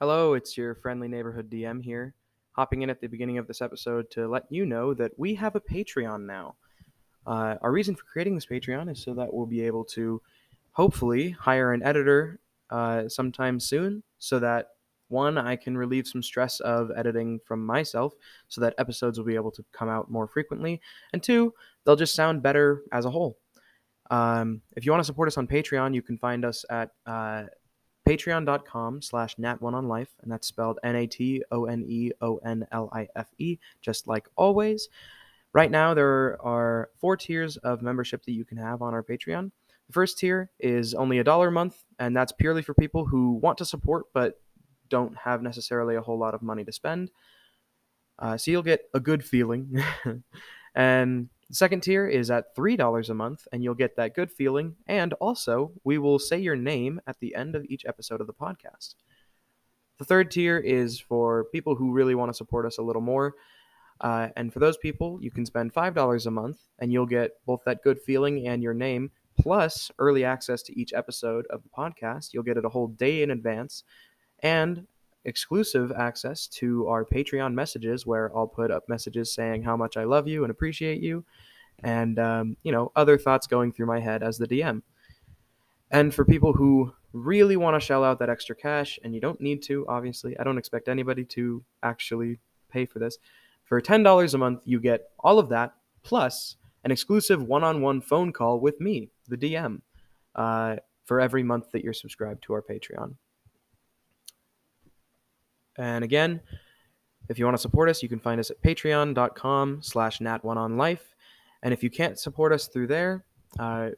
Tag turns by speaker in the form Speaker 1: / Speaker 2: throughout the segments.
Speaker 1: Hello, it's your friendly neighborhood DM here, hopping in at the beginning of this episode to let you know that we have a Patreon now. Uh, our reason for creating this Patreon is so that we'll be able to hopefully hire an editor uh, sometime soon so that one, I can relieve some stress of editing from myself so that episodes will be able to come out more frequently, and two, they'll just sound better as a whole. Um, if you want to support us on Patreon, you can find us at. Uh, patreon.com slash nat1onlife and that's spelled E n-a-t-o-n-e-o-n-l-i-f-e E, just like always right now there are four tiers of membership that you can have on our patreon the first tier is only a dollar a month and that's purely for people who want to support but don't have necessarily a whole lot of money to spend uh, so you'll get a good feeling and the second tier is at $3 a month, and you'll get that good feeling. And also, we will say your name at the end of each episode of the podcast. The third tier is for people who really want to support us a little more. Uh, and for those people, you can spend $5 a month, and you'll get both that good feeling and your name, plus early access to each episode of the podcast. You'll get it a whole day in advance, and exclusive access to our Patreon messages, where I'll put up messages saying how much I love you and appreciate you and um, you know other thoughts going through my head as the DM. And for people who really want to shell out that extra cash, and you don't need to, obviously, I don't expect anybody to actually pay for this. For ten dollars a month, you get all of that plus an exclusive one-on-one phone call with me, the DM, uh, for every month that you're subscribed to our Patreon. And again, if you want to support us, you can find us at patreon.com slash nat1onlife. And if you can't support us through there, uh,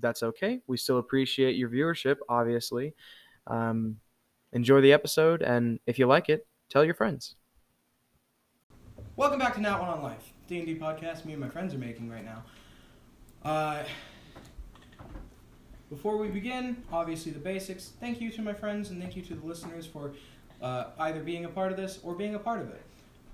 Speaker 1: that's okay. We still appreciate your viewership, obviously. Um, enjoy the episode, and if you like it, tell your friends. Welcome back to Nat One on Life, D and D podcast me and my friends are making right now. Uh, before we begin, obviously the basics. Thank you to my friends, and thank you to the listeners for uh, either being a part of this or being a part of it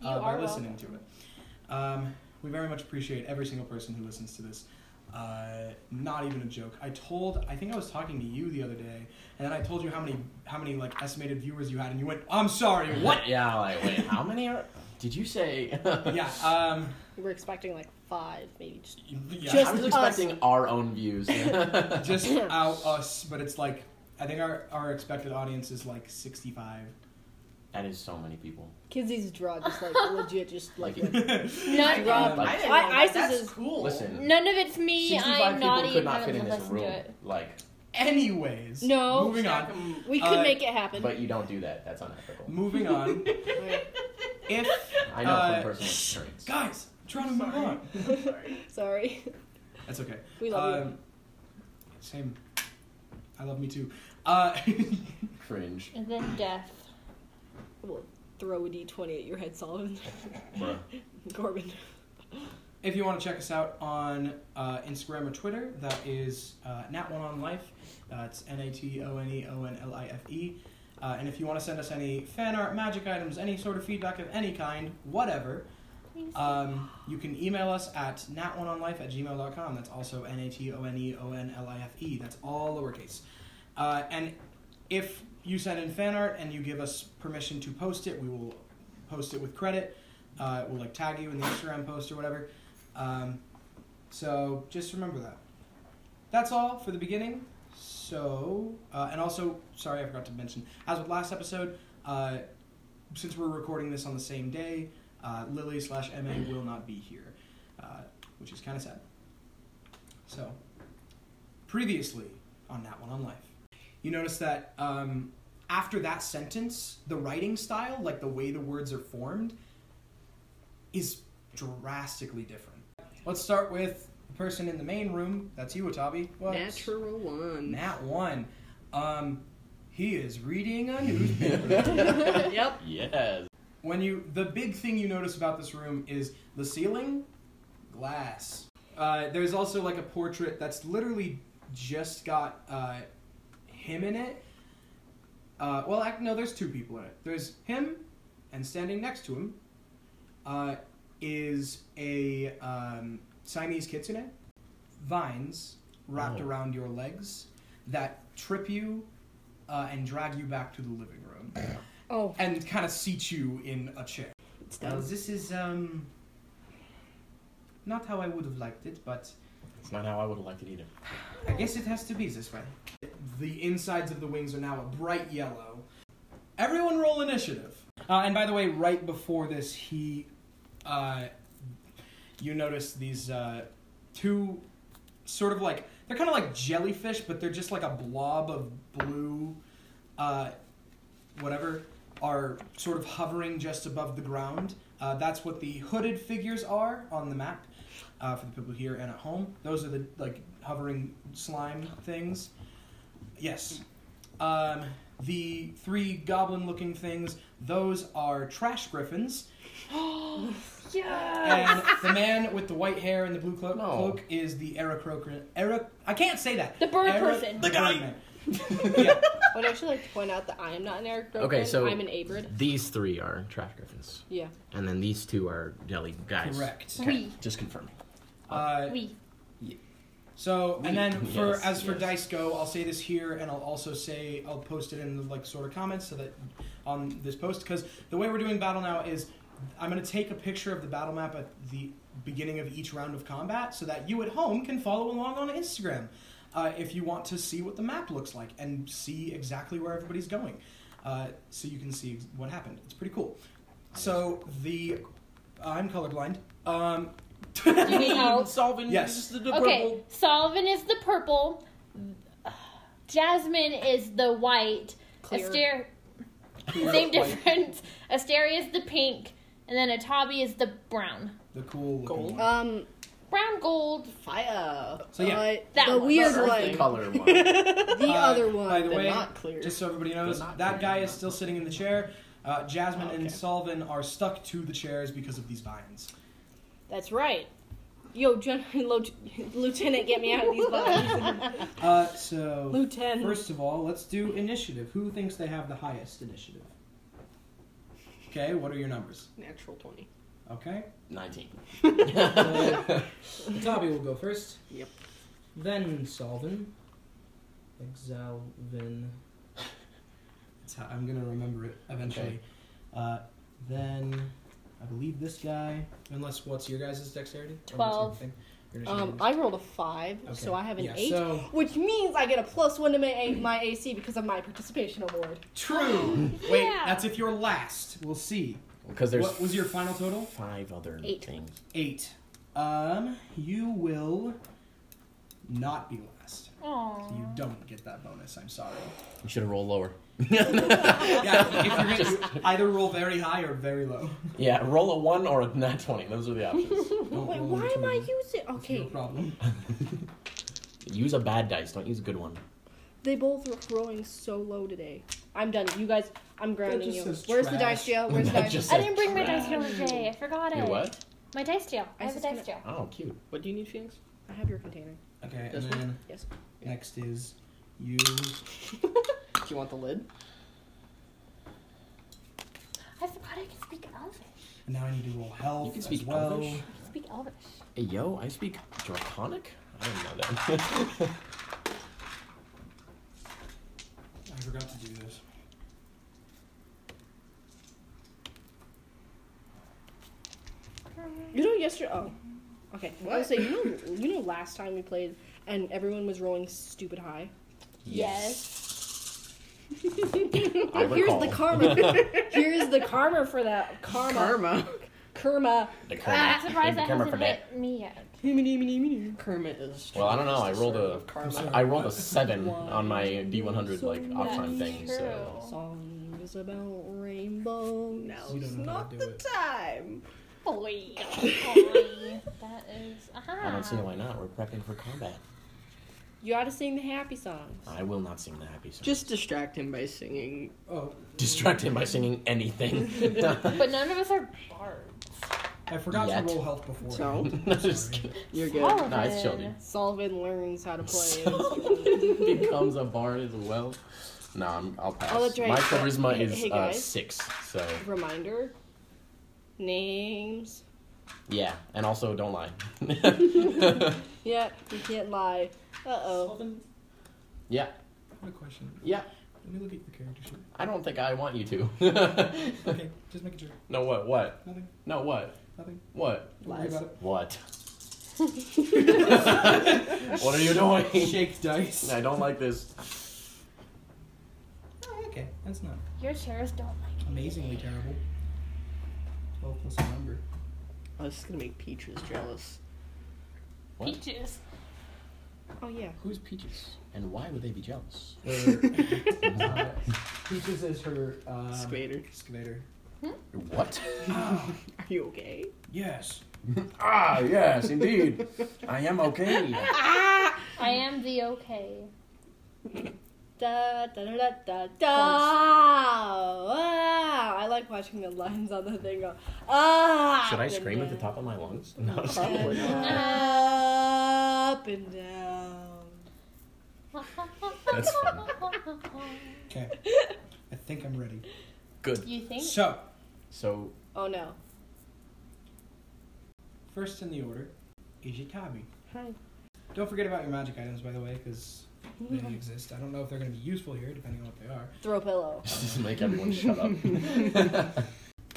Speaker 2: You
Speaker 1: uh, by
Speaker 2: are
Speaker 1: listening to it. Um, we very much appreciate every single person who listens to this. Uh, not even a joke. I told, I think I was talking to you the other day, and then I told you how many, how many like estimated viewers you had, and you went, "I'm sorry, what?"
Speaker 3: Yeah, like wait, how many are? Did you say?
Speaker 1: yeah, um,
Speaker 2: We were expecting like five, maybe just
Speaker 1: yeah.
Speaker 3: I
Speaker 2: Just
Speaker 3: was
Speaker 2: us.
Speaker 3: expecting our own views.
Speaker 1: just out us, but it's like I think our, our expected audience is like 65.
Speaker 3: that is so many people.
Speaker 2: kids these drugs, like legit, just like.
Speaker 3: Like-
Speaker 4: Not
Speaker 2: Yeah,
Speaker 4: Rob.
Speaker 3: like-
Speaker 4: I didn't
Speaker 2: I-
Speaker 4: know
Speaker 2: ISIS
Speaker 4: that. That's
Speaker 2: is-
Speaker 4: cool.
Speaker 3: Listen,
Speaker 4: None of it's me.
Speaker 3: sixty-five
Speaker 4: I'm not
Speaker 3: people could
Speaker 4: even
Speaker 3: not fit in
Speaker 4: gonna
Speaker 3: this
Speaker 4: listen to
Speaker 3: room.
Speaker 4: it.
Speaker 3: Like,
Speaker 1: Anyways,
Speaker 4: No.
Speaker 1: moving on.
Speaker 2: we could
Speaker 1: Uh,
Speaker 2: make it happen.
Speaker 3: but you don't do that. That's unethical.
Speaker 1: Moving on. if
Speaker 3: I know
Speaker 1: Uh,
Speaker 3: from personal experience.
Speaker 1: guys, I'm trying to move
Speaker 4: Sorry.
Speaker 1: on.
Speaker 2: Sorry,
Speaker 1: That's okay.
Speaker 2: we love
Speaker 1: Um, Same. I love me too. Uh,
Speaker 3: Cringe.
Speaker 4: And then death.
Speaker 2: you. We'll throw a d twenty at your head, Solomon,
Speaker 3: Bruh.
Speaker 2: Corbin.
Speaker 1: if you want to check us out on uh, Instagram or Twitter, that is uh, Nat1OnLife. That's Uh, N A T O N E O N L I F E. Uh, and if you want to send us any fan art, magic items, any sort of feedback of any kind, whatever, um, you can email us at nat1onlife at gmail.com. That's also N A T O N E O N L I F E. That's all lowercase. Uh, and if you send in fan art and you give us permission to post it, we will post it with credit. Uh, we'll like tag you in the Instagram post or whatever. Um, so just remember that. That's all for the beginning. So, uh, and also, sorry, I forgot to mention, as with last episode, uh, since we're recording this on the same day, uh, Lily slash MA will not be here, uh, which is kind of sad. So, previously on That One on Life, you notice that um, after that sentence, the writing style, like the way the words are formed, is drastically different. Let's start with the person in the main room. That's you, Watabi. What's-
Speaker 2: Natural one.
Speaker 1: Nat one. Um, he is reading a newspaper.
Speaker 2: yep.
Speaker 3: Yes.
Speaker 1: when you, the big thing you notice about this room is the ceiling, glass. Uh, there's also like a portrait that's literally just got uh, him in it. Uh, well, act, no, there's two people in it. There's him, and standing next to him uh, is a um, Siamese kitsune. Vines wrapped
Speaker 3: Oh.
Speaker 1: around your legs that trip you uh, and drag you back to the living room.
Speaker 2: Oh,
Speaker 4: and kind of seat you in a chair.
Speaker 2: it's
Speaker 4: Well,
Speaker 2: done.
Speaker 4: this is um not how I would have liked it, but
Speaker 3: It's not how I would have liked it either.
Speaker 4: I guess it has to be this way. The insides of the wings are now a bright yellow. Everyone roll initiative. Uh, and by the way, right before this, he, uh, you notice these uh, two sort of like they're kind of like jellyfish, but they're just like a blob of blue, uh, whatever, are sort of hovering just above the ground. Uh, that's what the hooded figures are on the map uh, for the people here and at home. Those are the like hovering slime things. Yes. Um, the three goblin-looking things. Those are trash griffins,
Speaker 2: yeah.
Speaker 4: and the man with the white hair and the blue clo-
Speaker 3: No.
Speaker 4: cloak is the Eracrocrin. Eric, I can't say that.
Speaker 5: The bird
Speaker 4: Era-
Speaker 5: person.
Speaker 4: The
Speaker 3: The guy.
Speaker 4: guy. yeah.
Speaker 2: I would actually like to point out that I am not an Eric Broken.
Speaker 3: Okay, so-
Speaker 2: I'm an Abrid.
Speaker 3: These three are trash griffins,
Speaker 2: Yeah.
Speaker 3: and then these two are jelly guys.
Speaker 4: Correct.
Speaker 5: We.
Speaker 3: Just confirming.
Speaker 4: Uh,
Speaker 5: We.
Speaker 4: So and then
Speaker 3: Yes,
Speaker 4: for as for
Speaker 3: yes.
Speaker 4: dice go, I'll say this here, and I'll also say I'll post it in the like sort of comments so that on this post because the way we're doing battle now is I'm going to take a picture of the battle map at the beginning of each round of combat so that you at home can follow along on Instagram uh, if you want to see what the map looks like and see exactly where everybody's going, uh, so you can see ex- what happened. It's pretty cool. So the I'm colorblind. Um,
Speaker 5: You need help.
Speaker 3: Solving
Speaker 4: Yes.
Speaker 3: is the
Speaker 5: Okay,
Speaker 3: purple.
Speaker 5: Solvin is the purple. Jasmine is the white.
Speaker 2: Clear.
Speaker 5: Aster- same difference. Asteria is the pink, and then Atabi is the brown.
Speaker 4: the cool looking
Speaker 2: Gold.
Speaker 4: one.
Speaker 6: Um,
Speaker 5: Brown gold.
Speaker 6: fire.
Speaker 4: So, yeah.
Speaker 6: Uh,
Speaker 5: That
Speaker 6: the
Speaker 5: one.
Speaker 6: weird
Speaker 2: The
Speaker 6: one.
Speaker 3: color one.
Speaker 6: The
Speaker 4: Uh,
Speaker 6: other one.
Speaker 4: By the
Speaker 6: They're
Speaker 4: way,
Speaker 6: not clear.
Speaker 4: just so everybody knows,
Speaker 3: They're not
Speaker 4: that
Speaker 3: clear,
Speaker 4: guy
Speaker 3: they're
Speaker 4: is
Speaker 3: not Oh,
Speaker 4: still sitting in the chair. Uh, Jasmine
Speaker 3: Okay.
Speaker 4: and Solvin are stuck to the chairs because of these vines.
Speaker 2: That's right.
Speaker 5: Yo, Jen.
Speaker 2: Lieutenant, get me out of these bugs.
Speaker 4: Uh, so,
Speaker 2: Lieutenant.
Speaker 4: first of all, let's do initiative. Who thinks they have the highest initiative? Okay, what are your numbers?
Speaker 2: Natural 20.
Speaker 4: Okay,
Speaker 3: Nineteen.
Speaker 4: Tabi will go first.
Speaker 2: Yep.
Speaker 4: Then Solvin. Exalvin. That's how- I'm gonna remember it eventually.
Speaker 3: Okay.
Speaker 4: Uh, then I believe this guy. Unless what's your guys' dexterity? Or what's your
Speaker 5: Twelve.
Speaker 4: thing? Your
Speaker 2: Um,
Speaker 4: dexterity?
Speaker 2: I rolled a 5, so
Speaker 4: Okay.
Speaker 2: I have an
Speaker 4: Yeah,
Speaker 2: 8.
Speaker 4: So
Speaker 2: Which means I get a plus one to my, A- my AC because of my participation award. Oh,
Speaker 4: true. Wait,
Speaker 5: Yeah.
Speaker 4: that's if you're last. We'll see.
Speaker 3: Because there's
Speaker 4: What was your final total?
Speaker 3: five other
Speaker 5: Eight.
Speaker 3: things.
Speaker 4: Eight. Um, you will not be last. You
Speaker 2: Um,
Speaker 4: don't get that bonus. I'm sorry.
Speaker 3: We should have rolled lower.
Speaker 4: Yeah, if you're gonna you either roll very high or very low.
Speaker 3: Yeah, roll a one or a nat twenty. Those are the options.
Speaker 4: Don't
Speaker 6: Wait,
Speaker 4: roll
Speaker 6: why am I
Speaker 4: between.
Speaker 6: using?
Speaker 4: Oh, That's your
Speaker 6: Okay,
Speaker 4: problem.
Speaker 3: use a bad dice. Don't use a good one.
Speaker 6: they both were rolling so low today.
Speaker 2: I'm done. You guys, I'm grounding
Speaker 4: just
Speaker 2: you.
Speaker 4: says
Speaker 6: Where's the
Speaker 4: trash.
Speaker 6: dice, Joe? Where's the
Speaker 3: That
Speaker 6: dice?
Speaker 3: just
Speaker 5: I
Speaker 3: says
Speaker 5: didn't bring my dice
Speaker 3: trash.
Speaker 5: tail today. I forgot it.
Speaker 3: Your what?
Speaker 5: My dice tail. I
Speaker 6: I
Speaker 5: have a
Speaker 6: was
Speaker 5: dice
Speaker 6: just
Speaker 5: tail.
Speaker 3: Oh, cute.
Speaker 2: What do you need, Phoenix?
Speaker 6: I have your container.
Speaker 4: Okay, and
Speaker 2: This one?
Speaker 4: then
Speaker 6: Yes.
Speaker 4: next is you.
Speaker 2: Do you want the lid?
Speaker 5: I forgot I could speak Elvish.
Speaker 4: And now I need to roll health
Speaker 3: You can
Speaker 4: as
Speaker 3: speak
Speaker 4: well.
Speaker 3: Elvish.
Speaker 5: I can speak Elvish.
Speaker 3: Hey, yo, I speak Draconic. I didn't know that.
Speaker 4: I forgot to do this.
Speaker 6: You know, yesterday. Oh, okay. I was gonna say you know, you know, last time we played and everyone was rolling stupid high.
Speaker 3: I
Speaker 6: Here's
Speaker 3: recall.
Speaker 6: the karma. Here's the karma for that karma.
Speaker 2: Karma.
Speaker 6: Karma.
Speaker 3: The camera.
Speaker 5: Ah, I'm surprised
Speaker 3: the
Speaker 5: that
Speaker 3: camera for
Speaker 5: hasn't hit
Speaker 3: that.
Speaker 5: me yet.
Speaker 2: Karma is.
Speaker 3: Well, I don't know.
Speaker 2: just
Speaker 3: I rolled
Speaker 2: sort
Speaker 3: a-
Speaker 2: of Karma.
Speaker 3: I rolled a seven
Speaker 6: Why
Speaker 3: on my D100 like
Speaker 6: so
Speaker 3: offline
Speaker 5: much?
Speaker 3: thing. So
Speaker 5: True.
Speaker 6: Song is about rainbows.
Speaker 4: You
Speaker 6: Now's
Speaker 4: don't know how
Speaker 6: not
Speaker 4: to do
Speaker 6: the
Speaker 4: it.
Speaker 6: time.
Speaker 5: Boy. Boy. That is. Aha.
Speaker 3: I don't see why not. We're prepping for combat.
Speaker 6: You ought to sing the happy songs.
Speaker 3: I will not sing the happy song.
Speaker 2: Just distract him by singing.
Speaker 4: Oh,
Speaker 3: distract him by singing anything.
Speaker 5: But none of us are bards.
Speaker 4: I forgot
Speaker 3: Yet.
Speaker 4: to roll health before.
Speaker 2: So?
Speaker 3: No, just kidding.
Speaker 2: You're
Speaker 5: All
Speaker 2: good.
Speaker 5: of
Speaker 3: No, it's
Speaker 5: it.
Speaker 3: children.
Speaker 6: Solvin learns how to play.
Speaker 3: Solomon becomes a bard as well. No, I'm, I'll pass.
Speaker 6: I'll let Drake-
Speaker 3: my charisma
Speaker 6: Hey-
Speaker 3: is
Speaker 6: hey,
Speaker 3: uh,
Speaker 6: guys.
Speaker 3: six, so
Speaker 6: Reminder. Names.
Speaker 3: yeah. And also, don't lie.
Speaker 6: Yep, you can't lie. Uh oh.
Speaker 4: Alvin,
Speaker 3: yeah,
Speaker 4: I have a question.
Speaker 3: yeah.
Speaker 4: Let me look at your character sheet.
Speaker 3: I don't think I want you to.
Speaker 4: Okay, just making sure.
Speaker 3: No, what? What?
Speaker 4: Nothing.
Speaker 3: No, what?
Speaker 4: Nothing.
Speaker 3: What?
Speaker 4: Don't worry about
Speaker 3: What? what are you doing?
Speaker 4: it. Shake dice.
Speaker 3: I don't like this.
Speaker 4: Oh, okay, that's not
Speaker 5: Your chairs don't like
Speaker 4: amazingly terrible. Twelve plus a number.
Speaker 6: Oh, this is gonna make Peaches jealous.
Speaker 3: What?
Speaker 5: peaches.
Speaker 6: Oh yeah.
Speaker 3: Who's Peaches? And why would they be jealous?
Speaker 4: Er, Her, uh, Peaches is her um,
Speaker 6: Squater.
Speaker 4: Excavator.
Speaker 3: What?
Speaker 6: Are you okay?
Speaker 4: Yes.
Speaker 3: ah, yes, indeed. I am okay.
Speaker 6: Ah!
Speaker 5: I am the okay.
Speaker 6: Da da da da da da. Wow! I like watching the lines on the thing go. Ah!
Speaker 3: Should I
Speaker 6: up and
Speaker 3: scream at the
Speaker 6: down,
Speaker 3: top of my lungs? No.
Speaker 6: and Up and down.
Speaker 3: That's fun.
Speaker 4: Okay. I think I'm ready.
Speaker 3: Good.
Speaker 5: you think?
Speaker 4: So,
Speaker 3: So,
Speaker 6: Oh no.
Speaker 4: first in the order is Yatabi.
Speaker 6: Hi.
Speaker 4: Don't forget about your magic items, by the way, because they exist. I don't know if they're going to be useful here, depending on what they are.
Speaker 6: Throw pillow.
Speaker 3: just make everyone shut up.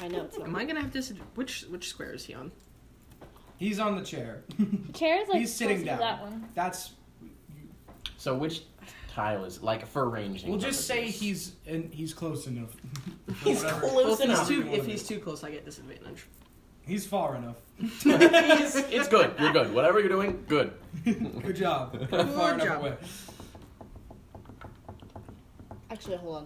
Speaker 6: I know it's not.
Speaker 7: Am I gonna have this? Which which square is he on?
Speaker 4: He's on the chair.
Speaker 5: Chair is like
Speaker 4: He's sitting
Speaker 5: close to
Speaker 4: down.
Speaker 5: that one.
Speaker 4: That's.
Speaker 3: so, which tile is like for ranging?
Speaker 4: We'll just say
Speaker 3: purposes?
Speaker 4: he's and he's close enough.
Speaker 7: He's
Speaker 4: Whatever.
Speaker 7: Well, if he's
Speaker 4: enough.
Speaker 7: too if he's too close, I get disadvantage.
Speaker 4: He's far enough.
Speaker 3: It's good. You're good. Whatever you're doing, good.
Speaker 4: Good job. far enough
Speaker 7: job.
Speaker 4: away.
Speaker 6: Actually, hold on.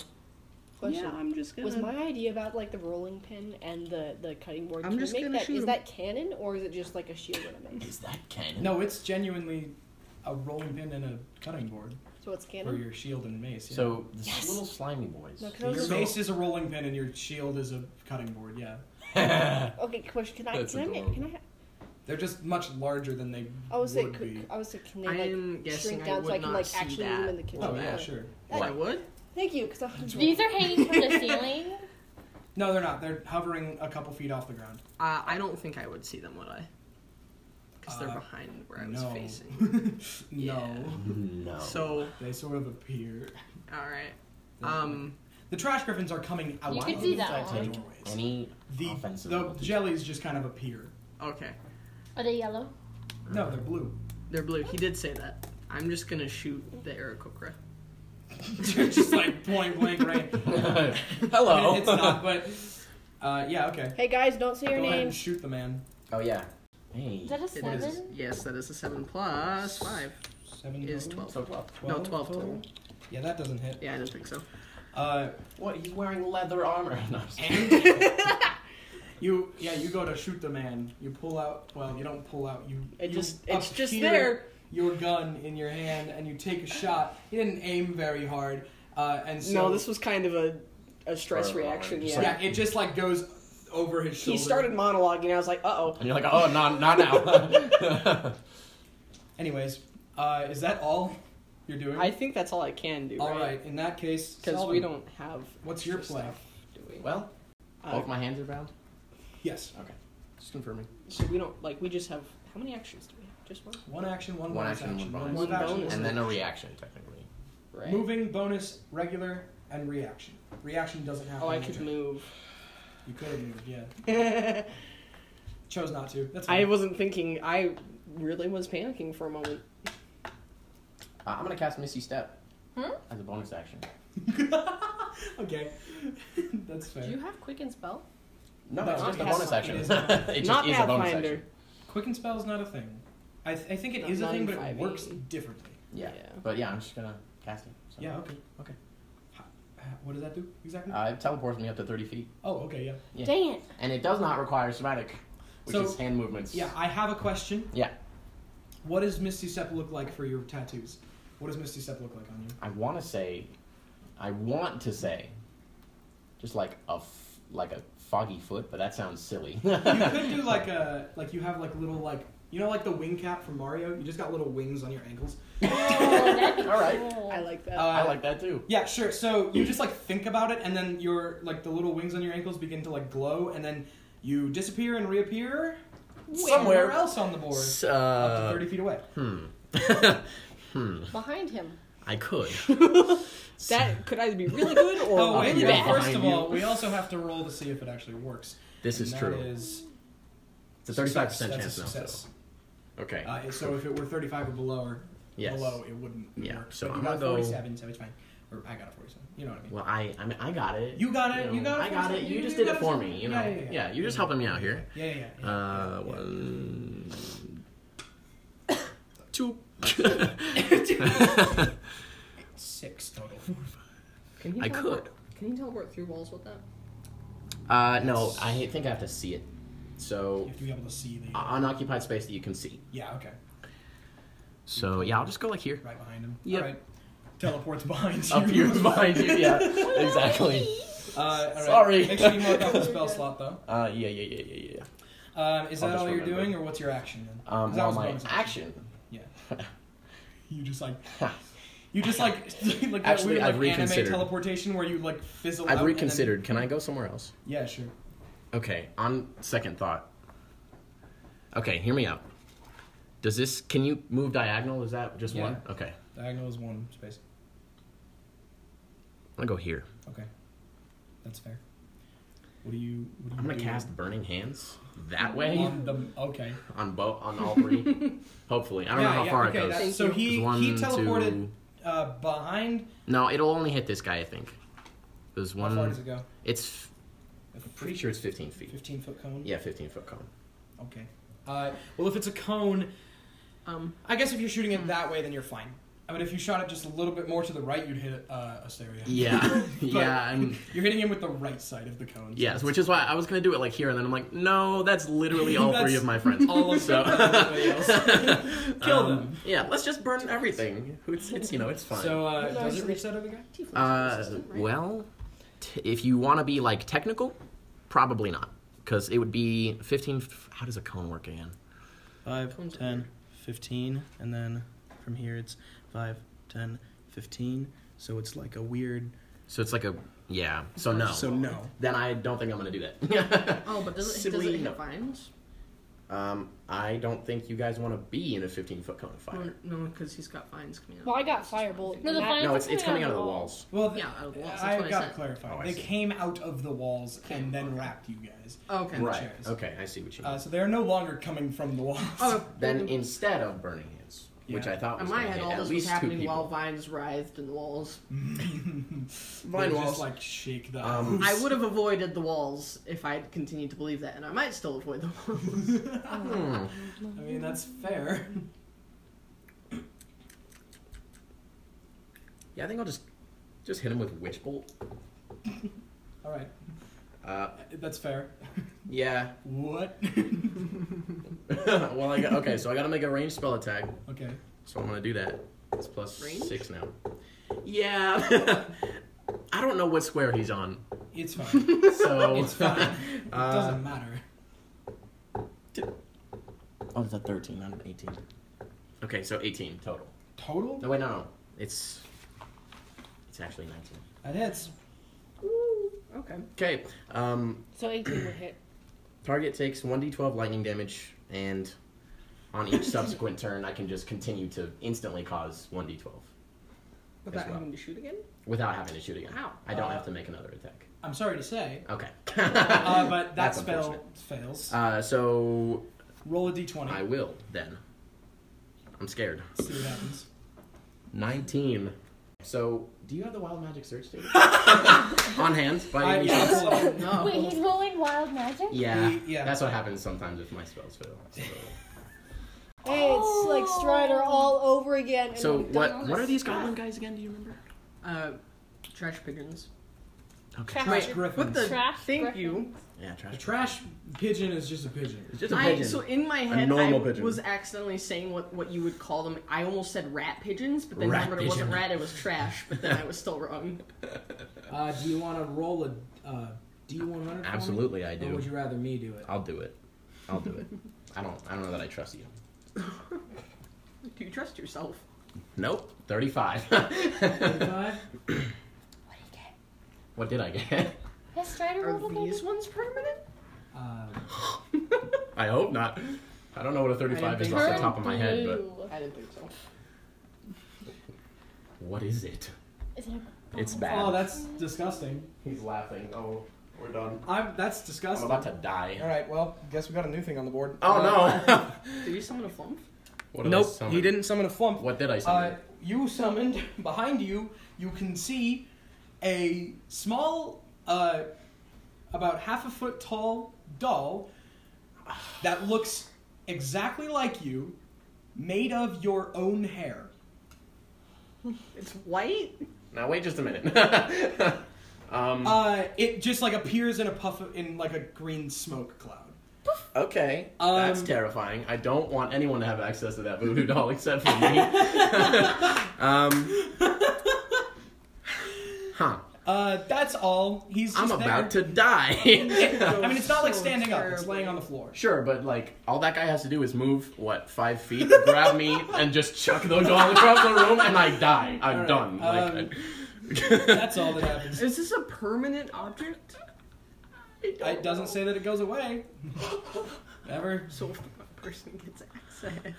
Speaker 6: Question.
Speaker 7: I'm just
Speaker 6: Was my idea about like the rolling pin and the, the cutting board?
Speaker 7: I'm
Speaker 6: can we
Speaker 7: just
Speaker 6: make
Speaker 7: gonna
Speaker 6: that-
Speaker 7: shoot
Speaker 6: is
Speaker 7: him.
Speaker 6: that canon or is it just like a shield that I make?
Speaker 3: Is that canon?
Speaker 4: No, it's genuinely a rolling pin and a cutting board
Speaker 6: So it's
Speaker 4: for
Speaker 6: canon.
Speaker 4: your shield and mace. yeah.
Speaker 3: So this
Speaker 6: Yes.
Speaker 3: little slimy boys.
Speaker 6: No, 'cause I
Speaker 4: your
Speaker 6: was-
Speaker 4: mace is a rolling pin and your shield is a cutting board. Yeah,
Speaker 6: okay, question. Can I?
Speaker 3: That's
Speaker 6: Can I make? Can I? ha-
Speaker 4: they're just much larger than they
Speaker 6: I was like,
Speaker 4: would be.
Speaker 6: I was like, can they
Speaker 7: I
Speaker 6: like
Speaker 7: am guessing
Speaker 6: shrink
Speaker 7: I
Speaker 6: down so I
Speaker 7: would
Speaker 6: can
Speaker 7: not
Speaker 6: like
Speaker 7: see
Speaker 6: actually move in
Speaker 7: that.
Speaker 6: the kitchen?
Speaker 4: Oh
Speaker 3: Well,
Speaker 4: yeah,
Speaker 6: Uh,
Speaker 4: sure.
Speaker 7: I would.
Speaker 6: Thank you, because I was
Speaker 5: These are hanging from the ceiling.
Speaker 4: No, they're not. They're hovering a couple feet off the ground.
Speaker 7: Uh, I don't think I would see them, would I? Because they're
Speaker 4: Uh,
Speaker 7: behind where I was
Speaker 4: no.
Speaker 7: facing.
Speaker 4: no,
Speaker 3: no.
Speaker 7: So
Speaker 4: they sort of appear.
Speaker 7: all right. Um,
Speaker 4: The trash griffins are coming out.
Speaker 5: You
Speaker 4: of
Speaker 5: could
Speaker 3: Why
Speaker 5: do
Speaker 3: did
Speaker 5: that
Speaker 3: I
Speaker 5: one.
Speaker 3: take Any
Speaker 4: The,
Speaker 3: offensive.
Speaker 4: the
Speaker 3: multi-
Speaker 4: jellies just kind of appear.
Speaker 7: okay.
Speaker 5: Are they yellow?
Speaker 4: No, they're blue.
Speaker 7: They're blue. He did say that. I'm just gonna shoot the Aarakocra.
Speaker 4: just like point blank range.
Speaker 3: Hello.
Speaker 4: I mean, it's not, but uh, yeah, okay.
Speaker 6: Hey guys, don't say your
Speaker 4: Go ahead and
Speaker 6: names.
Speaker 4: shoot the man.
Speaker 3: Oh yeah.
Speaker 5: Is
Speaker 3: Hey.
Speaker 5: that a
Speaker 7: It is-
Speaker 5: seven?
Speaker 7: yes, that is a seven plus five.
Speaker 4: Seven
Speaker 7: Is
Speaker 4: total?
Speaker 7: 12.
Speaker 3: So well.
Speaker 7: no, 12 total.
Speaker 4: Yeah, that doesn't hit.
Speaker 7: Yeah, I didn't think so.
Speaker 4: Uh,
Speaker 3: What? He's wearing leather armor. No, I'm just kidding.
Speaker 4: you yeah, you go to shoot the man. You pull out. Well, you don't pull out. You
Speaker 6: It
Speaker 4: you
Speaker 6: just- it's just
Speaker 4: appear
Speaker 6: there.
Speaker 4: Your gun in your hand, and you take a shot. You didn't aim very hard, uh, and so
Speaker 7: this
Speaker 6: was kind of a, a
Speaker 3: stress reaction, yeah.
Speaker 4: yeah, it just like goes over his shoulder.
Speaker 6: monologuing, and I was like, uh oh.
Speaker 3: and you're like, oh, not not now.
Speaker 4: Anyways, uh, is that all you're doing?
Speaker 7: think that's all I can do.
Speaker 4: all right. In that case, Solomon,
Speaker 7: have.
Speaker 4: What's your play?
Speaker 7: do we?
Speaker 3: well,
Speaker 4: Uh,
Speaker 3: both my hands are bound.
Speaker 4: Yes,
Speaker 3: Just confirming.
Speaker 7: So we don't like we just have how many actions do we have? Just one.
Speaker 4: one action, one,
Speaker 3: One
Speaker 4: bonus
Speaker 3: action, one bonus.
Speaker 4: one bonus action,
Speaker 7: bonus.
Speaker 3: And then a reaction, technically.
Speaker 7: Right.
Speaker 4: Moving, bonus, regular, and reaction. Reaction doesn't happen.
Speaker 7: Oh, I
Speaker 4: on your
Speaker 7: could
Speaker 4: turn.
Speaker 7: move.
Speaker 4: You could have moved, yeah. Chose not to. That's
Speaker 7: I
Speaker 4: fine.
Speaker 7: wasn't thinking. I really was panicking for a moment.
Speaker 3: Uh, I'm gonna cast Misty Step
Speaker 5: Hmm?
Speaker 3: as a bonus action.
Speaker 4: okay, that's fair.
Speaker 7: have quicken spell?
Speaker 3: No,
Speaker 4: No,
Speaker 3: it's just a
Speaker 4: it's-
Speaker 3: bonus action.
Speaker 4: it
Speaker 3: It,
Speaker 4: is not.
Speaker 3: just
Speaker 7: Not
Speaker 3: is a bonus
Speaker 7: Pathfinder.
Speaker 3: action.
Speaker 4: Quicken spell's not a thing. I, th- I think it
Speaker 7: Not-
Speaker 4: is a
Speaker 7: not
Speaker 4: thing,
Speaker 7: in
Speaker 4: but it
Speaker 7: 5e.
Speaker 4: works differently.
Speaker 3: Yeah.
Speaker 7: Yeah.
Speaker 3: But yeah, I'm just gonna cast it. So.
Speaker 4: Yeah. Okay. Okay. Ho- uh, What does that do exactly?
Speaker 3: Uh, it teleports me up to 30 feet.
Speaker 4: oh, okay. Yeah.
Speaker 3: Yeah.
Speaker 5: Dang it.
Speaker 3: And it does not require somatic, which
Speaker 4: So-
Speaker 3: is hand movements.
Speaker 4: Yeah. I have a question.
Speaker 3: Yeah.
Speaker 4: What does Misty Step look like for your tattoos? What does Misty Step look like on you?
Speaker 3: I want to say, I want to say, just like a f- like a foggy foot, but that sounds silly.
Speaker 4: You could do like a like you have like little like you know like the wing cap from Mario. You just got little wings on your ankles.
Speaker 5: Oh, that'd be
Speaker 3: All right.
Speaker 5: cool.
Speaker 6: I like that.
Speaker 4: Uh,
Speaker 3: I like that too.
Speaker 4: Yeah, sure. So you just like think about it, and then your like the little wings on your ankles begin to like glow, and then you disappear and reappear somewhere else on the board, up to
Speaker 3: Uh,
Speaker 4: thirty feet away.
Speaker 3: hmm.
Speaker 7: Oh.
Speaker 6: Behind him.
Speaker 3: I could.
Speaker 2: That could either be really good or
Speaker 4: Oh, wait,
Speaker 2: really
Speaker 4: no,
Speaker 3: yeah.
Speaker 2: bad.
Speaker 4: first of
Speaker 3: Behind
Speaker 4: all,
Speaker 3: you.
Speaker 4: we also have to roll to see if it actually works.
Speaker 3: This is
Speaker 4: And
Speaker 3: true.
Speaker 4: That is
Speaker 3: it's a 35%
Speaker 4: success. That's
Speaker 3: chance
Speaker 4: a
Speaker 3: now.
Speaker 4: success.
Speaker 3: So. Okay.
Speaker 4: Uh, so if it were 35 or below, or
Speaker 3: yes.
Speaker 4: below, it wouldn't
Speaker 3: Yeah,
Speaker 4: work.
Speaker 3: so
Speaker 4: but
Speaker 3: I'm
Speaker 4: you got
Speaker 3: gonna go-
Speaker 4: 47, so it's fine. Or I got a 47. You know what I mean?
Speaker 3: Well, I I mean I got it.
Speaker 4: You got it,
Speaker 3: know,
Speaker 4: you got it
Speaker 3: I
Speaker 4: for
Speaker 3: got it.
Speaker 4: yourself,
Speaker 3: You,
Speaker 4: you-
Speaker 3: just
Speaker 4: you
Speaker 3: did it
Speaker 4: got
Speaker 3: for
Speaker 4: yourself.
Speaker 3: me. You know.
Speaker 4: Yeah,
Speaker 3: Yeah,
Speaker 4: yeah, yeah.
Speaker 3: you're just helping me out here.
Speaker 4: Yeah, yeah, yeah. yeah.
Speaker 3: Uh, one, two.
Speaker 4: Six total.
Speaker 7: Can he
Speaker 3: I
Speaker 7: teleport-
Speaker 3: could.
Speaker 7: Can you teleport through walls with that?
Speaker 3: Uh, no, I think I have to see it. So
Speaker 4: You have to be able to see the.
Speaker 3: uh, unoccupied space that you can see.
Speaker 4: yeah, okay.
Speaker 3: So yeah, I'll just go like here.
Speaker 4: Right behind him.
Speaker 3: Yep.
Speaker 4: All right. Teleports behind you.
Speaker 3: Up here behind you. Yeah, exactly.
Speaker 4: Uh, all right.
Speaker 3: Sorry.
Speaker 4: Make sure you mark off the spell slot, though.
Speaker 3: Uh, yeah, yeah, yeah, yeah, yeah.
Speaker 4: Um, is
Speaker 3: I'll
Speaker 4: that
Speaker 3: just
Speaker 4: all you're
Speaker 3: remember.
Speaker 4: doing, or what's your action then? 'Cause
Speaker 3: Um,
Speaker 4: that
Speaker 3: well,
Speaker 4: was a
Speaker 3: my
Speaker 4: bonus
Speaker 3: action.
Speaker 4: Yeah.
Speaker 3: Ha.
Speaker 4: You just like, you just like, like that
Speaker 3: Actually,
Speaker 4: weird
Speaker 3: I've
Speaker 4: like anime
Speaker 3: reconsidered.
Speaker 4: teleportation where you like fizzle. out
Speaker 3: I've
Speaker 4: and then-
Speaker 3: reconsidered. Can I go somewhere else?
Speaker 4: Yeah, sure.
Speaker 3: Okay, on second thought. Okay, hear me out. Does this can you move diagonal? Is that just
Speaker 4: Yeah.
Speaker 3: one? Okay.
Speaker 4: Diagonal is one space.
Speaker 3: I'm gonna go here.
Speaker 4: Okay, that's fair. What do you? What do you
Speaker 3: I'm gonna
Speaker 4: do
Speaker 3: cast burning hands that way
Speaker 4: on the- okay.
Speaker 3: on both on all three. Hopefully. I don't know
Speaker 4: Yeah,
Speaker 3: how
Speaker 4: yeah,
Speaker 3: far
Speaker 4: okay,
Speaker 3: it goes.
Speaker 4: that's- so
Speaker 3: It's
Speaker 4: he
Speaker 3: one,
Speaker 4: he teleported
Speaker 3: two-
Speaker 4: uh, behind.
Speaker 3: No, it'll only hit this guy, I think. There's
Speaker 4: How
Speaker 3: one
Speaker 4: far does it go?
Speaker 3: it's pretty sure it's fifteen feet.
Speaker 4: Fifteen foot cone.
Speaker 3: Yeah, fifteen foot cone.
Speaker 4: Okay. Uh, well, if it's a cone,
Speaker 7: Um,
Speaker 4: I guess if you're shooting it that way, then you're fine. I mean, if you shot it just a little bit more to the right, you'd hit uh, Asteria.
Speaker 3: Yeah. yeah, I'm
Speaker 4: You're hitting him with the right side of the cone. so
Speaker 3: Yes, which is why I was gonna do it like here, and then I'm like, no, that's literally all three
Speaker 4: That's
Speaker 3: of my friends.
Speaker 4: all of
Speaker 3: so,
Speaker 4: everybody else. Kill
Speaker 3: Um,
Speaker 4: them.
Speaker 3: Yeah, let's just burn everything. It's, it's you know, it's fine.
Speaker 4: So uh,
Speaker 6: He's
Speaker 4: does it
Speaker 6: actually-
Speaker 4: reach that other guy?
Speaker 6: Tiefling's
Speaker 3: uh,
Speaker 6: resistant, right?
Speaker 3: well, t- if you want to be like technical, probably not, because it would be 15. F- how does a cone work again?
Speaker 4: 5, 10, 15, and then from here it's 5, 10, 15. So it's like a weird.
Speaker 3: So it's like a yeah. So no.
Speaker 4: So no.
Speaker 3: then I don't think I'm gonna do that.
Speaker 7: oh, but does it, does
Speaker 3: Simply
Speaker 7: it
Speaker 3: no.
Speaker 7: hit vines?
Speaker 3: um, I don't think you guys want to be in a 15 foot cone of fire.
Speaker 7: Or- No, because he's got vines coming out.
Speaker 6: Well, I got firebolt.
Speaker 5: No, the
Speaker 6: and
Speaker 5: fire-
Speaker 6: that-
Speaker 3: No, it's it's coming out of the walls.
Speaker 4: Well, th-
Speaker 7: Yeah, out of the walls, that's what
Speaker 4: I
Speaker 7: I
Speaker 4: got
Speaker 7: said.
Speaker 4: clarified.
Speaker 3: Oh, I
Speaker 4: they
Speaker 3: see.
Speaker 4: came out of the walls and then
Speaker 7: okay.
Speaker 4: wrapped you guys.
Speaker 7: Oh, Okay.
Speaker 4: And the
Speaker 3: Right.
Speaker 4: chairs.
Speaker 3: Okay, I see what you mean.
Speaker 4: Uh, so they are no longer coming from the walls.
Speaker 7: Oh,
Speaker 3: then
Speaker 7: well,
Speaker 3: instead of burning hands, which
Speaker 4: Yeah.
Speaker 3: I thought
Speaker 7: in
Speaker 3: was
Speaker 7: my
Speaker 3: gonna
Speaker 7: head,
Speaker 3: hit
Speaker 7: all
Speaker 3: at
Speaker 7: this was
Speaker 3: least two
Speaker 7: happening
Speaker 3: people.
Speaker 7: while vines writhed in the walls.
Speaker 4: They
Speaker 3: Mine
Speaker 4: just
Speaker 3: walls.
Speaker 4: like shake the
Speaker 3: Um,
Speaker 7: I would have avoided the walls if I would continued to believe that, and I might still avoid the walls.
Speaker 3: Hmm.
Speaker 4: I mean, that's fair.
Speaker 3: Yeah, I think I'll just just hit him with witch bolt.
Speaker 4: All right,
Speaker 3: Uh,
Speaker 4: that's fair.
Speaker 3: yeah.
Speaker 4: What?
Speaker 3: well, I got, okay, so I got to make a ranged spell attack,
Speaker 4: okay.
Speaker 3: so I'm gonna do that. It's plus
Speaker 7: Range?
Speaker 3: six now. Yeah. I don't know what square he's on,
Speaker 4: It's
Speaker 3: Uh,
Speaker 4: fine.
Speaker 3: so
Speaker 4: It's fine. It
Speaker 3: Uh,
Speaker 4: doesn't matter.
Speaker 3: oh, it's a thirteen, not an eighteen. Okay, so eighteen total.
Speaker 4: Total?
Speaker 3: No, wait, no, no. It's it's actually nineteen.
Speaker 4: That hits.
Speaker 7: okay.
Speaker 3: Okay. Um,
Speaker 6: So 18 would hit.
Speaker 3: Target takes 1d12 lightning damage, and on each subsequent turn, I can just continue to instantly cause 1d12
Speaker 7: Without
Speaker 3: well.
Speaker 7: having to shoot again?
Speaker 3: without having to shoot again.
Speaker 7: Wow.
Speaker 3: I don't
Speaker 4: Uh,
Speaker 3: have to make another attack.
Speaker 4: I'm sorry to say,
Speaker 3: Okay.
Speaker 4: uh, but that
Speaker 3: That's
Speaker 4: spell
Speaker 3: unfortunate.
Speaker 4: fails.
Speaker 3: Uh, so
Speaker 4: Roll a d20.
Speaker 3: I will then. I'm scared.
Speaker 4: see what happens.
Speaker 3: 19. So, do you have the wild magic search too? on hand, by
Speaker 4: I,
Speaker 3: any
Speaker 4: yeah,
Speaker 3: chance?
Speaker 4: pull it out.
Speaker 7: No.
Speaker 5: Wait, he's rolling wild magic?
Speaker 3: Yeah,
Speaker 4: Yeah.
Speaker 3: that's what happens sometimes if my spells fail. So,
Speaker 6: Hey, it's like
Speaker 7: Oh.
Speaker 6: Strider all over again. And
Speaker 3: so
Speaker 6: I'm
Speaker 3: what? What are these
Speaker 6: stuff.
Speaker 3: goblin guys again? Do you remember?
Speaker 7: Uh, trash pigeons.
Speaker 3: Okay.
Speaker 5: Trash,
Speaker 4: Trash
Speaker 5: gri-
Speaker 4: griffins.
Speaker 7: What the?
Speaker 5: trash
Speaker 7: Thank
Speaker 5: griffin.
Speaker 7: you.
Speaker 3: Yeah,
Speaker 4: A
Speaker 3: trash.
Speaker 4: trash pigeon is just a pigeon.
Speaker 3: It's just a
Speaker 7: I,
Speaker 3: pigeon.
Speaker 7: so in my head, I
Speaker 3: normal pigeon.
Speaker 7: was accidentally saying what, what you would call them. I almost said rat pigeons, but then
Speaker 3: Rat
Speaker 7: remembered it wasn't
Speaker 3: pigeon.
Speaker 7: rat; it was trash. But then I was still wrong.
Speaker 4: Uh, do you want to roll a uh, d100? for me?
Speaker 3: Absolutely, I
Speaker 4: Or would
Speaker 3: do.
Speaker 4: you rather me do it?
Speaker 3: I'll do it. I'll do it. I don't. I don't know that I trust you.
Speaker 7: Do you trust yourself?
Speaker 3: Nope. Thirty-five.
Speaker 4: 35?
Speaker 5: What did he get?
Speaker 3: what did I get?
Speaker 5: Has Strider
Speaker 7: Are
Speaker 5: rolled a
Speaker 7: these ones permanent?
Speaker 4: Uh,
Speaker 3: I hope not. I don't know what a thirty-five is
Speaker 7: think
Speaker 3: off the
Speaker 7: so.
Speaker 3: top of my head, but
Speaker 7: I didn't think so.
Speaker 3: What is it?
Speaker 5: Is it a
Speaker 3: It's
Speaker 4: Oh,
Speaker 3: bad.
Speaker 4: that's disgusting.
Speaker 3: He's laughing. Oh, we're done.
Speaker 4: I'm. That's
Speaker 3: I'm
Speaker 4: disgusting.
Speaker 3: about to die.
Speaker 4: All right. Well, guess we got a new thing on the board. Uh,
Speaker 3: Oh no!
Speaker 7: Did you summon a flump?
Speaker 3: What did I
Speaker 4: Nope.
Speaker 3: summon?
Speaker 4: He didn't summon a flump.
Speaker 3: What did I
Speaker 4: Uh,
Speaker 3: summon?
Speaker 4: you summoned behind you. You can see a small, uh, about half a foot tall doll that looks exactly like you, made of your own hair.
Speaker 7: It's white.
Speaker 3: now wait just a minute. um,
Speaker 4: Uh, it just like appears in a puff of, in like a green smoke cloud.
Speaker 3: okay,
Speaker 4: um,
Speaker 3: that's terrifying. I don't want anyone to have access to that voodoo doll except for me. um, huh?
Speaker 4: Uh, that's all. He's. Just
Speaker 3: I'm
Speaker 4: there.
Speaker 3: about to die.
Speaker 4: I mean, it's not like standing up; it's
Speaker 7: terribly.
Speaker 4: laying on the floor.
Speaker 3: Sure, but like all that guy has to do is move what five feet, grab me, and just chuck those all across the room, and I die. I'm
Speaker 4: All right,
Speaker 3: done. Like,
Speaker 4: um,
Speaker 3: I-
Speaker 4: That's all that happens.
Speaker 7: Is this a permanent object?
Speaker 4: It doesn't say that it goes away. Ever.
Speaker 7: So if the person gets access.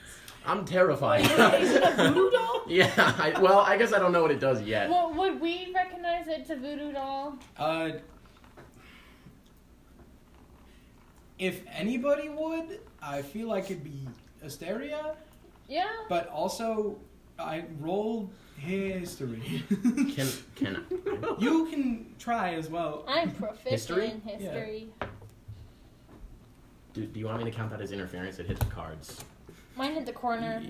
Speaker 3: I'm terrified.
Speaker 7: Is it a voodoo doll?
Speaker 3: yeah. I, well, I guess I don't know what it does yet.
Speaker 5: Well, would we recognize it's a voodoo doll?
Speaker 4: Uh, if anybody would, I feel like it'd be Asteria,
Speaker 5: Yeah.
Speaker 4: but also I rolled history.
Speaker 3: Can can
Speaker 4: you can try as well.
Speaker 5: I'm proficient
Speaker 3: History?
Speaker 5: in history.
Speaker 3: do, do you want me to count that as interference? It hit the cards.
Speaker 5: Mine at the corner.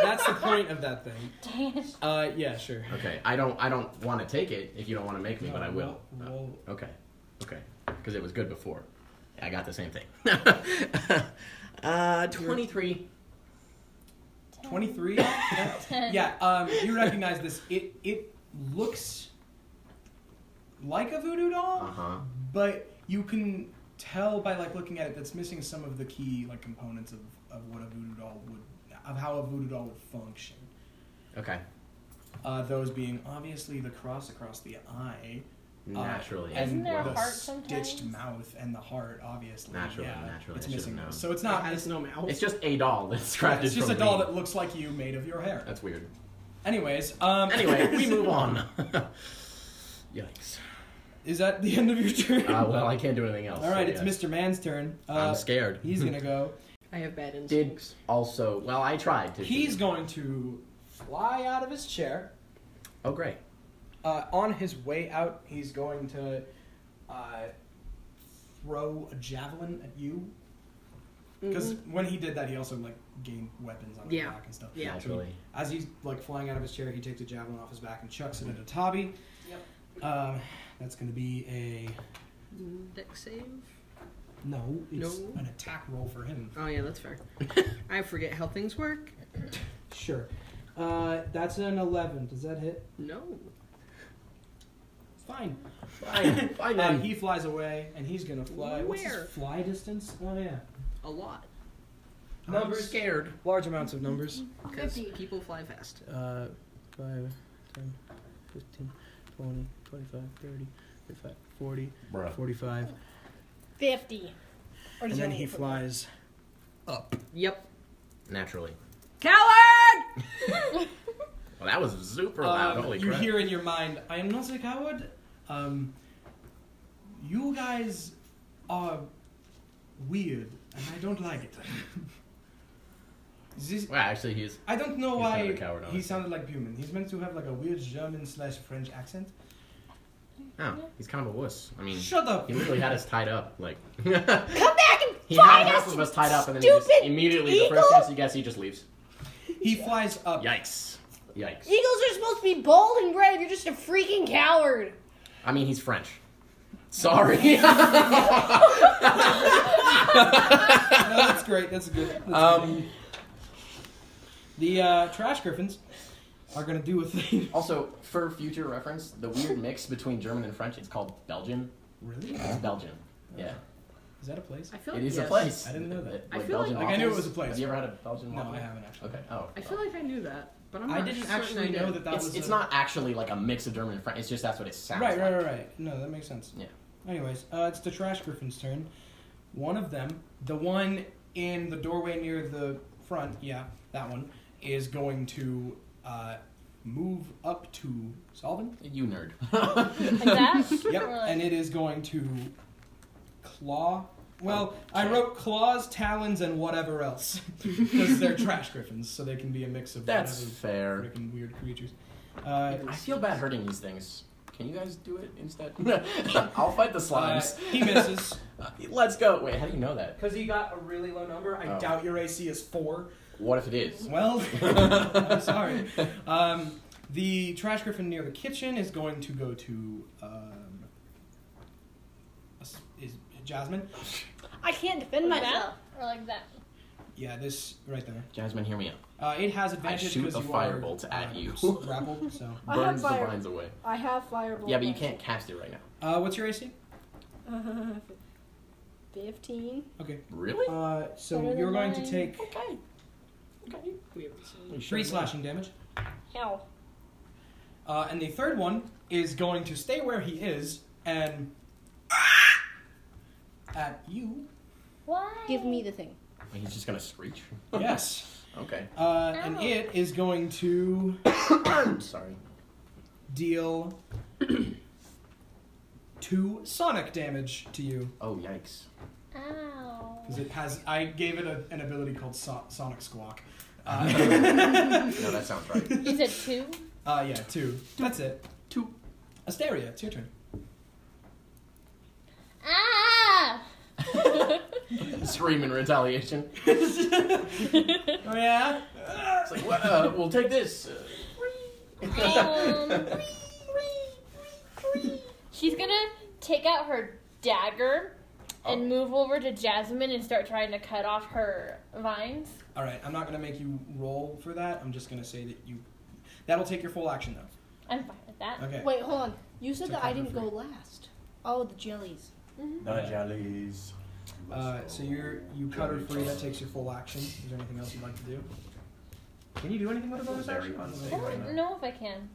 Speaker 4: That's the point of that thing.
Speaker 5: Dang it.
Speaker 4: Uh, yeah, sure.
Speaker 3: Okay. I don't I don't want to take it if you don't want to make me, but I will.
Speaker 4: Roll-
Speaker 3: Uh,
Speaker 4: roll-
Speaker 3: Okay. Okay. Because it was good before. I got the same thing. uh, twenty-three.
Speaker 4: 23 yeah um, you recognize this it it looks like a voodoo doll
Speaker 3: Uh huh.
Speaker 4: but you can tell by like looking at it that's missing some of the key like components of, of what a voodoo doll would of how a voodoo doll would function
Speaker 3: Okay.
Speaker 4: uh, those being obviously the cross across the eye uh,
Speaker 3: Naturally.
Speaker 4: and
Speaker 5: Isn't there a
Speaker 4: the
Speaker 5: heart
Speaker 4: stitched
Speaker 5: sometimes?
Speaker 4: mouth and the heart obviously
Speaker 3: Naturally,
Speaker 4: yeah,
Speaker 3: naturally,
Speaker 4: it's
Speaker 3: I should've
Speaker 4: missing
Speaker 3: known.
Speaker 4: those so it's
Speaker 7: It
Speaker 4: not
Speaker 7: has
Speaker 4: it's,
Speaker 7: no mouth.
Speaker 3: It's just a doll that's crafted.
Speaker 4: it's just a
Speaker 3: from
Speaker 4: doll
Speaker 3: me.
Speaker 4: that looks like you made of your hair
Speaker 3: That's weird.
Speaker 4: anyways um
Speaker 3: Anyway, we move on. Yikes.
Speaker 4: Is that the end of your turn?
Speaker 3: Uh, well, I can't do anything else.
Speaker 4: All right,
Speaker 3: so
Speaker 4: it's
Speaker 3: yeah.
Speaker 4: Mr. Man's turn. Uh,
Speaker 3: I'm scared.
Speaker 4: He's gonna go.
Speaker 7: I have bad
Speaker 3: Did
Speaker 7: instincts.
Speaker 3: also. Well, I tried to.
Speaker 4: He's going to fly out of his chair.
Speaker 3: Oh, great.
Speaker 4: Uh, on his way out, he's going to uh, throw a javelin at you. Because when he did that, he also like gained weapons on his
Speaker 7: Mm-hmm. Yeah.
Speaker 4: back and stuff.
Speaker 7: Yeah.
Speaker 3: Naturally.
Speaker 4: As he's like flying out of his chair, he takes a javelin off his back and chucks it at a Tabi. Yep. Um, that's gonna be a
Speaker 7: Dex save.
Speaker 4: no. It's
Speaker 7: No.
Speaker 4: an attack roll for him.
Speaker 7: Oh yeah, that's fair. I forget how things work.
Speaker 4: Sure. Uh, that's an 11. Does that hit?
Speaker 7: No.
Speaker 4: Fine.
Speaker 3: Fine. Fine
Speaker 4: Uh,
Speaker 3: then.
Speaker 4: he flies away, and he's gonna fly. What's his
Speaker 7: Where?
Speaker 4: fly distance? Oh yeah.
Speaker 7: A lot.
Speaker 3: I'm
Speaker 4: Numbers.
Speaker 3: scared.
Speaker 4: Large amounts of numbers.
Speaker 7: Because
Speaker 5: Fifty.
Speaker 7: people fly fast.
Speaker 4: Uh, 5, 10, 15, 20, 25, 30, 35, 40,
Speaker 3: Bruh.
Speaker 4: 45.
Speaker 5: 50.
Speaker 6: Or
Speaker 4: And
Speaker 6: does
Speaker 4: then
Speaker 6: that
Speaker 4: he
Speaker 6: mean-
Speaker 4: flies up.
Speaker 7: Yep.
Speaker 3: Naturally.
Speaker 7: Coward!
Speaker 3: Well, that was super loud. Holy
Speaker 4: Um, you
Speaker 3: crap.
Speaker 4: hear in your mind, I am not a coward. Um, you guys are weird, and I don't like it. this,
Speaker 3: Well, actually, he's.
Speaker 4: I don't know
Speaker 3: He's
Speaker 4: why
Speaker 3: kind of a coward,
Speaker 4: he
Speaker 3: honestly.
Speaker 4: sounded like Buman. He's meant to have like a weird German slash French accent.
Speaker 3: Oh, he's kind of a wuss. I mean,
Speaker 4: Shut up!
Speaker 3: Mm. he literally had us tied up. Like.
Speaker 5: Come back and
Speaker 3: He had
Speaker 5: find
Speaker 3: half
Speaker 5: us,
Speaker 3: of us tied up, and then he
Speaker 5: stupid
Speaker 3: just immediately the first
Speaker 5: eagle.
Speaker 3: chance he gets, he just leaves.
Speaker 4: He flies up.
Speaker 3: Yikes. Yikes.
Speaker 5: Eagles are supposed to be bold and brave. You're just a freaking coward.
Speaker 3: I mean, he's French. Sorry.
Speaker 4: No, that's great. That's good. That's
Speaker 3: um,
Speaker 4: good. The uh, trash griffins are gonna do a thing.
Speaker 3: also, for future reference, the weird mix between German and French, it's called Belgian.
Speaker 4: Really?
Speaker 3: It's Belgian. Yeah.
Speaker 4: Is that a place?
Speaker 7: I feel
Speaker 3: It is
Speaker 7: Oh,
Speaker 3: a
Speaker 7: yes.
Speaker 3: place.
Speaker 4: I didn't know that.
Speaker 3: Like
Speaker 7: I feel
Speaker 3: Belgian
Speaker 7: like-
Speaker 4: Like, I knew it
Speaker 3: waffles?
Speaker 4: was a place.
Speaker 3: Have you ever had a Belgian
Speaker 4: No,
Speaker 3: waffle?
Speaker 4: I haven't actually.
Speaker 3: Okay. Oh.
Speaker 7: I feel like I knew that, but I'm
Speaker 4: I
Speaker 7: not
Speaker 4: didn't
Speaker 7: certain I
Speaker 4: actually
Speaker 7: did.
Speaker 4: know that that
Speaker 3: it's,
Speaker 4: was.
Speaker 3: it's
Speaker 4: a-
Speaker 3: not actually like a mix of German and French. It's just that's what it sounds
Speaker 4: Right,
Speaker 3: like.
Speaker 4: right, right, right. No, that makes sense.
Speaker 3: Yeah.
Speaker 4: Anyways, uh, it's the trash griffin's turn. One of them, the one in the doorway near the front, yeah, that one, is going to uh, move up to Solvin.
Speaker 3: You nerd.
Speaker 5: Like that?
Speaker 4: Yep,
Speaker 5: Or like-
Speaker 4: and it is going to claw. Well, I
Speaker 3: Okay.
Speaker 4: wrote claws, talons, and whatever else because they're trash griffins, so they can be a mix of
Speaker 3: That's
Speaker 4: whatever
Speaker 3: fair.
Speaker 4: freaking weird creatures. Uh,
Speaker 3: I feel bad hurting these things. Can you guys do it instead? I'll fight the
Speaker 4: uh,
Speaker 3: slimes.
Speaker 4: he misses
Speaker 3: Let's go. Wait, how do you know that?
Speaker 4: because he got a really low number. I
Speaker 3: Oh.
Speaker 4: doubt your AC is four.
Speaker 3: What if it is?
Speaker 4: Well, I'm sorry. Um, the trash griffin near the kitchen is going to go to um, is Jasmine.
Speaker 6: I can't defend
Speaker 5: like
Speaker 6: myself.
Speaker 5: that? Or like that?
Speaker 4: Yeah, this right there.
Speaker 3: Jasmine, hear me out.
Speaker 4: Uh, it has advantage
Speaker 3: shoot
Speaker 4: because
Speaker 3: a
Speaker 4: you
Speaker 3: firebolt
Speaker 4: are
Speaker 3: at
Speaker 4: uh,
Speaker 3: you.
Speaker 4: s- grappled. So,
Speaker 6: I have
Speaker 3: Burns the
Speaker 6: fire.
Speaker 3: vines away.
Speaker 6: I have fireball.
Speaker 3: Yeah, but you can't cast it right now.
Speaker 4: uh, what's your AC?
Speaker 6: Uh, Fifteen.
Speaker 4: Okay.
Speaker 3: Really?
Speaker 4: Uh,
Speaker 5: Better
Speaker 4: so
Speaker 5: than
Speaker 4: you're going to
Speaker 5: mine.
Speaker 4: take
Speaker 3: Okay. Okay.
Speaker 6: Weird.
Speaker 4: three slashing damage,
Speaker 5: Hell.
Speaker 4: uh, and the third one is going to stay where he is and at you.
Speaker 5: Why?
Speaker 6: Give me the thing.
Speaker 3: He's just gonna screech.
Speaker 4: Yes.
Speaker 3: Okay.
Speaker 4: Uh, and
Speaker 5: Ow.
Speaker 4: it is going to
Speaker 3: I'm sorry.
Speaker 4: deal two sonic damage to you
Speaker 3: Oh yikes.
Speaker 5: Ow.
Speaker 4: because it has. I gave it a, an ability called so- Sonic Squawk. Uh,
Speaker 3: No, that sounds right.
Speaker 5: Is it two?
Speaker 4: uh, yeah, two. That's it. Two. Asteria, it's your turn.
Speaker 5: Ah!
Speaker 3: Scream in retaliation.
Speaker 4: Oh yeah.
Speaker 3: It's like, what? Uh, we'll take this. Uh,
Speaker 5: Um, she's gonna take out her dagger
Speaker 4: Oh.
Speaker 5: and move over to Jasmine and start trying to cut off her vines.
Speaker 4: All right, I'm not gonna make you roll for that. I'm just gonna say that you. That'll take your full action though.
Speaker 5: I'm fine with that.
Speaker 4: Okay.
Speaker 6: Wait, hold on. You said
Speaker 4: It's
Speaker 6: that
Speaker 4: okay,
Speaker 6: I didn't
Speaker 4: for
Speaker 6: go last. Oh, the jellies.
Speaker 4: The
Speaker 3: jellies.
Speaker 4: Uh, so you're you cut her free. That takes your full action. Is there anything else you'd like to do? Can you do anything with a bonus
Speaker 3: Very
Speaker 4: action?
Speaker 3: unsafe.
Speaker 5: I don't know if I can.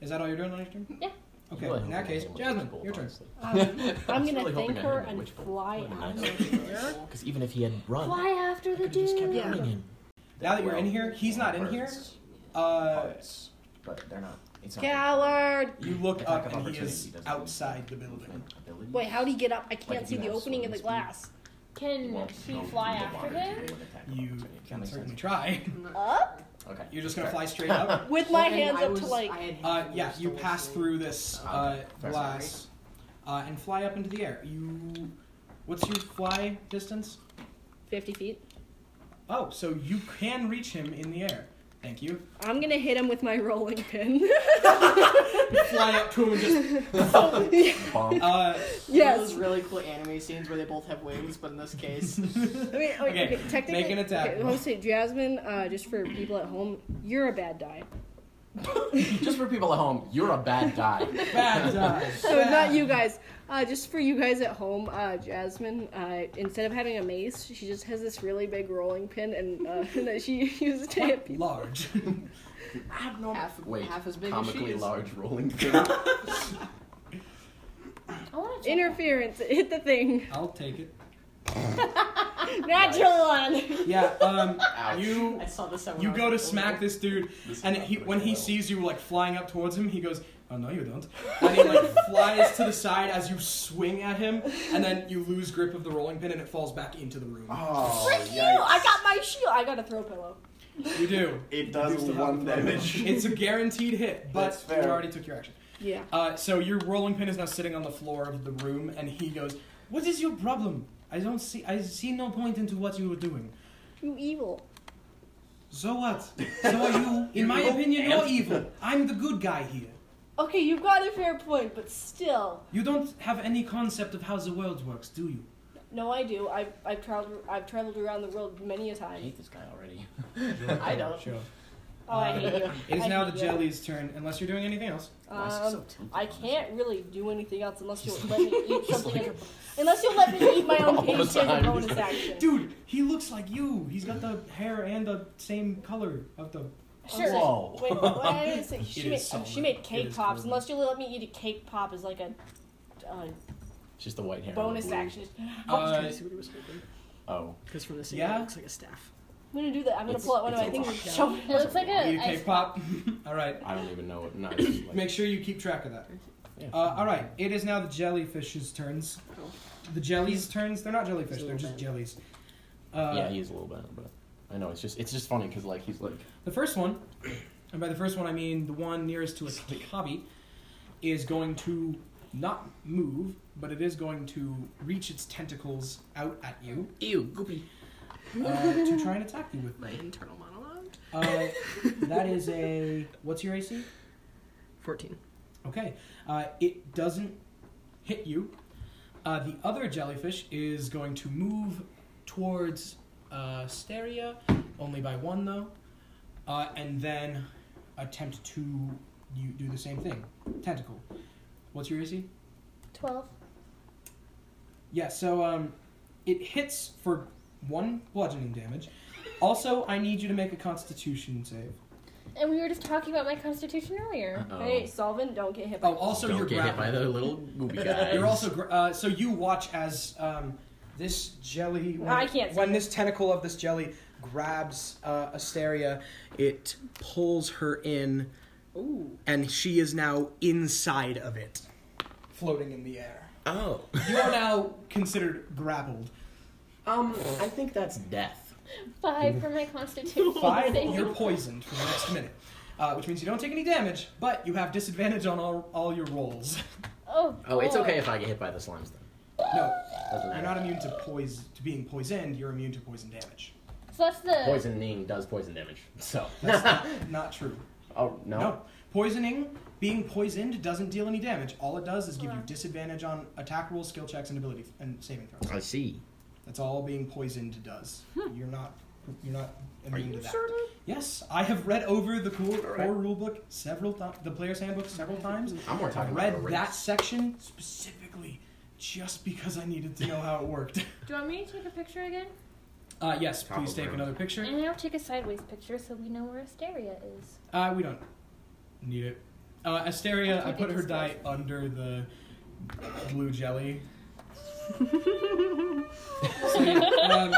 Speaker 4: Is that all you're doing on your turn?
Speaker 5: Yeah.
Speaker 4: Okay. In that case, Jasmine, your turn.
Speaker 6: Um, I'm gonna thank her and fly out of here.
Speaker 3: Because even if he had run,
Speaker 5: Fly after the
Speaker 3: could've just kept
Speaker 5: dude.
Speaker 6: Yeah.
Speaker 3: running him.
Speaker 4: Now that you're in here, he's not in here. Uh,
Speaker 3: Parts, but they're not. It's not
Speaker 6: Coward!
Speaker 4: you look up
Speaker 3: Attack of
Speaker 4: and he is
Speaker 3: opportunity doesn't
Speaker 4: outside the
Speaker 3: work.
Speaker 4: building.
Speaker 3: Abilities?
Speaker 6: Wait, how'd he get up? I
Speaker 3: Like,
Speaker 6: can't
Speaker 3: if
Speaker 6: see
Speaker 3: you
Speaker 6: the
Speaker 3: have
Speaker 6: opening in the
Speaker 3: swimming
Speaker 6: glass.
Speaker 3: He
Speaker 5: Can
Speaker 3: won't
Speaker 5: she
Speaker 3: go
Speaker 5: fly
Speaker 3: through the
Speaker 5: after
Speaker 3: water to
Speaker 5: him?
Speaker 3: do an attack of
Speaker 4: You
Speaker 3: opportunity. That
Speaker 4: can
Speaker 3: makes
Speaker 4: certainly
Speaker 3: sense.
Speaker 4: try.
Speaker 5: Up?
Speaker 3: Okay.
Speaker 4: You're just gonna
Speaker 3: Okay.
Speaker 4: fly straight up.
Speaker 6: With my
Speaker 7: Well, then
Speaker 6: hands
Speaker 7: I
Speaker 6: up
Speaker 7: was-
Speaker 6: to like.
Speaker 7: I had
Speaker 4: Uh,
Speaker 7: hands
Speaker 4: yeah,
Speaker 7: up
Speaker 4: you
Speaker 7: to
Speaker 4: pass
Speaker 7: lift.
Speaker 4: through
Speaker 3: Ah,
Speaker 4: this uh,
Speaker 3: Sorry.
Speaker 4: glass uh, and fly up into the air. You, what's your fly distance?
Speaker 6: 50 feet.
Speaker 4: Oh, so you can reach him in the air. Thank you.
Speaker 6: I'm gonna hit him with my rolling pin.
Speaker 4: You fly up to him and just.
Speaker 3: Bonk.
Speaker 4: Uh,
Speaker 7: One of
Speaker 6: yes.
Speaker 7: those really cool anime scenes where they both have wings, but in this case,
Speaker 6: I mean, okay,
Speaker 4: Okay,
Speaker 6: okay, technically.
Speaker 4: make an attack.
Speaker 6: Okay, I wanna say, Jasmine, uh, just for people at home, you're a bad die.
Speaker 3: Just for people at home, you're a bad guy.
Speaker 4: bad die.
Speaker 6: So not you guys. Uh, just for you guys at home, uh, Jasmine, uh, instead of having a mace, she just has this really big rolling pin, and uh, that she uses to hit people.
Speaker 4: Large.
Speaker 7: half,
Speaker 3: Wait,
Speaker 7: half as big as she
Speaker 3: comically
Speaker 7: is.
Speaker 3: large rolling thing.
Speaker 5: I want to
Speaker 6: Interference, it hit the thing.
Speaker 4: I'll take it.
Speaker 6: Natural one.
Speaker 4: Yeah. Um,
Speaker 3: Ouch.
Speaker 4: you
Speaker 7: I saw this. at when
Speaker 4: you
Speaker 7: I was
Speaker 4: go to
Speaker 7: older.
Speaker 4: smack this dude,
Speaker 3: This is
Speaker 4: and
Speaker 3: not
Speaker 4: he,
Speaker 3: gonna
Speaker 4: when
Speaker 3: go
Speaker 4: he
Speaker 3: well.
Speaker 4: sees you like flying up towards him, he goes, "Oh no, you don't," and he like flies to the side as you swing at him, and then you lose grip of the rolling pin and it falls back into the room.
Speaker 8: Oh,
Speaker 6: You, I got my shield. I got a throw pillow.
Speaker 4: You do.
Speaker 8: It
Speaker 4: You
Speaker 8: does
Speaker 4: still have
Speaker 8: one
Speaker 4: the throw.
Speaker 8: damage.
Speaker 4: It's a guaranteed hit, but
Speaker 8: That's
Speaker 4: you
Speaker 8: fair.
Speaker 4: already took your action.
Speaker 6: Yeah.
Speaker 4: Uh, so your rolling pin is now sitting on the floor of the room, and he goes, "What is your problem? I don't see. I see no point into what you were doing."
Speaker 6: You evil.
Speaker 4: So what? So are you? In my opinion, you're evil. I'm the good guy here.
Speaker 6: Okay, you've got a fair point, but still,
Speaker 4: You don't have any concept of how the world works, do you?
Speaker 6: no, I do. I've I've traveled I've traveled around the world many a
Speaker 3: I
Speaker 6: time.
Speaker 3: hate this guy already.
Speaker 7: I don't.
Speaker 4: Sure.
Speaker 6: Oh, I hate you.
Speaker 4: It is
Speaker 6: I
Speaker 4: now the
Speaker 6: hate you.
Speaker 4: jelly's turn, unless you're doing anything else.
Speaker 3: Why is he so
Speaker 6: Um,
Speaker 3: tempting?
Speaker 6: I can't really do anything else unless you let me eat
Speaker 3: He's
Speaker 6: something. as- unless you let me eat my
Speaker 3: All
Speaker 6: own
Speaker 3: the
Speaker 6: paste as a
Speaker 3: time.
Speaker 6: bonus action.
Speaker 4: Dude, he looks like you. He's got the hair and the same color of the.
Speaker 6: Sure.
Speaker 3: Whoa.
Speaker 6: Wait, what I didn't say- she,
Speaker 4: It
Speaker 6: made,
Speaker 4: is summer.
Speaker 6: she made
Speaker 4: It
Speaker 6: cake
Speaker 4: is
Speaker 6: pops.
Speaker 4: cold.
Speaker 6: Unless you let me eat a cake pop as like a uh,
Speaker 3: Just the white hair.
Speaker 6: bonus
Speaker 3: Weird.
Speaker 6: action.
Speaker 4: Uh,
Speaker 7: I was trying to see what it was holding
Speaker 3: Oh.
Speaker 7: because from the scene
Speaker 4: Yeah?
Speaker 7: it looks like a staff.
Speaker 2: I'm gonna do that. I'm gonna
Speaker 3: It's-
Speaker 2: pull out one of my
Speaker 3: it's a
Speaker 2: things
Speaker 3: lot.
Speaker 2: and shove
Speaker 5: It looks like
Speaker 4: Eat a
Speaker 5: a ice
Speaker 4: cake pop. all right.
Speaker 3: I don't even know what. No, it's like,
Speaker 4: Make sure you keep track of that.
Speaker 3: yeah.
Speaker 4: Uh, all right. It is now the jellyfish's turns.
Speaker 7: Cool.
Speaker 4: The jellies' turns. They're not jellyfish.
Speaker 7: He's Oh. a
Speaker 4: They're
Speaker 7: little
Speaker 4: just
Speaker 7: bit.
Speaker 4: jellies. Uh,
Speaker 3: yeah, he's a little bad, but I know it's just it's just funny because like he's like
Speaker 4: The first one, and by the first one I mean the one nearest to its hobby, is going to not move, but it is going to reach its tentacles out at you
Speaker 7: Ew, goopy.
Speaker 4: uh, to try and attack you with.
Speaker 7: My internal monologue.
Speaker 4: Uh, that is a what's your AC?
Speaker 7: 14.
Speaker 4: Okay, uh, it doesn't hit you. Uh, the other jellyfish is going to move towards uh, Steria, only by one though, uh, and then attempt to you do the same thing. Tentacle. What's your AC?
Speaker 5: 12.
Speaker 4: Yeah, so um, it hits for one bludgeoning damage. Also, I need you to make a Constitution save.
Speaker 5: And we were just talking about my constitution earlier.
Speaker 4: Uh-huh.
Speaker 3: uh-oh.
Speaker 2: Hey, Solvent, don't get hit by
Speaker 4: Oh, also
Speaker 3: um, don't
Speaker 4: you're
Speaker 3: get hit
Speaker 4: grappled.
Speaker 3: by the little goopy guy.
Speaker 4: You're also gr- uh, so you watch as um, this jelly. When,
Speaker 5: I can't see.
Speaker 4: When this tentacle of this jelly grabs uh, Asteria, it pulls her in,
Speaker 7: Ooh.
Speaker 4: and she is now inside of it, floating in the air.
Speaker 3: oh.
Speaker 4: You are now considered grappled.
Speaker 3: Um, I think that's death.
Speaker 5: 5 for my constitution.
Speaker 4: Five,
Speaker 5: save.
Speaker 4: you're poisoned for the next minute, uh, which means you don't take any damage, but you have disadvantage on all all your rolls.
Speaker 5: Oh,
Speaker 3: Oh, it's
Speaker 5: boy.
Speaker 3: okay if I get hit by the slimes then.
Speaker 4: no,
Speaker 3: Doesn't
Speaker 4: you're
Speaker 3: matter.
Speaker 4: not immune to poise to being poisoned. You're immune to poison damage.
Speaker 5: So that's the.
Speaker 3: Poisoning does poison damage. So.
Speaker 4: That's not, not true.
Speaker 3: oh no.
Speaker 4: No. Poisoning, being poisoned, doesn't deal any damage. All it does is give you
Speaker 5: Wow.
Speaker 4: disadvantage on attack rolls, skill checks, and ability and saving throws.
Speaker 3: I see.
Speaker 4: That's all being poisoned does. You're not. You're not immune
Speaker 3: you
Speaker 4: to that.
Speaker 3: certain?
Speaker 4: Yes, I have read over the core,
Speaker 3: All right.
Speaker 4: core rulebook several times, the player's handbook several times.
Speaker 3: I'm more
Speaker 4: I
Speaker 3: talking
Speaker 4: read
Speaker 3: about the
Speaker 4: that
Speaker 3: race.
Speaker 4: section specifically just because I needed to know how it worked.
Speaker 5: Do you want me to take a picture again?
Speaker 4: Uh, yes,
Speaker 3: Top
Speaker 4: please
Speaker 3: of
Speaker 4: take
Speaker 3: round.
Speaker 4: another picture.
Speaker 5: And I'll take a sideways picture so we know where Asteria is.
Speaker 4: Uh, we don't need it. Uh, Asteria, I
Speaker 5: I think
Speaker 4: put
Speaker 5: it
Speaker 4: her
Speaker 5: just
Speaker 4: die
Speaker 5: goes.
Speaker 4: under the blue jelly. um,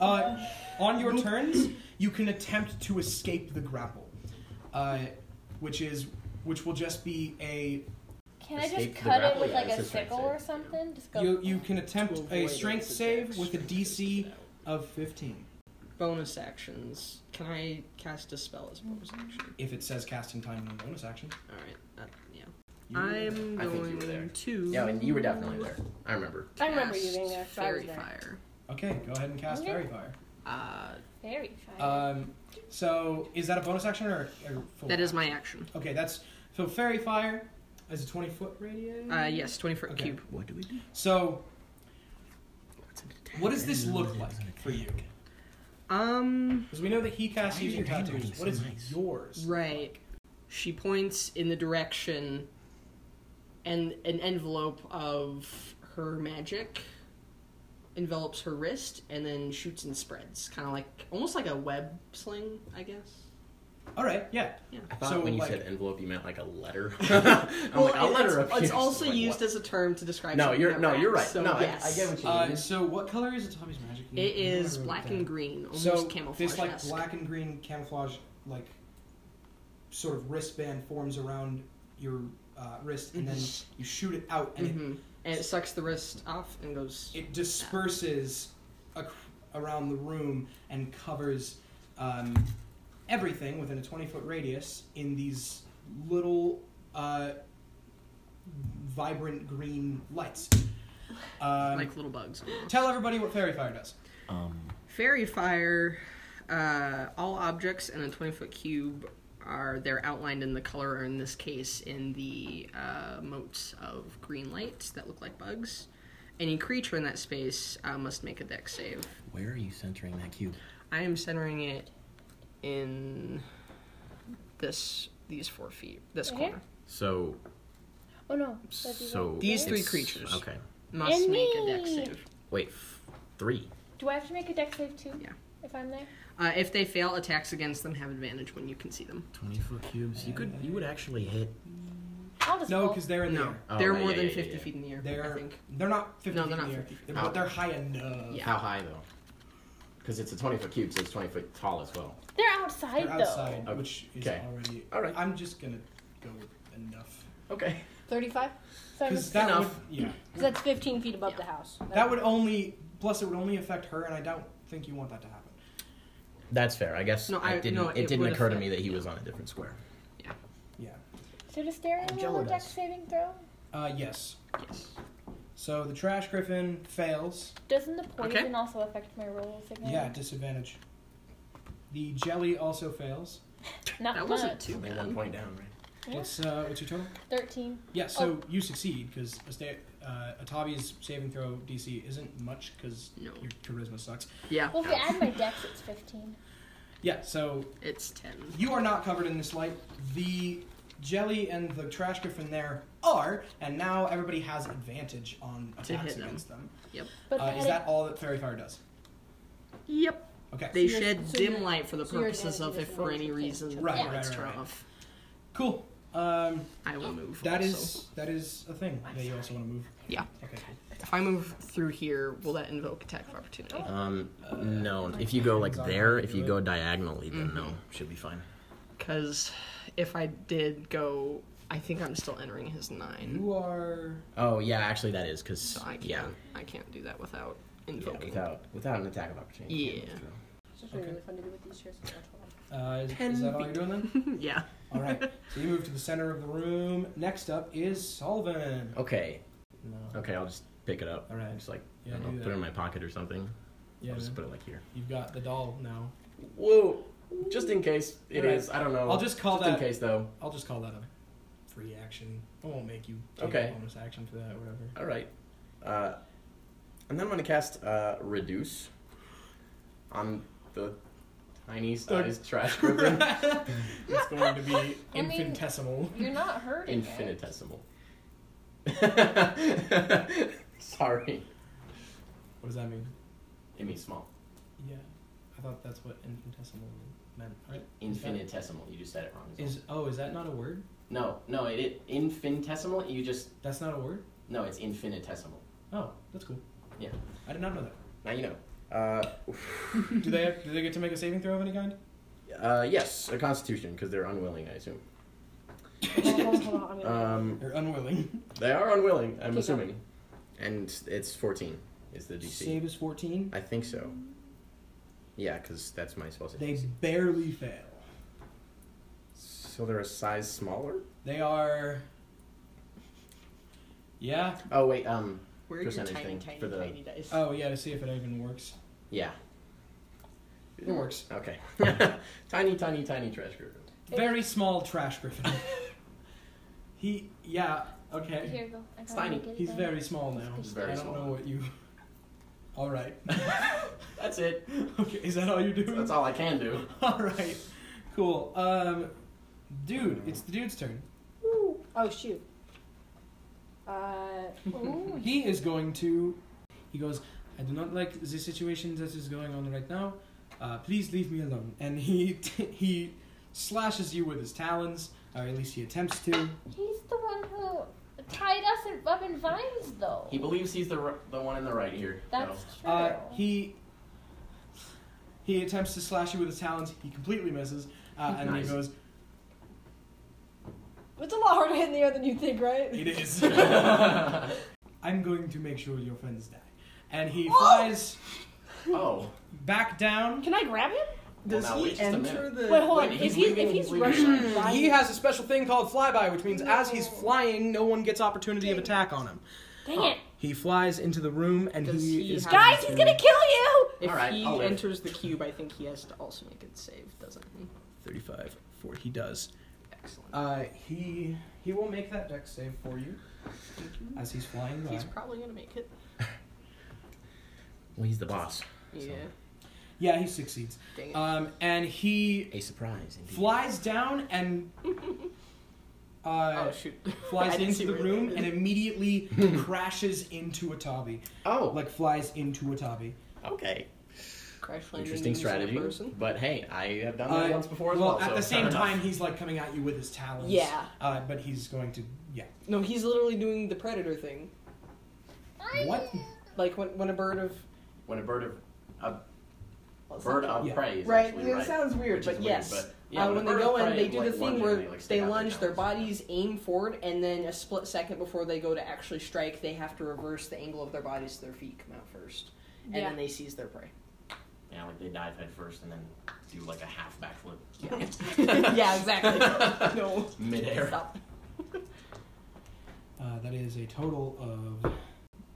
Speaker 4: uh, on your turns, you can attempt to escape the grapple, uh, which is which will just be a
Speaker 5: Can I just
Speaker 3: Escape the
Speaker 5: cut it
Speaker 3: grapple?
Speaker 5: with
Speaker 3: Yeah,
Speaker 5: like
Speaker 3: it's
Speaker 5: a
Speaker 3: just trying to
Speaker 5: sickle or
Speaker 3: save.
Speaker 5: something? Just go.
Speaker 4: you you can attempt
Speaker 7: To avoid
Speaker 4: a
Speaker 7: it,
Speaker 4: strength
Speaker 7: it's a
Speaker 4: save
Speaker 7: dex.
Speaker 4: with a DC of 15
Speaker 7: Bonus actions. Can I cast a spell as a bonus action?
Speaker 4: if it says casting time in the bonus action.
Speaker 7: Alright. that- yeah.
Speaker 4: You-
Speaker 7: I'm
Speaker 3: I think you were
Speaker 7: going
Speaker 3: there.
Speaker 7: to.
Speaker 3: Yeah, and you were definitely there. I remember.
Speaker 5: I remember you
Speaker 7: cast
Speaker 5: being there. So I was
Speaker 7: Fairy
Speaker 5: there.
Speaker 7: Fire.
Speaker 4: Okay, go ahead and cast
Speaker 5: Okay.
Speaker 4: Fairy Fire.
Speaker 7: Uh,
Speaker 5: Fairy fire.
Speaker 4: Um, so is that a bonus action or, or full?
Speaker 7: that is my action.
Speaker 4: Okay, that's so fairy fire is a twenty foot radius.
Speaker 7: Uh, yes, 20 foot
Speaker 4: Okay.
Speaker 7: cube.
Speaker 3: What do we do?
Speaker 4: So what does this look like for you?
Speaker 7: Um,
Speaker 4: Because we know that he casts
Speaker 3: Why is
Speaker 4: using
Speaker 3: your handwriting
Speaker 4: tattoos.
Speaker 3: so
Speaker 4: What is
Speaker 3: nice?
Speaker 4: yours?
Speaker 7: right. She points in the direction and an envelope of her magic envelops her wrist and then shoots and spreads. Kind of like, almost like a web sling, I guess.
Speaker 4: All right, yeah.
Speaker 3: I thought
Speaker 4: So,
Speaker 3: when you
Speaker 4: like-
Speaker 3: said envelope, you meant like a letter. I'm like a
Speaker 7: it-
Speaker 3: letter
Speaker 7: it's,
Speaker 3: appears.
Speaker 7: it's also
Speaker 3: Like,
Speaker 7: used
Speaker 3: what?
Speaker 7: as a term to describe
Speaker 3: No,
Speaker 7: something
Speaker 3: you're
Speaker 7: that
Speaker 3: no, you're right.
Speaker 7: wraps, So,
Speaker 3: no, I, I
Speaker 7: yes.
Speaker 3: get what you
Speaker 4: Uh,
Speaker 3: mean.
Speaker 4: so what color is Atami's magic?
Speaker 7: it is
Speaker 4: I wrote
Speaker 7: black
Speaker 4: down.
Speaker 7: and green, almost
Speaker 4: so
Speaker 7: camouflage.
Speaker 4: this like black and green camouflage like sort of wristband forms around your uh, wrist, and then you shoot it out, and it
Speaker 7: hmm And it sucks the wrist off and goes.
Speaker 4: it disperses ac- around the room and covers um, everything within a 20 foot radius in these little uh, vibrant green lights. Um,
Speaker 7: like little bugs. almost.
Speaker 4: tell everybody what fairy fire does.
Speaker 3: um,
Speaker 7: Fairy fire. Uh, all objects in a 20 foot cube are they're outlined in the color, or in this case, in the uh, motes of green light that look like bugs. Any creature in that space uh, must make a dex save.
Speaker 3: where are you centering that cube?
Speaker 7: I am centering it in this these four feet, this
Speaker 5: Right here?
Speaker 7: corner.
Speaker 3: So
Speaker 5: oh no. that'd be
Speaker 3: so
Speaker 5: right
Speaker 7: These
Speaker 5: there.
Speaker 7: three
Speaker 3: it's-
Speaker 7: creatures.
Speaker 3: Okay,
Speaker 7: Must
Speaker 5: And
Speaker 7: make a dex
Speaker 5: me.
Speaker 7: save.
Speaker 3: wait, f- three.
Speaker 5: Do I have to make a deck save too?
Speaker 7: Yeah.
Speaker 5: If I'm there.
Speaker 7: Uh, if they fail, attacks against them have advantage when you can see them.
Speaker 3: 20 foot cubes. You could, you would actually hit.
Speaker 5: I'll just.
Speaker 4: No,
Speaker 5: roll.
Speaker 4: because they're in the
Speaker 7: No,
Speaker 4: air.
Speaker 3: Oh,
Speaker 7: they're
Speaker 3: right,
Speaker 7: more
Speaker 3: yeah,
Speaker 7: than
Speaker 3: yeah, yeah,
Speaker 7: 50
Speaker 3: yeah.
Speaker 7: feet in the air. I
Speaker 4: They're
Speaker 7: think.
Speaker 4: they're not 50
Speaker 7: No,
Speaker 4: feet
Speaker 7: they're
Speaker 4: in
Speaker 7: not
Speaker 4: the air,
Speaker 7: 50 feet.
Speaker 4: but they're high enough.
Speaker 7: Yeah.
Speaker 3: How high though? because it's a 20 foot cube, so it's 20 foot tall as well.
Speaker 5: They're outside,
Speaker 4: They're outside,
Speaker 3: though.
Speaker 4: which is
Speaker 3: Okay.
Speaker 4: already.
Speaker 3: All right.
Speaker 4: I'm just gonna go with enough.
Speaker 3: Okay.
Speaker 2: 35?
Speaker 5: though. So
Speaker 4: Because
Speaker 5: it's-
Speaker 4: that
Speaker 3: Enough.
Speaker 4: would, yeah,
Speaker 2: Because that's 15 feet above the house.
Speaker 4: that would only. Plus, it would only affect her, and I don't think you want that to happen.
Speaker 3: That's fair. I guess
Speaker 7: No,
Speaker 3: I,
Speaker 7: I-
Speaker 3: didn't.
Speaker 7: no,
Speaker 3: it,
Speaker 7: it
Speaker 3: didn't
Speaker 7: would
Speaker 3: occur to
Speaker 7: affect-
Speaker 3: me that he was on a different square.
Speaker 4: Yeah.
Speaker 5: Should a staring roll
Speaker 3: Jello
Speaker 5: a deck
Speaker 3: dice.
Speaker 5: saving throw?
Speaker 4: Uh, yes.
Speaker 7: Yes.
Speaker 4: So the trash griffin fails.
Speaker 5: Doesn't the poison
Speaker 7: Okay.
Speaker 5: also affect my rolls again?
Speaker 4: Yeah, disadvantage. The jelly also fails.
Speaker 5: Not
Speaker 7: That
Speaker 5: much.
Speaker 7: wasn't too
Speaker 3: Only one
Speaker 7: bad.
Speaker 3: point down, right?
Speaker 5: Yeah.
Speaker 4: What's uh, what's your total?
Speaker 5: 13.
Speaker 4: Yeah, so you succeed because a sta- uh, Atabi's saving throw DC isn't much because
Speaker 7: No.
Speaker 4: your charisma sucks.
Speaker 7: Yeah.
Speaker 5: Well, if you add my dex, it's 15.
Speaker 4: Yeah, so
Speaker 7: It's 10.
Speaker 4: you are not covered in this light. The jelly and the trash griffin there are, and now everybody has advantage on
Speaker 7: To
Speaker 4: attacks
Speaker 7: hit them.
Speaker 4: against them.
Speaker 5: But
Speaker 4: Uh,
Speaker 5: if I
Speaker 4: is
Speaker 5: had a-
Speaker 4: that all that fairy fire does?
Speaker 7: Yep.
Speaker 4: Okay,
Speaker 7: They
Speaker 2: So you're-
Speaker 7: shed
Speaker 2: so
Speaker 7: dim
Speaker 2: you're-
Speaker 7: light for the
Speaker 2: so you're
Speaker 7: purposes
Speaker 2: gonna
Speaker 7: of
Speaker 2: do
Speaker 7: if
Speaker 2: this
Speaker 7: for
Speaker 2: roll
Speaker 7: any
Speaker 2: to
Speaker 7: reason the
Speaker 4: Right,
Speaker 7: lights
Speaker 4: right,
Speaker 7: turn
Speaker 4: right.
Speaker 7: off.
Speaker 4: cool. Um,
Speaker 7: I will move.
Speaker 4: that
Speaker 7: also.
Speaker 4: is that is a thing that you also want to move.
Speaker 7: Yeah.
Speaker 4: Okay. cool.
Speaker 7: If I move through here, will that invoke attack of opportunity?
Speaker 3: Um, no. If you go like
Speaker 4: Sorry,
Speaker 3: there,
Speaker 4: I
Speaker 3: if
Speaker 4: do
Speaker 3: you
Speaker 4: it.
Speaker 3: go diagonally, then no, should be fine.
Speaker 7: Because if I did go, I think I'm still entering his nine.
Speaker 4: You are
Speaker 3: Oh yeah, actually that is because
Speaker 7: So I can't.
Speaker 3: yeah,
Speaker 7: I can't do that without
Speaker 3: yeah,
Speaker 7: invoking.
Speaker 3: without without an attack of opportunity. you can't
Speaker 7: Yeah.
Speaker 3: move
Speaker 2: It's just really fun to do with these chairs.
Speaker 4: uh, is,
Speaker 7: Ten
Speaker 4: is that all
Speaker 7: feet.
Speaker 4: you're doing then?
Speaker 7: yeah.
Speaker 4: All right. So you move to the center of the room. Next up is Solvin.
Speaker 3: through. Okay.
Speaker 4: No.
Speaker 3: Okay, I'll just pick it up.
Speaker 4: All right.
Speaker 3: Just like
Speaker 4: Yeah,
Speaker 3: I don't
Speaker 4: do
Speaker 3: know, put
Speaker 4: that.
Speaker 3: it in my pocket or something.
Speaker 4: Yeah.
Speaker 3: I'll just
Speaker 4: man.
Speaker 3: put it like here.
Speaker 4: You've got the doll now.
Speaker 3: Whoa! Just in case it
Speaker 4: All right.
Speaker 3: is, I don't know.
Speaker 4: I'll just call
Speaker 3: Oh, just
Speaker 4: that-
Speaker 3: in case though.
Speaker 4: I'll just call that a free action. I won't make you take
Speaker 3: Okay.
Speaker 4: a bonus action for that or whatever.
Speaker 3: All right. Uh, and then I'm gonna cast uh, reduce on the tiny sized trash griffin.
Speaker 4: It's going to be
Speaker 5: I mean-
Speaker 4: infinitesimal.
Speaker 5: You're not hurting. it.
Speaker 3: Infinitesimal. Sorry.
Speaker 4: What does that mean?
Speaker 3: It means small.
Speaker 4: Yeah. I thought that's what infinitesimal meant. Right?
Speaker 3: Infinitesimal. You just said it wrong.
Speaker 4: Is oh, is that not a word?
Speaker 3: no, no. It, it infinitesimal. You just
Speaker 4: That's not a word?
Speaker 3: no. It's infinitesimal.
Speaker 4: Oh, that's cool.
Speaker 3: Yeah.
Speaker 4: I did not know that.
Speaker 3: Now you know. Uh,
Speaker 4: do they do they get to make a saving throw of any kind?
Speaker 3: uh, yes, a Constitution because they're unwilling. I assume.
Speaker 2: Hold on, hold on. I'm gonna-
Speaker 3: Um,
Speaker 4: They're unwilling.
Speaker 3: they are unwilling. I'm
Speaker 2: Okay.
Speaker 3: assuming. And it's 14. Is the DC?
Speaker 4: Save is fourteen.
Speaker 3: I think so. Yeah, because that's my spell. save.
Speaker 4: They barely fail.
Speaker 3: So they're a size smaller.
Speaker 4: They are Yeah.
Speaker 3: Oh wait. Um.
Speaker 7: Where are your
Speaker 3: Percentage
Speaker 7: tiny,
Speaker 3: thing
Speaker 7: tiny,
Speaker 3: for the-
Speaker 7: tiny dice?
Speaker 4: Oh yeah, to see if it even works.
Speaker 3: Yeah.
Speaker 4: It works.
Speaker 3: Okay. tiny, tiny, tiny trash griffin.
Speaker 4: Very small trash griffin. he, yeah, okay.
Speaker 5: Here you go. I
Speaker 3: It's
Speaker 5: gotta
Speaker 3: tiny.
Speaker 5: get it
Speaker 4: He's
Speaker 5: down.
Speaker 4: very small now.
Speaker 5: He's
Speaker 3: very
Speaker 4: I don't
Speaker 3: small.
Speaker 4: know what you. All right.
Speaker 3: That's it.
Speaker 4: okay, is that all you do?
Speaker 3: That's all I can do.
Speaker 4: all right. Cool. Um, dude, it's the dude's turn.
Speaker 2: Oh, shoot. Uh, ooh,
Speaker 4: He is going to. He goes. I do not like the situation that is going on right now. Uh, please leave me alone. And he he slashes you with his talons, or at least he attempts to.
Speaker 5: He's the one who tied us in, up in vines, though.
Speaker 3: He believes he's the r- the one in the right here.
Speaker 5: That's true.
Speaker 4: Uh, he he attempts to slash you with his talons. He completely misses, uh, and
Speaker 3: Nice.
Speaker 4: he goes,
Speaker 2: it's a lot harder to hit in the air than you think, right?
Speaker 4: "It is."
Speaker 3: So.
Speaker 4: I'm going to make sure your friends die. And he
Speaker 2: Whoa!
Speaker 4: flies
Speaker 3: oh.
Speaker 4: back down.
Speaker 2: Can I grab him?
Speaker 3: Does now, he wait just a enter minute.
Speaker 4: the?
Speaker 2: Wait, hold on.
Speaker 3: Wait,
Speaker 2: if
Speaker 3: he's
Speaker 2: he's,
Speaker 3: leaving-
Speaker 2: if he's
Speaker 3: leaving. Hmm.
Speaker 2: rushing, by
Speaker 4: He
Speaker 2: you-
Speaker 4: has a special thing called flyby, which means as he's
Speaker 2: No.
Speaker 4: flying, no one gets opportunity of attack on him.
Speaker 5: Dang it.
Speaker 4: He flies into the room, and
Speaker 7: Does
Speaker 4: he,
Speaker 7: he
Speaker 4: is
Speaker 7: have-
Speaker 2: Guys, he's gonna kill you!
Speaker 7: If
Speaker 3: Alright,
Speaker 7: he
Speaker 3: I'll live.
Speaker 7: enters the cube, I think he has to also make a save, doesn't he?
Speaker 4: 35. Four. He does.
Speaker 7: Excellent.
Speaker 4: Uh, he he will make that deck save for you as he's flying by.
Speaker 7: He's probably gonna make it.
Speaker 3: Well, he's the boss.
Speaker 7: Yeah.
Speaker 4: Yeah, he succeeds.
Speaker 7: Dang it.
Speaker 4: Um, and he
Speaker 3: A surprise. Indeed.
Speaker 4: flies down and uh,
Speaker 7: oh shoot. I
Speaker 4: flies
Speaker 7: didn't see
Speaker 4: into the
Speaker 7: where it
Speaker 4: room
Speaker 7: landed.
Speaker 4: and immediately crashes into Atabi.
Speaker 3: Oh.
Speaker 4: Like flies into Atabi.
Speaker 3: okay.
Speaker 7: Crash landing
Speaker 3: Interesting
Speaker 7: using a
Speaker 3: strategy.
Speaker 7: person.
Speaker 3: But hey, I have done that
Speaker 4: Uh,
Speaker 3: once before as well.
Speaker 4: well, at
Speaker 3: so
Speaker 4: the
Speaker 3: it's
Speaker 4: same
Speaker 3: not
Speaker 4: time,
Speaker 3: enough.
Speaker 4: he's like coming at you with his talons.
Speaker 7: Yeah.
Speaker 4: Uh, but he's going to yeah.
Speaker 7: No, he's literally doing the predator thing.
Speaker 5: I-
Speaker 4: What?
Speaker 7: Like when when a bird of
Speaker 3: when a bird of a
Speaker 8: Well, it's
Speaker 3: Bird
Speaker 8: not-
Speaker 3: of
Speaker 4: Yeah.
Speaker 3: prey is
Speaker 8: Right,
Speaker 3: actually
Speaker 8: it sounds weird,
Speaker 3: which
Speaker 8: but
Speaker 3: is
Speaker 8: yes.
Speaker 3: But, yeah,
Speaker 7: uh,
Speaker 3: a
Speaker 7: when they
Speaker 3: bird of
Speaker 7: go and
Speaker 3: prey
Speaker 7: they
Speaker 3: is,
Speaker 7: do
Speaker 3: like,
Speaker 7: the thing
Speaker 3: lunging,
Speaker 7: where
Speaker 3: they, like,
Speaker 7: they
Speaker 3: stick out
Speaker 7: lunge, their
Speaker 3: talons.
Speaker 7: bodies aim forward, and then a split second before they go to actually strike, they have to reverse the angle of their bodies so their feet come out first. And
Speaker 5: Yeah.
Speaker 7: then they seize their prey.
Speaker 3: Yeah, like they dive head first and then do like a half backflip.
Speaker 7: yeah, exactly. no.
Speaker 3: Midair.
Speaker 7: Stop.
Speaker 4: Uh, that is a total of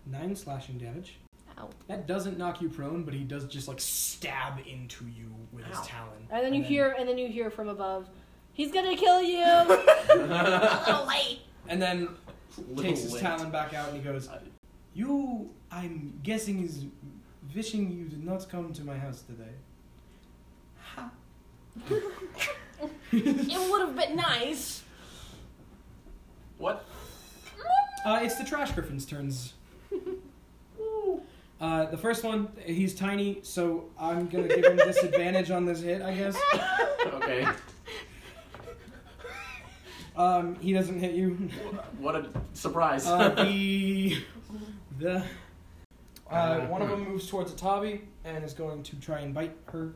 Speaker 4: nine slashing damage.
Speaker 5: Ow.
Speaker 4: That doesn't knock you prone, but he does just like stab into you with his
Speaker 3: Ow.
Speaker 4: talon.
Speaker 5: And then you hear, and then you hear from above, he's gonna kill you. a little late.
Speaker 4: and then
Speaker 3: Little
Speaker 4: takes his
Speaker 3: licked.
Speaker 4: talon back out and he goes, "You, I'm guessing is wishing you did not come to my house today." Ha.
Speaker 5: It would have been nice.
Speaker 3: What?
Speaker 4: Uh, it's the trash griffin's turns. Uh, the first one, he's tiny, so I'm gonna give him disadvantage on this hit, I guess.
Speaker 3: Okay.
Speaker 4: Um, he doesn't hit you.
Speaker 3: What a surprise.
Speaker 4: Uh, the the uh, one of them moves towards Atabi and is going to try and bite her.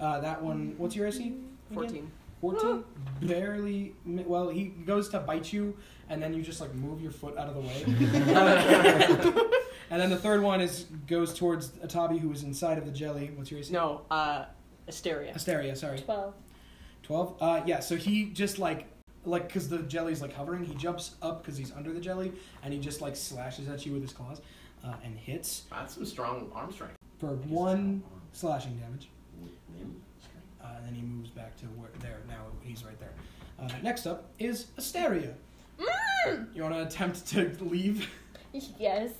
Speaker 4: Uh, that one, what's your AC? again?
Speaker 7: 14.
Speaker 4: 14 barely mi- well he goes to bite you and then you just like move your foot out of the way and then the third one is goes towards atabi who is inside of the jelly what's your AC?
Speaker 7: No, uh, Asteria.
Speaker 4: hysteria sorry
Speaker 5: Twelve.
Speaker 4: 12 uh yeah so he just like like because the jelly's like hovering he jumps up because he's under the jelly and he just like slashes at you with his claws uh, and hits
Speaker 3: That's some strong arm strength.
Speaker 4: for one slashing damage
Speaker 3: Limb strength.
Speaker 4: uh, and then he moves back to where there now he's right there uh, next up is hysteria
Speaker 5: Mm.
Speaker 4: you want to attempt to leave
Speaker 5: Yes.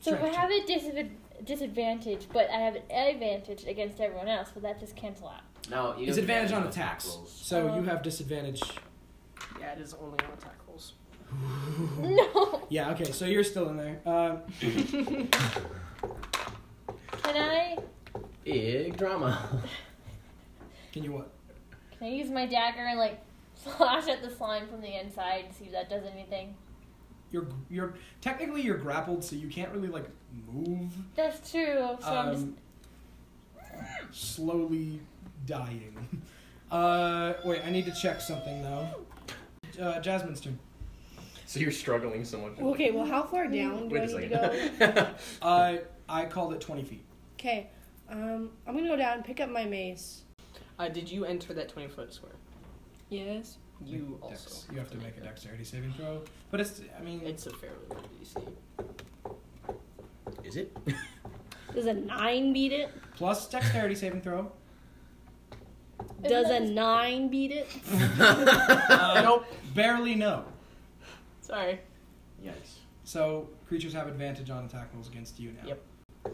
Speaker 5: So if I have a disadv- disadvantage, but I have an advantage against everyone else, will that just cancel out?
Speaker 3: No, you
Speaker 4: It's
Speaker 3: have
Speaker 4: advantage on
Speaker 3: attack
Speaker 4: attacks.
Speaker 3: rolls.
Speaker 4: So you have disadvantage.
Speaker 7: Yeah, it is only on attack rolls.
Speaker 4: Mm.
Speaker 5: No.
Speaker 4: Yeah, okay, so you're still in there. Uh,
Speaker 5: Can I?
Speaker 3: Big drama.
Speaker 4: can you what?
Speaker 5: Can I use my dagger and like slash at the slime from the inside and see if that does anything?
Speaker 4: You're you're technically you're grappled, so you can't really like move.
Speaker 5: That's true. So I'm just
Speaker 4: Um, slowly dying. Uh, wait, I need to check something though. Uh, Jasmine's turn.
Speaker 3: so you're struggling so much.
Speaker 6: Okay, well, how far down do
Speaker 3: Wait
Speaker 6: I
Speaker 3: a
Speaker 6: need to
Speaker 3: second.
Speaker 6: go?
Speaker 4: Uh, I called it 20 feet.
Speaker 6: Okay, um, I'm gonna go down and pick up my mace.
Speaker 7: Uh, did you enter that 20 foot square?
Speaker 6: Yes.
Speaker 7: You
Speaker 4: Dex.
Speaker 7: also.
Speaker 4: You have to make a dexterity saving throw, but it's I mean
Speaker 7: It's a fairly low DC.
Speaker 3: Is it?
Speaker 6: Does a nine beat it?
Speaker 4: plus dexterity saving throw.
Speaker 6: Does a nine beat it?
Speaker 4: Uh,
Speaker 7: Nope.
Speaker 4: Barely no.
Speaker 7: Sorry.
Speaker 3: Yikes.
Speaker 4: So creatures have advantage on attack rolls against you now.
Speaker 7: Yep.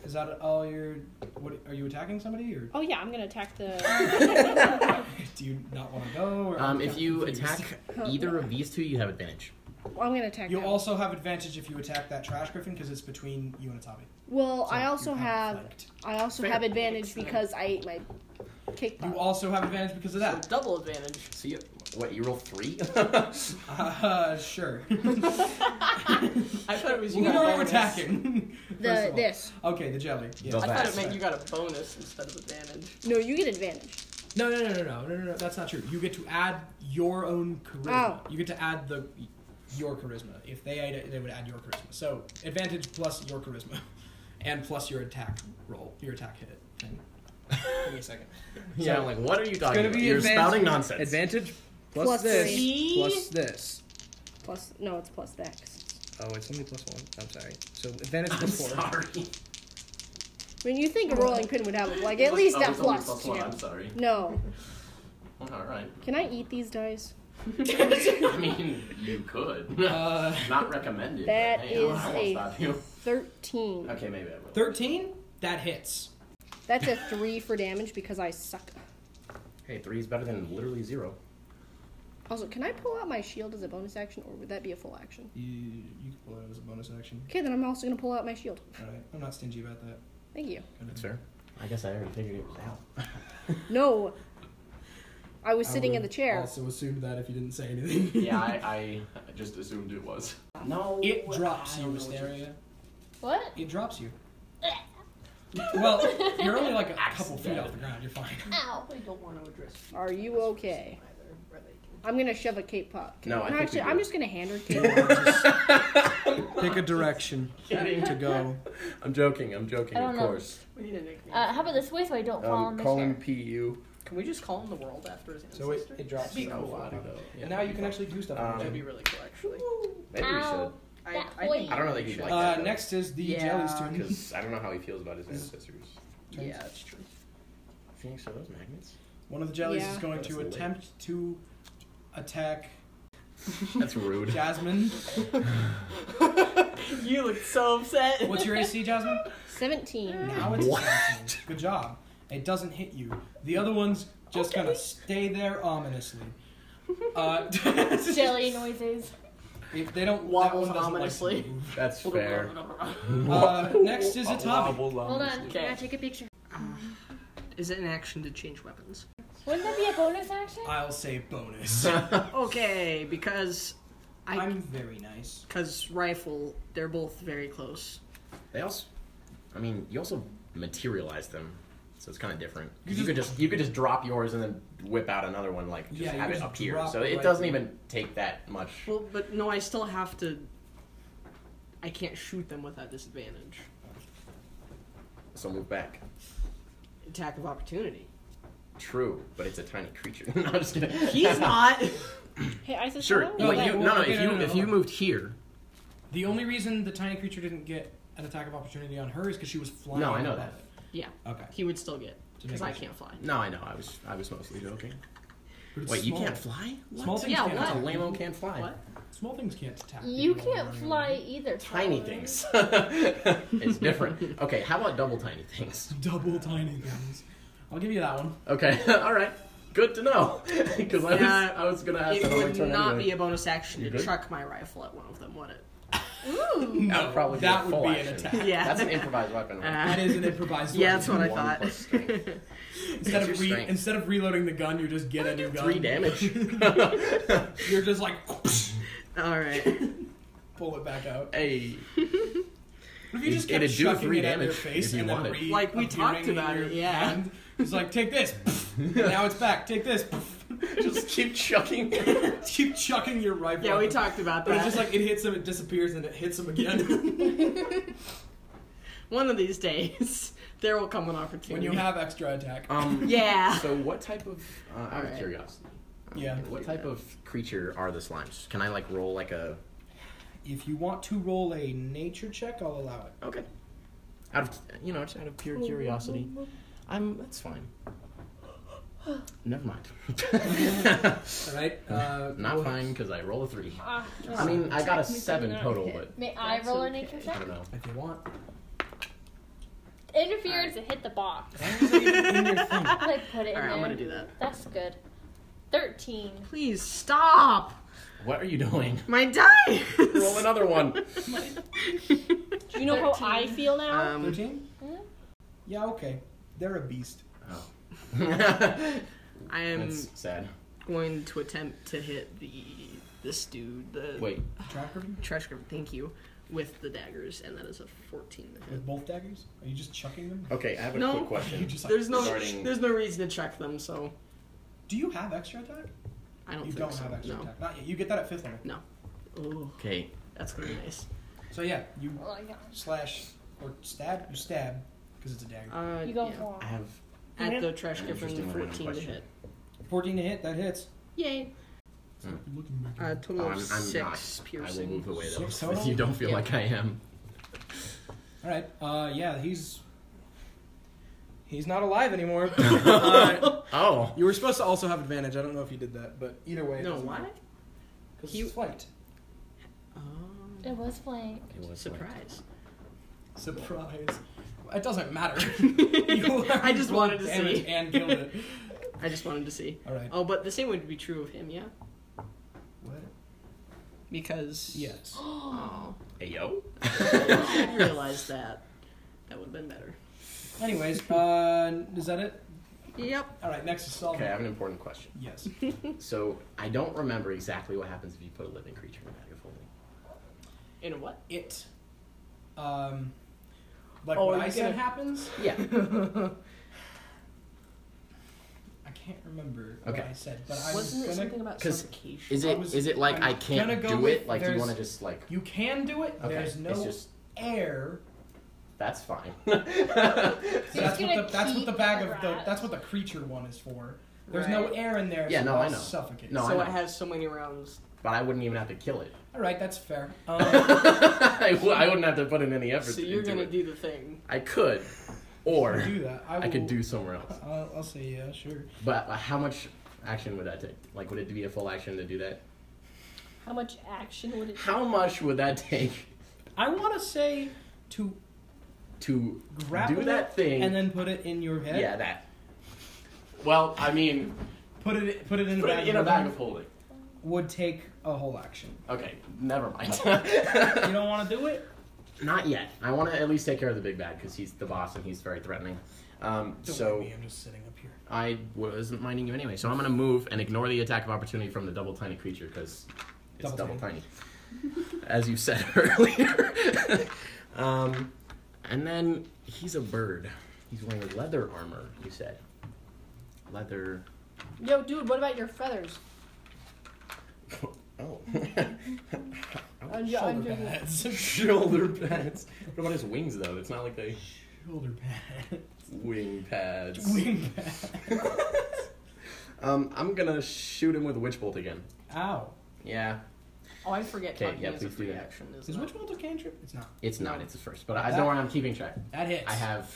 Speaker 4: Is that all your? What are you attacking somebody or
Speaker 6: Oh yeah, I'm gonna attack the.
Speaker 4: do you not want to go? Or
Speaker 3: Um, if you
Speaker 4: Confused.
Speaker 3: attack either of these two, you have advantage.
Speaker 6: Well, I'm gonna attack.
Speaker 4: you
Speaker 6: that one.
Speaker 4: also have advantage if you attack that trash griffin because it's between you and Atabi.
Speaker 6: Well,
Speaker 4: So
Speaker 6: I
Speaker 4: you're
Speaker 6: also
Speaker 4: kind of
Speaker 6: have.
Speaker 4: flanked.
Speaker 6: I also
Speaker 7: Fair.
Speaker 6: have advantage
Speaker 7: Excellent.
Speaker 6: because I ate my cake
Speaker 4: You
Speaker 6: pop.
Speaker 4: also have advantage because of
Speaker 7: So
Speaker 4: that.
Speaker 7: double advantage.
Speaker 3: So you what? You roll three?
Speaker 4: Uh, sure.
Speaker 7: I thought it was you
Speaker 4: you
Speaker 7: got a
Speaker 4: are
Speaker 7: bonus.
Speaker 4: attacking. First
Speaker 6: the
Speaker 4: of all.
Speaker 6: this.
Speaker 4: Okay, the jelly. Yeah.
Speaker 7: I thought it meant you got a bonus instead of advantage.
Speaker 6: No, you get advantage.
Speaker 4: No, no, no, no, no, no, no, no. That's not true. You get to add your own charisma.
Speaker 6: Oh.
Speaker 4: You get to add the your charisma. If they add it, they would add your charisma. So advantage plus your charisma, and plus your attack roll, your attack hit thing. Give me a second.
Speaker 3: Yeah, I'm like, what are you talking
Speaker 4: gonna
Speaker 3: about?
Speaker 4: be
Speaker 3: You're
Speaker 4: advantage-
Speaker 3: spouting nonsense.
Speaker 9: Advantage plus,
Speaker 6: Plus
Speaker 9: plus this
Speaker 6: three.
Speaker 9: plus this.
Speaker 6: Plus no, it's plus dex.
Speaker 9: Oh, it's only plus one. I'm sorry. So advantage
Speaker 3: I'm
Speaker 9: plus four.
Speaker 3: sorry.
Speaker 6: I mean, you think a rolling pin would have it, like at least
Speaker 3: Oh,
Speaker 6: that
Speaker 3: it's only
Speaker 6: plus,
Speaker 3: plus
Speaker 6: two.
Speaker 3: one. I'm sorry.
Speaker 6: No,
Speaker 3: All right.
Speaker 6: can I eat these dice?
Speaker 3: I mean, you could.
Speaker 4: Uh,
Speaker 3: Not recommended.
Speaker 6: That
Speaker 3: but, hey, I- I
Speaker 6: is
Speaker 3: won't
Speaker 6: a-
Speaker 3: stop you.
Speaker 6: Thirteen.
Speaker 3: Okay, maybe I will.
Speaker 4: Thirteen. That hits.
Speaker 6: That's a three for damage because I suck.
Speaker 3: Hey, three is better than literally zero.
Speaker 6: Also, can I pull out my shield as a bonus action, or would that be a full action?
Speaker 4: You, you can pull it as a bonus action.
Speaker 6: Okay, then I'm also gonna pull out my shield.
Speaker 4: All right. I'm not stingy about that.
Speaker 6: Thank you.
Speaker 3: That's fair. I guess I already figured it was out.
Speaker 6: No, I was sitting in the chair.
Speaker 4: Also assumed that if you didn't say anything.
Speaker 3: yeah, I, I just assumed it was. No.
Speaker 4: It drops
Speaker 3: I
Speaker 4: you,
Speaker 3: don't know what
Speaker 4: Wisteria.
Speaker 5: what?
Speaker 4: It drops you. Well, you're only like a couple feet off the ground. You're fine.
Speaker 3: Um,
Speaker 5: Ow.
Speaker 2: Probably don't want to address.
Speaker 6: Are you okay?
Speaker 2: Either, rather than-
Speaker 6: I'm gonna shove a Kate Pop.
Speaker 3: No, I think we
Speaker 6: actually,
Speaker 3: do.
Speaker 6: I'm just gonna hand her Kate Pop.
Speaker 4: Pick a direction to go.
Speaker 3: I'm joking. I'm joking.
Speaker 5: I don't
Speaker 3: of
Speaker 5: know.
Speaker 3: course.
Speaker 2: We need a nickname.
Speaker 5: Uh, how about this way so I don't fall in
Speaker 3: Um,
Speaker 5: the
Speaker 3: call
Speaker 5: chair?
Speaker 3: him PU.
Speaker 7: Can we just call him the world after his ancestor?
Speaker 4: So it, it drops.
Speaker 7: That'd be
Speaker 4: down.
Speaker 7: cool.
Speaker 4: And now you can actually do stuff. on the
Speaker 7: That'd
Speaker 3: Um,
Speaker 7: be
Speaker 4: gym.
Speaker 7: really cool, actually.
Speaker 3: Maybe
Speaker 5: Ow.
Speaker 7: I,
Speaker 5: That way.
Speaker 7: I, think
Speaker 3: we should. I don't know
Speaker 7: we
Speaker 3: that he'd
Speaker 7: should.
Speaker 3: like
Speaker 4: uh,
Speaker 3: that. though,
Speaker 4: next is the
Speaker 7: Yeah.
Speaker 4: jelly's turn.
Speaker 3: Because I don't know how he feels about his ancestors.
Speaker 7: Yeah, that's true.
Speaker 3: Phoenix, are those magnets?
Speaker 4: One of the jellies
Speaker 6: Yeah.
Speaker 4: is going to
Speaker 3: That's lit.
Speaker 4: attempt to attack
Speaker 3: That's rude.
Speaker 4: Jasmine.
Speaker 7: You look so upset.
Speaker 4: What's your AC, Jasmine?
Speaker 6: Seventeen.
Speaker 4: Now it's what? Good job. It doesn't hit you. The other one's just gonna stay there ominously. Uh,
Speaker 5: Jelly noises.
Speaker 4: if they don't
Speaker 7: Wobbles
Speaker 4: that one doesn't
Speaker 7: ominously.
Speaker 4: Like to move.
Speaker 3: That's fair.
Speaker 4: uh, next is Atabi.
Speaker 5: Hold on.
Speaker 7: Okay.
Speaker 5: Can I take a picture?
Speaker 7: Is it an action to change weapons?
Speaker 5: Wouldn't that be a bonus action?
Speaker 4: I'll say bonus.
Speaker 7: Okay, because I
Speaker 4: I'm very nice.
Speaker 7: because rifle, they're both very close.
Speaker 3: They also, I mean, you also materialize them, so it's kind of different.
Speaker 4: You
Speaker 3: You, could just you could just drop yours and then whip out another one, like just
Speaker 4: Yeah, you
Speaker 3: have
Speaker 4: could
Speaker 3: it
Speaker 4: just
Speaker 3: appear.
Speaker 4: drop
Speaker 3: So
Speaker 4: it
Speaker 3: it
Speaker 4: right
Speaker 3: doesn't
Speaker 4: there.
Speaker 3: even take that much.
Speaker 7: Well, but no, I still have to. I can't shoot them without disadvantage.
Speaker 3: So move back.
Speaker 7: Attack of opportunity.
Speaker 3: True, but it's a tiny creature. no, I'm just kidding.
Speaker 7: He's not.
Speaker 6: Hey, I said
Speaker 3: Sure.
Speaker 6: hello.
Speaker 4: No,
Speaker 3: No,
Speaker 4: that-
Speaker 3: you,
Speaker 4: well,
Speaker 3: no, no,
Speaker 4: okay,
Speaker 3: If
Speaker 4: no,
Speaker 3: you
Speaker 4: no, no,
Speaker 3: if
Speaker 4: hold
Speaker 3: you
Speaker 4: on.
Speaker 3: moved here,
Speaker 4: The only reason the tiny creature didn't get an attack of opportunity on her is because she was flying.
Speaker 3: No, I know
Speaker 4: above
Speaker 3: that.
Speaker 4: it.
Speaker 7: yeah,
Speaker 4: Okay.
Speaker 7: he would still get
Speaker 4: To
Speaker 7: because
Speaker 4: make
Speaker 7: I
Speaker 4: it-
Speaker 7: can't fly.
Speaker 3: no, I know. I was I was mostly joking.
Speaker 4: But it's
Speaker 3: Wait, you
Speaker 4: small.
Speaker 3: can't fly? What?
Speaker 4: Small things
Speaker 7: Yeah,
Speaker 4: can't
Speaker 7: what?
Speaker 4: attack.
Speaker 3: Lamo can't fly.
Speaker 7: What?
Speaker 4: Small things can't attack.
Speaker 5: You
Speaker 4: people
Speaker 5: can't
Speaker 4: running
Speaker 5: fly
Speaker 4: around.
Speaker 5: either.
Speaker 3: Tiny
Speaker 5: Tyler.
Speaker 3: things. it's different. Okay, how about double tiny things?
Speaker 4: Double tiny things. I'll give you that one.
Speaker 3: Okay, all right. Good to know. Because I was
Speaker 7: Yeah,
Speaker 3: I was gonna ask
Speaker 7: It
Speaker 3: that on my
Speaker 7: would
Speaker 3: turn
Speaker 7: not
Speaker 3: anyway.
Speaker 7: be a bonus action
Speaker 3: You
Speaker 7: to
Speaker 3: good?
Speaker 7: chuck my rifle at one of them, would it?
Speaker 3: That would probably be
Speaker 4: that
Speaker 3: a
Speaker 4: would
Speaker 3: full
Speaker 4: be
Speaker 3: action.
Speaker 4: an attack.
Speaker 7: Yeah. Uh-huh.
Speaker 3: That's an improvised weapon. right?
Speaker 4: That is an improvised.
Speaker 7: yeah,
Speaker 4: weapon.
Speaker 7: that's what I
Speaker 3: One
Speaker 7: thought.
Speaker 3: plus strength.
Speaker 4: Instead
Speaker 3: It's
Speaker 4: of
Speaker 3: your
Speaker 4: re-
Speaker 3: strength.
Speaker 4: instead of reloading the gun, you just get a new gun.
Speaker 3: Three damage.
Speaker 4: You're just like
Speaker 7: All right.
Speaker 4: pull it back out.
Speaker 3: hey,
Speaker 4: What if you
Speaker 3: It-
Speaker 4: just
Speaker 3: it'd
Speaker 4: kept
Speaker 3: do
Speaker 4: shoving
Speaker 3: three
Speaker 4: it at your
Speaker 3: damage
Speaker 4: face
Speaker 3: if you
Speaker 4: and then
Speaker 3: wanted.
Speaker 4: re-
Speaker 7: Like, we
Speaker 4: appearing
Speaker 7: talked
Speaker 4: in
Speaker 7: about
Speaker 4: your
Speaker 7: it, yeah.
Speaker 4: hand? It's like take this. now it's back. Take this.
Speaker 3: just keep chucking.
Speaker 4: Keep chucking your rifle.
Speaker 7: Yeah,
Speaker 4: at
Speaker 7: we
Speaker 4: them.
Speaker 7: talked about
Speaker 4: But
Speaker 7: that.
Speaker 4: it's just like it hits him, it disappears, and it hits him again.
Speaker 7: one of these days, there will come an opportunity.
Speaker 4: when you have extra attack.
Speaker 3: Um,
Speaker 7: yeah.
Speaker 3: So what type of? Uh, out of
Speaker 7: Alright.
Speaker 3: curiosity,
Speaker 4: yeah.
Speaker 3: what type of creature are the slimes? Can I like roll like a?
Speaker 4: If you want to roll a nature check, I'll allow it.
Speaker 3: Okay. Out of you know, just out of pure curiosity, I'm. That's fine. Never mind.
Speaker 4: All right. Uh,
Speaker 3: Not
Speaker 4: we'll-
Speaker 3: fine because I roll a three.
Speaker 5: Ah,
Speaker 3: I mean, I got a
Speaker 7: Technically
Speaker 3: seven
Speaker 7: not
Speaker 3: total,
Speaker 7: hit.
Speaker 3: but
Speaker 5: may I
Speaker 7: That's
Speaker 5: roll a
Speaker 7: okay.
Speaker 5: nature
Speaker 3: I
Speaker 5: check?
Speaker 3: don't know.
Speaker 4: If you want.
Speaker 5: Interference and hit the box. I put it in
Speaker 7: All right,
Speaker 5: there.
Speaker 7: I'm gonna do that.
Speaker 5: That's good. Thirteen.
Speaker 7: Please stop
Speaker 3: What are you doing?
Speaker 7: my dice.
Speaker 3: roll another one.
Speaker 6: Do you know how I feel now?
Speaker 7: Um,
Speaker 4: Thirteen.
Speaker 5: Hmm?
Speaker 4: Yeah. Okay. They're a beast.
Speaker 3: Oh.
Speaker 4: Um,
Speaker 7: I am
Speaker 3: That's sad.
Speaker 7: going to attempt to hit the this dude, the
Speaker 3: Wait,
Speaker 4: Tracker
Speaker 7: trash grip. Thank you, with the daggers, and that is a 14. to hit.
Speaker 4: with both daggers. Are you just chucking them?
Speaker 3: Okay, I have a
Speaker 7: No.
Speaker 3: quick
Speaker 4: You
Speaker 3: question.
Speaker 4: just like,
Speaker 7: There's no
Speaker 3: Starting-
Speaker 7: there's no reason to check them, so
Speaker 4: Do you have extra attack?
Speaker 7: I don't
Speaker 4: You
Speaker 7: think
Speaker 4: don't
Speaker 7: so.
Speaker 4: have extra
Speaker 7: no.
Speaker 4: attack. Not yet. You get that at fifth level.
Speaker 7: Ooh,
Speaker 3: Okay,
Speaker 7: that's gonna be nice.
Speaker 4: So yeah, you
Speaker 5: Oh my god.
Speaker 4: slash or stab. You stab because it's a dagger.
Speaker 7: Uh,
Speaker 5: You go
Speaker 7: yeah.
Speaker 5: for
Speaker 3: I
Speaker 5: it.
Speaker 3: have
Speaker 7: at the trash
Speaker 3: An
Speaker 7: grip and
Speaker 3: interesting random
Speaker 7: 14 to
Speaker 3: question.
Speaker 7: hit.
Speaker 4: Fourteen to hit. That hits.
Speaker 7: Yay. Uh, total
Speaker 3: Oh,
Speaker 7: of
Speaker 3: I'm- I'm not.
Speaker 7: six
Speaker 3: I will
Speaker 7: piercing.
Speaker 3: move away though,
Speaker 4: Six
Speaker 3: since
Speaker 4: total?
Speaker 3: you don't feel
Speaker 7: Yeah.
Speaker 3: like I am.
Speaker 4: All right. Uh, yeah. He's he's not alive anymore. Uh,
Speaker 3: Oh,
Speaker 4: you were supposed to also have advantage. I don't know if you did that, but either way. it
Speaker 7: No,
Speaker 4: doesn't
Speaker 7: why?
Speaker 4: matter. 'Cause
Speaker 7: He-
Speaker 4: it's flight.
Speaker 7: Oh,
Speaker 5: It was flank.
Speaker 7: surprise.
Speaker 4: Surprise. It doesn't matter. You
Speaker 7: I just
Speaker 4: rolled
Speaker 7: wanted to
Speaker 4: damage
Speaker 7: see.
Speaker 4: and killed it.
Speaker 7: I just wanted to see.
Speaker 4: All right.
Speaker 7: Oh, but the same would be true of him, yeah?
Speaker 4: What?
Speaker 7: Because.
Speaker 4: Yes.
Speaker 7: Oh,
Speaker 3: Hey yo.
Speaker 7: I didn't realize that. That would have been better.
Speaker 4: Anyways, uh, is that it?
Speaker 7: Yep.
Speaker 4: All right. Next is Solomon.
Speaker 3: Okay, I have an important question.
Speaker 4: Yes.
Speaker 3: So I don't remember exactly what happens if you put a living creature in a bag of holding.
Speaker 7: In a what?
Speaker 4: It. Um, Like
Speaker 3: Oh,
Speaker 4: what
Speaker 3: you
Speaker 4: I said
Speaker 3: gotta-
Speaker 4: happens.
Speaker 3: Yeah.
Speaker 4: I can't remember
Speaker 3: Okay.
Speaker 4: what I said, but I was
Speaker 7: Wasn't it
Speaker 4: gonna.
Speaker 7: something about
Speaker 3: 'Cause
Speaker 7: suffocation?
Speaker 3: Is
Speaker 4: I
Speaker 3: it
Speaker 4: was-
Speaker 3: is it like
Speaker 4: I'm
Speaker 3: I can't
Speaker 4: gonna go
Speaker 3: do
Speaker 4: with
Speaker 3: it? Like do you
Speaker 4: there's-
Speaker 3: want to just like
Speaker 4: You can do it.
Speaker 3: okay?
Speaker 4: There's no
Speaker 3: It's just
Speaker 4: air.
Speaker 3: that's fine.
Speaker 5: So
Speaker 4: that's
Speaker 5: it's
Speaker 4: what the
Speaker 5: gonna
Speaker 4: that's what
Speaker 5: keep
Speaker 4: the bag
Speaker 5: the
Speaker 4: of the
Speaker 5: rat.
Speaker 4: that's what the creature one is for. There's no
Speaker 7: Right.
Speaker 4: air in there.
Speaker 3: Yeah,
Speaker 4: so
Speaker 3: no, I
Speaker 4: it'll
Speaker 3: know.
Speaker 4: Suffocate.
Speaker 3: No, I
Speaker 7: so
Speaker 3: know.
Speaker 7: it has so many rounds.
Speaker 3: but I wouldn't even have to kill it.
Speaker 4: All right, that's fair. Um,
Speaker 3: I, w- I wouldn't have to put in any effort.
Speaker 7: So you're
Speaker 3: into
Speaker 7: gonna
Speaker 3: it.
Speaker 7: do the thing.
Speaker 3: I could, or
Speaker 4: do that. I,
Speaker 3: I could
Speaker 4: will-
Speaker 3: do somewhere else.
Speaker 4: I'll, I'll say yeah, sure.
Speaker 3: But uh, how much action would that take? Like, would it be a full action to do that?
Speaker 2: How much action would it
Speaker 3: How much would that take
Speaker 4: I want to say to
Speaker 3: to
Speaker 4: grapple
Speaker 3: do that
Speaker 4: it
Speaker 3: thing?
Speaker 4: and then put it in your head.
Speaker 3: yeah, that. Well, I mean,
Speaker 4: Put it put it in,
Speaker 3: put
Speaker 4: the bag
Speaker 3: it in a
Speaker 4: of
Speaker 3: bag
Speaker 4: holding
Speaker 3: of holding.
Speaker 4: would take a whole action.
Speaker 3: Okay, never mind.
Speaker 4: You don't want to do it?
Speaker 3: Not yet. I want to at least take care of the big bad because he's the boss and he's very threatening. Um,
Speaker 4: Don't
Speaker 3: so
Speaker 4: mind me, I'm just sitting up here.
Speaker 3: I wasn't minding you anyway. So I'm gonna move and ignore the attack of opportunity from the double tiny creature because it's
Speaker 4: Double
Speaker 3: double, tiny, as you said earlier. um, and then he's a bird. He's wearing leather armor. You said leather.
Speaker 2: Yo, dude, what about your feathers?
Speaker 3: Oh.
Speaker 2: I'm, jo- I'm
Speaker 4: Shoulder
Speaker 2: joking.
Speaker 4: pads.
Speaker 3: Shoulder pads. What about his wings though? It's not like they
Speaker 4: Shoulder pads.
Speaker 3: wing pads.
Speaker 4: Wing pads.
Speaker 3: Um, I'm gonna shoot him with witch bolt again.
Speaker 4: Ow.
Speaker 3: Yeah,
Speaker 7: Oh, I forget
Speaker 3: Okay,
Speaker 7: talking
Speaker 3: yeah,
Speaker 7: is a
Speaker 3: please do
Speaker 7: free
Speaker 3: that.
Speaker 7: action.
Speaker 4: Is
Speaker 7: Isn't
Speaker 4: Witch
Speaker 7: it?
Speaker 4: Bolt a cantrip? It's not.
Speaker 3: it's not. It's the first, but I
Speaker 4: That-
Speaker 3: don't worry. I'm keeping track.
Speaker 4: That hits.
Speaker 3: I have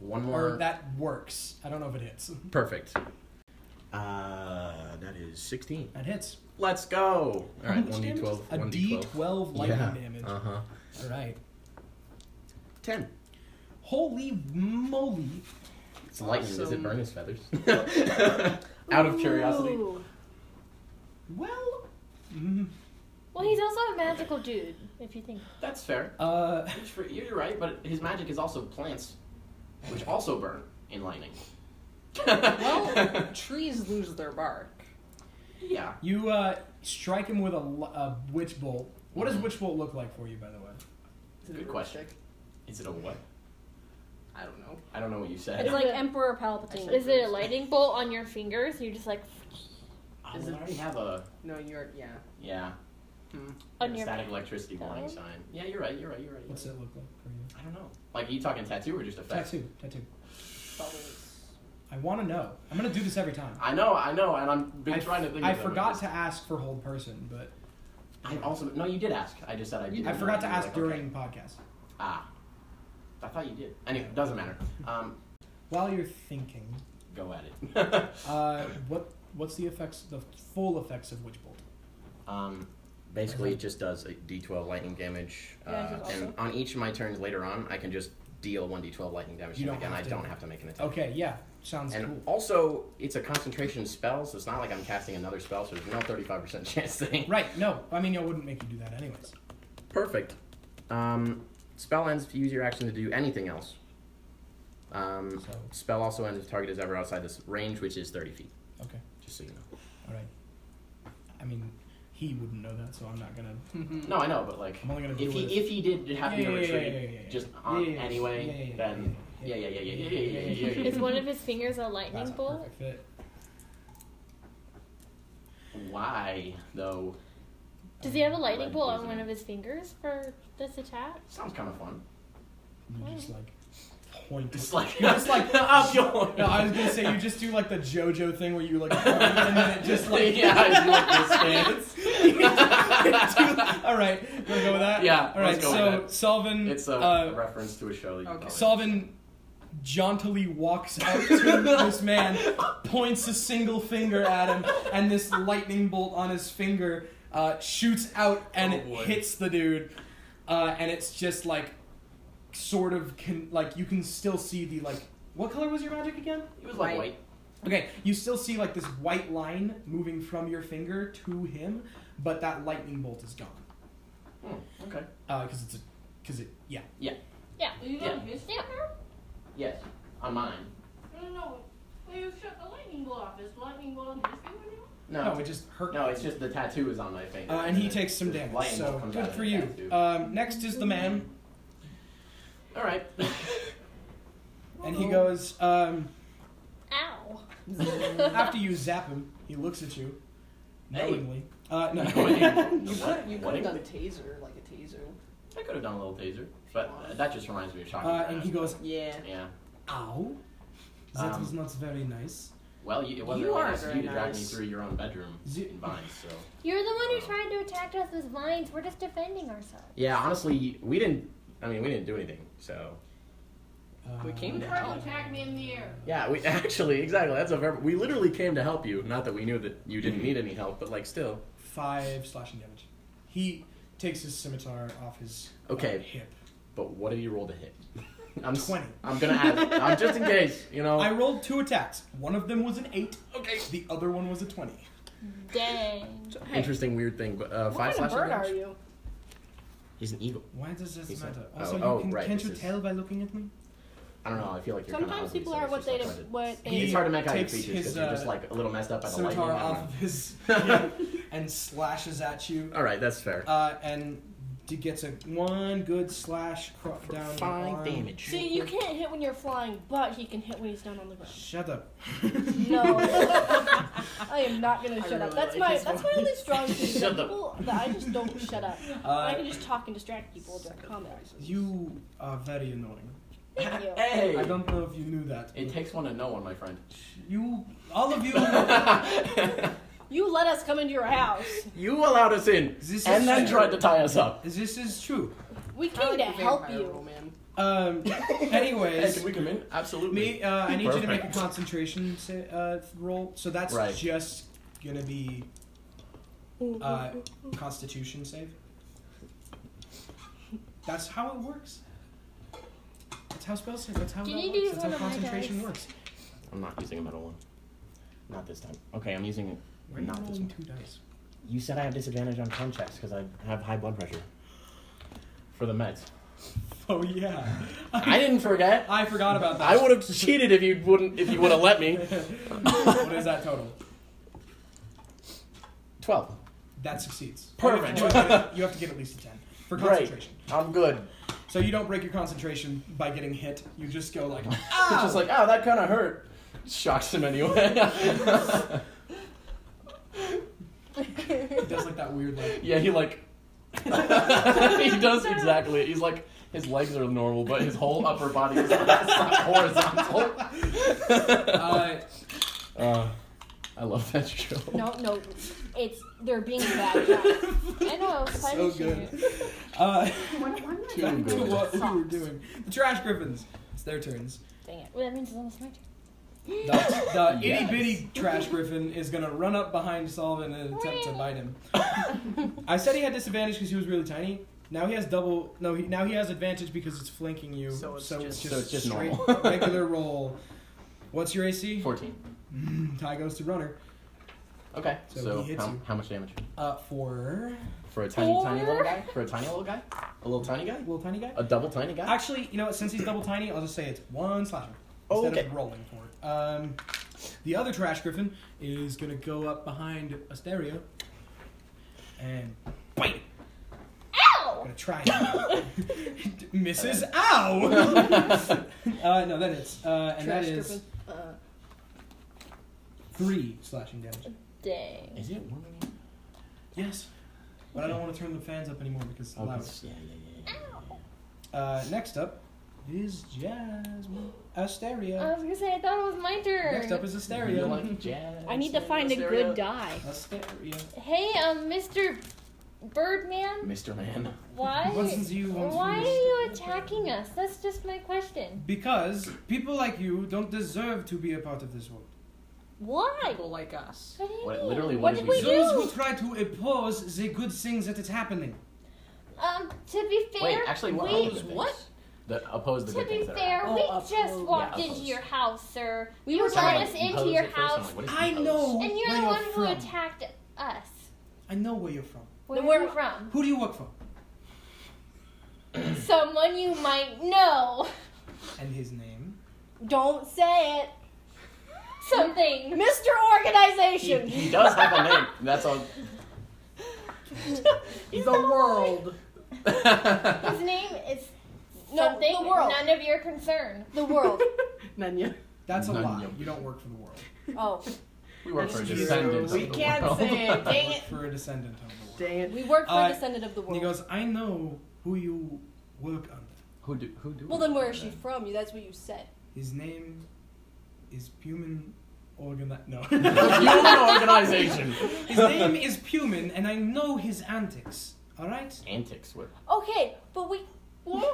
Speaker 3: one
Speaker 4: Or
Speaker 3: more.
Speaker 4: that works. I don't know if it hits.
Speaker 3: Perfect. Uh, that is 16.
Speaker 4: That hits.
Speaker 3: Let's go. All
Speaker 4: How
Speaker 3: right,
Speaker 4: much
Speaker 3: one
Speaker 4: damage
Speaker 3: d
Speaker 4: is
Speaker 3: twelve.
Speaker 4: A
Speaker 3: One d twelve.
Speaker 4: D12 lightning damage.
Speaker 3: Uh huh.
Speaker 4: All right.
Speaker 3: Ten.
Speaker 4: Holy moly.
Speaker 3: It's lightning. Does
Speaker 7: Awesome.
Speaker 3: it burn his feathers? Out of curiosity.
Speaker 2: Ooh.
Speaker 4: Well, mm,
Speaker 5: Well, he's also a magical dude, if you think.
Speaker 3: That's fair.
Speaker 4: uh,
Speaker 3: You're- You're right, but his magic is also plants, which also burn in lightning.
Speaker 7: Well, trees lose their bark.
Speaker 3: yeah.
Speaker 4: you uh, strike him with a, l- a witch bolt. What
Speaker 3: Mm-hmm.
Speaker 4: does witch bolt look like for you, by the way?
Speaker 7: Is it
Speaker 3: Good
Speaker 7: a
Speaker 3: question.
Speaker 7: stick?
Speaker 3: Is it a what?
Speaker 7: I don't know.
Speaker 3: I don't know what you said.
Speaker 2: It's like Emperor Palpatine.
Speaker 5: Is it a lightning bolt on your fingers? You're just like
Speaker 3: I
Speaker 7: is it-
Speaker 3: already have a
Speaker 7: No, you're yeah.
Speaker 3: yeah.
Speaker 4: Hmm.
Speaker 5: on your.
Speaker 3: Static electricity warning
Speaker 5: Oh.
Speaker 3: sign. Yeah, you're right. You're right. You're right.
Speaker 4: What's it look like for you?
Speaker 3: I don't know. Like, are you talking tattoo or just effects?
Speaker 4: Tattoo. Tattoo.
Speaker 7: Probably is-
Speaker 4: I want to know. I'm going to do this every time.
Speaker 3: I know, I know, and I'm been
Speaker 4: I
Speaker 3: trying to think.
Speaker 4: I
Speaker 3: of them.
Speaker 4: forgot to ask for hold person, but
Speaker 3: I also no, you did ask. I just said I did.
Speaker 4: I forgot to ask
Speaker 3: Like, okay.
Speaker 4: during podcast.
Speaker 3: Ah, I thought you did. Anyway, doesn't matter. Um,
Speaker 4: While you're thinking,
Speaker 3: go at it.
Speaker 4: uh, what what's the effects, the full effects of witch bolt?
Speaker 3: um, basically, it just does a D12 lightning damage, uh,
Speaker 2: Yeah, it does
Speaker 3: and on each of my turns later on, I can just deal one D12 lightning damage,
Speaker 4: You
Speaker 3: to them
Speaker 4: don't
Speaker 3: again.
Speaker 4: have
Speaker 3: I
Speaker 4: to.
Speaker 3: don't have to make an attack.
Speaker 4: Okay, yeah, sounds
Speaker 3: And
Speaker 4: cool.
Speaker 3: also, it's a concentration spell, so it's not like I'm casting another spell, so there's no 35% chance thing.
Speaker 4: Right? No, I mean I wouldn't make you do that anyways.
Speaker 3: Perfect. Um, spell ends if you use your action to do anything else. Um,
Speaker 4: So-
Speaker 3: Spell also ends if target is ever outside this range, which is 30 feet.
Speaker 4: Okay,
Speaker 3: Just so you know.
Speaker 4: all right. I mean, he wouldn't know that, so I'm not gonna.
Speaker 3: No, I know, but like,
Speaker 4: I'm only Mm. gonna do
Speaker 3: if he
Speaker 4: it.
Speaker 3: if he did happen
Speaker 4: Yeah,
Speaker 3: to
Speaker 4: yeah, yeah,
Speaker 3: retreat,
Speaker 4: yeah, yeah, yeah.
Speaker 3: just
Speaker 4: Yeah,
Speaker 3: on
Speaker 4: yeah, yeah.
Speaker 3: anyway,
Speaker 4: Yeah, yeah, yeah,
Speaker 3: then
Speaker 4: yeah, yeah,
Speaker 3: yeah, yeah, yeah,
Speaker 4: yeah,
Speaker 3: yeah, yeah,
Speaker 4: yeah,
Speaker 3: yeah, yeah, yeah,
Speaker 5: Is one of his fingers a lightning
Speaker 4: That's a
Speaker 5: bolt?
Speaker 4: perfect fit.
Speaker 3: Why though?
Speaker 5: Does he have a lightning
Speaker 3: Lightning
Speaker 5: bolt on
Speaker 3: poison.
Speaker 5: one of his fingers for this attack?
Speaker 3: Sounds kind of fun.
Speaker 4: You just like point.
Speaker 3: It's like
Speaker 4: You're just like-
Speaker 3: up your.
Speaker 4: No, I was gonna say you just do like the JoJo thing where you like point and then it just like
Speaker 3: yeah, I do like this dance.
Speaker 4: All right, we'll go with that.
Speaker 3: Yeah,
Speaker 4: All right.
Speaker 3: let's go with
Speaker 4: so
Speaker 3: that.
Speaker 4: Solvin,
Speaker 3: It's a
Speaker 4: uh,
Speaker 3: reference to a show that you
Speaker 7: Okay.
Speaker 3: probably-
Speaker 4: Solvin jauntily walks up to this man, points a single finger at him, and this lightning bolt on his finger uh, shoots out and
Speaker 3: Oh,
Speaker 4: it
Speaker 3: boy.
Speaker 4: hits the dude, uh, and it's just like sort of can like you can still see the like what color was your magic again?
Speaker 3: It was like
Speaker 7: Right.
Speaker 3: white.
Speaker 4: Okay, you still see like this white line moving from your finger to him, but that lightning bolt is gone
Speaker 3: Hmm, okay.
Speaker 4: because it's a because it yeah.
Speaker 5: Yeah.
Speaker 2: You
Speaker 3: don't
Speaker 2: use
Speaker 5: Yeah.
Speaker 3: Yes, on mine.
Speaker 2: No, no. Well, you shut the lightning bolt off. Is lightning bolt on his finger
Speaker 3: No,
Speaker 4: No, it just hurt.
Speaker 3: no, it's just the tattoo is on my finger.
Speaker 4: Uh, and he
Speaker 3: The-
Speaker 4: takes some
Speaker 3: the
Speaker 4: damage.
Speaker 3: lightning
Speaker 4: So
Speaker 3: bolt comes out
Speaker 4: good
Speaker 3: of
Speaker 4: for
Speaker 3: the
Speaker 4: you.
Speaker 3: tattoo.
Speaker 4: Um, next is the man.
Speaker 3: All right.
Speaker 4: And he goes, um,
Speaker 5: Ow.
Speaker 4: after you zap him, he looks at you
Speaker 3: Hey.
Speaker 4: knowingly. Uh, no.
Speaker 3: you
Speaker 8: You could have done taser, like a taser.
Speaker 3: I could have done a little taser, but uh, that just reminds me of talking.
Speaker 4: uh, and he goes,
Speaker 8: Yeah.
Speaker 3: yeah.
Speaker 4: ow. That
Speaker 3: Um,
Speaker 4: was not very nice.
Speaker 3: Well, you, it wasn't
Speaker 8: You
Speaker 3: really
Speaker 8: are
Speaker 3: nice of you
Speaker 8: very
Speaker 3: to drag me
Speaker 8: nice.
Speaker 3: through your own bedroom
Speaker 4: Z-
Speaker 3: in vines, so.
Speaker 5: You're the one who tried to attack us with vines. We're just defending ourselves.
Speaker 3: Yeah, honestly, we didn't. I mean, we didn't do anything, so.
Speaker 4: Uh,
Speaker 7: We came
Speaker 2: You
Speaker 7: to
Speaker 2: tried to
Speaker 7: help.
Speaker 2: attack me in the air.
Speaker 3: Yeah, we actually exactly. That's a verb. We literally came to help you. Not that we knew that you didn't need any help, but like still.
Speaker 4: Five slashing damage. He takes his scimitar off his
Speaker 3: Okay.
Speaker 4: uh, hip.
Speaker 3: But what have you rolled to hit? I'm s-
Speaker 4: 20.
Speaker 3: I'm gonna add. I'm just in case. You know.
Speaker 4: I rolled two attacks. One of them was an 8. Okay. The other one was a 20.
Speaker 5: Dang.
Speaker 3: Interesting, weird thing. But uh,
Speaker 8: What
Speaker 3: five
Speaker 8: kind of
Speaker 3: slashing
Speaker 8: bird
Speaker 3: damage?
Speaker 8: are you?
Speaker 3: He's an eagle.
Speaker 4: Why does this
Speaker 3: He said-
Speaker 4: matter?
Speaker 3: oh,
Speaker 4: Also,
Speaker 3: oh,
Speaker 4: you can,
Speaker 3: right,
Speaker 4: can't
Speaker 3: this
Speaker 4: you
Speaker 3: is-
Speaker 4: tell by looking at me?
Speaker 3: I don't know. I feel like you're kinda
Speaker 8: Sometimes
Speaker 3: ugly,
Speaker 8: people
Speaker 3: so
Speaker 8: are
Speaker 3: it's
Speaker 8: what
Speaker 3: just
Speaker 8: they
Speaker 3: like
Speaker 8: just
Speaker 3: trying to-
Speaker 8: what they.
Speaker 4: He
Speaker 3: It's hard to make out your
Speaker 4: takes
Speaker 3: features
Speaker 4: his,
Speaker 3: because you're just
Speaker 4: uh,
Speaker 3: like a little messed up by the lightning.
Speaker 4: Scimitar
Speaker 3: and
Speaker 4: off
Speaker 3: everything.
Speaker 4: of his hip and slashes at you.
Speaker 3: All right, that's fair.
Speaker 4: Uh, and d- gets a one good slash cro- down your arm.
Speaker 8: See, you can't hit when you're flying, but he can hit when he's down on the ground.
Speaker 4: Shut up.
Speaker 8: No, I am not gonna shut up.
Speaker 7: really
Speaker 8: That's
Speaker 7: like
Speaker 8: my
Speaker 7: this
Speaker 8: that's my
Speaker 7: one.
Speaker 8: only strong suit. is
Speaker 3: Shut
Speaker 8: that
Speaker 3: up.
Speaker 8: people that I just don't shut up. I
Speaker 4: Uh,
Speaker 8: can just talk and distract people during combat.
Speaker 4: you are very annoying.
Speaker 8: Thank you.
Speaker 3: Hey.
Speaker 4: I don't know if you knew that.
Speaker 3: It takes one to know one, my friend.
Speaker 4: You, all of you.
Speaker 8: You let us come into your house.
Speaker 3: you allowed us in,
Speaker 4: This
Speaker 3: and
Speaker 4: is
Speaker 3: then
Speaker 4: fair.
Speaker 3: tried to tie us up.
Speaker 4: This is true.
Speaker 8: We came to help you.
Speaker 7: man.
Speaker 4: Um.
Speaker 3: Hey,
Speaker 4: Anyways,
Speaker 3: can we come in? Absolutely.
Speaker 4: me. Uh, I need you to make a
Speaker 3: Perfect.
Speaker 4: concentration sa- uh, roll. So that's
Speaker 3: Right.
Speaker 4: just gonna be uh, Constitution save. That's how it works. That's how spell save. That's how
Speaker 5: Do you
Speaker 4: that
Speaker 5: need to
Speaker 4: works.
Speaker 5: use
Speaker 4: That's
Speaker 5: one
Speaker 4: how
Speaker 5: of my
Speaker 4: concentration
Speaker 5: dice?
Speaker 4: works.
Speaker 3: I'm not using a metal one. Not this time. Okay, I'm using.
Speaker 4: Why are you
Speaker 3: Not this
Speaker 4: rolling
Speaker 3: one.
Speaker 4: two dice?
Speaker 3: You said I have disadvantage on con checks because I have high blood pressure. For the meds.
Speaker 4: Oh yeah,
Speaker 3: I didn't forget.
Speaker 4: I forgot about that.
Speaker 3: I would have cheated if you wouldn't if you would have let me.
Speaker 4: what is that total?
Speaker 3: Twelve.
Speaker 4: That succeeds.
Speaker 3: Perfect.
Speaker 4: You have, to get, you have to get at least a ten for
Speaker 3: Great.
Speaker 4: concentration.
Speaker 3: I'm good.
Speaker 4: So you don't break your concentration by getting hit. You just go like,
Speaker 3: It's just like, oh, that kind of hurt. Shocks him anyway.
Speaker 4: it does like that weird like.
Speaker 3: yeah, he like. he does exactly. He's like his legs are normal, but his whole upper body is like, horizontal.
Speaker 4: Uh,
Speaker 3: Uh, I love that show.
Speaker 8: No, no, it's they're being bad guys.
Speaker 5: I know.
Speaker 4: so good. Uh,
Speaker 3: Too
Speaker 4: back to
Speaker 3: good.
Speaker 4: what we were doing. The trash griffins. It's their turns.
Speaker 8: Dang it.
Speaker 5: Well, that means it's almost my turn.
Speaker 4: The, the
Speaker 3: Yes.
Speaker 4: itty bitty trash griffin is gonna run up behind Solvin in an attempt to bite him. I said he had disadvantage because he was really tiny. Now he has double. No, he, now he has advantage because it's flanking you.
Speaker 7: So it's just-
Speaker 3: so it's just
Speaker 4: straight
Speaker 3: normal.
Speaker 4: regular roll. What's your AC?
Speaker 3: Fourteen.
Speaker 4: Mm, tie goes to runner.
Speaker 3: Okay.
Speaker 4: So
Speaker 3: So,
Speaker 4: he hits
Speaker 3: how,
Speaker 4: you.
Speaker 3: how much damage
Speaker 4: Uh, for
Speaker 3: for a tiny, tiny little guy? For a tiny little guy? A little tiny guy?
Speaker 4: little tiny guy.
Speaker 3: A double tiny guy?
Speaker 4: Actually, you know what? Since he's double tiny, I'll just say it's one slasher
Speaker 3: Oh,
Speaker 4: instead
Speaker 3: okay.
Speaker 4: of rolling for it. Um, the other trash griffin is gonna go up behind Asteria and bite. it.
Speaker 5: Ow!
Speaker 4: Gonna try it. Misses. Ow! uh, no, that is, uh, and that
Speaker 6: Trash
Speaker 4: is
Speaker 6: griffin.
Speaker 8: Uh-uh.
Speaker 6: Uh,
Speaker 4: three slashing damage.
Speaker 5: Dang.
Speaker 3: Is it one?
Speaker 4: Oh, Yes, but I don't want to turn the fans up anymore because it's
Speaker 3: Oh,
Speaker 4: loud.
Speaker 3: it's- yeah, yeah, yeah, yeah.
Speaker 4: Uh, next up is Jasmine Asteria.
Speaker 5: I was gonna say I thought it was my turn.
Speaker 4: next up is Asteria.
Speaker 3: You like jazz?
Speaker 8: I need to find a good die.
Speaker 4: Asteria.
Speaker 5: hey, um, Mr. Birdman,
Speaker 3: Mr. Man.
Speaker 5: why?
Speaker 4: Once you- once
Speaker 5: why are
Speaker 4: you-
Speaker 5: you attacking us? That's just my question.
Speaker 4: Because people like you don't deserve to be a part of this world.
Speaker 5: Why?
Speaker 7: People like us.
Speaker 5: What do you
Speaker 3: What-
Speaker 5: mean?
Speaker 3: literally,
Speaker 5: what,
Speaker 3: what
Speaker 5: did
Speaker 3: did
Speaker 5: we
Speaker 3: we
Speaker 4: Those who
Speaker 5: do?
Speaker 4: try to oppose the good things that is happening.
Speaker 5: Um, to be fair,
Speaker 3: Wait, actually, what?
Speaker 5: we-
Speaker 3: are the good things?
Speaker 5: what?
Speaker 3: The, oppose the
Speaker 5: To
Speaker 3: good
Speaker 5: be
Speaker 3: things that are
Speaker 5: fair,
Speaker 8: Oh,
Speaker 5: we
Speaker 8: up-
Speaker 5: just
Speaker 8: oh, yeah,
Speaker 5: walked
Speaker 3: up
Speaker 5: into
Speaker 3: close.
Speaker 5: your house, sir.
Speaker 3: happening.
Speaker 5: You were
Speaker 3: Someone
Speaker 5: let us
Speaker 3: like
Speaker 5: into
Speaker 3: opposed
Speaker 5: your
Speaker 3: at first, I'm
Speaker 5: house,
Speaker 3: like, what is
Speaker 4: I
Speaker 3: opposed?
Speaker 4: know
Speaker 5: and you're
Speaker 4: where
Speaker 5: the
Speaker 4: you're
Speaker 5: one who
Speaker 4: from.
Speaker 5: attacked us.
Speaker 4: I know where you're from.
Speaker 5: Where
Speaker 8: we're-
Speaker 5: are you from?
Speaker 4: Who do you work for?
Speaker 5: Someone you might know.
Speaker 4: And his name.
Speaker 8: Don't say it,
Speaker 5: Something.
Speaker 8: Mr.
Speaker 3: He,
Speaker 8: Organization.
Speaker 3: he does have a name. That's all.
Speaker 7: The world.
Speaker 5: His name is
Speaker 8: No,
Speaker 5: something
Speaker 8: the world.
Speaker 5: none of your concern.
Speaker 8: The world.
Speaker 7: Nanya.
Speaker 4: That's a
Speaker 3: None
Speaker 4: lie.
Speaker 3: of
Speaker 4: You don't work for the world.
Speaker 8: Oh,
Speaker 3: We work for a
Speaker 4: That's
Speaker 3: descendant.
Speaker 4: true.
Speaker 3: of
Speaker 4: We
Speaker 3: the
Speaker 8: can't
Speaker 3: world.
Speaker 8: say it. Dang it.
Speaker 4: For a descendant of the world.
Speaker 7: Dang it.
Speaker 8: we work for
Speaker 4: Uh,
Speaker 8: a descendant of the
Speaker 4: And he
Speaker 8: world.
Speaker 4: goes, I know who you work under.
Speaker 3: who do who do?
Speaker 8: well,
Speaker 3: we
Speaker 8: then where
Speaker 3: work
Speaker 8: is she
Speaker 3: for?
Speaker 8: from? You. That's what you said.
Speaker 4: His name is Puman Organ. No.
Speaker 3: Human organization.
Speaker 4: his name is Puman, and I know his antics. All right.
Speaker 3: Antics with.
Speaker 8: Okay, but we.
Speaker 3: Wait,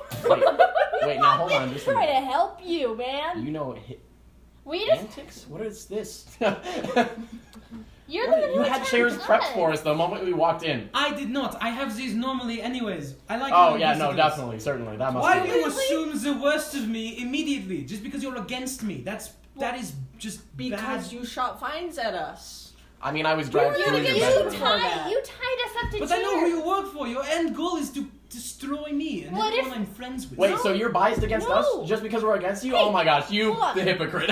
Speaker 3: wait, now hold on, just a
Speaker 8: trying to
Speaker 3: minute.
Speaker 8: help you, man.
Speaker 3: You know hi-
Speaker 5: We just
Speaker 3: antics? What is this?
Speaker 5: you're the one
Speaker 3: you
Speaker 5: who
Speaker 3: had
Speaker 5: attacked
Speaker 3: chairs prepped
Speaker 5: us.
Speaker 3: for us the moment we walked in.
Speaker 4: I did not. I have these normally, anyways. I like.
Speaker 3: Oh
Speaker 4: having
Speaker 3: yeah,
Speaker 4: these
Speaker 3: no,
Speaker 4: things.
Speaker 3: definitely, certainly, that must.
Speaker 4: Why
Speaker 3: be
Speaker 4: do
Speaker 3: it.
Speaker 4: you assume the worst of me immediately just because you're against me? That's that is just
Speaker 7: Because
Speaker 4: bad.
Speaker 7: you shot fines at us.
Speaker 3: I mean, I was driving
Speaker 5: You,
Speaker 3: through your
Speaker 5: you,
Speaker 3: bedroom.
Speaker 5: tied, you tied us up to
Speaker 4: But
Speaker 5: chairs.
Speaker 4: I know who you work for. Your end goal is to destroy me and
Speaker 5: What if-
Speaker 4: everyone I'm friends with.
Speaker 3: Wait, so you're biased against
Speaker 8: No.
Speaker 3: us just because we're against you? oh my gosh, you
Speaker 8: hold on.
Speaker 3: the hypocrite!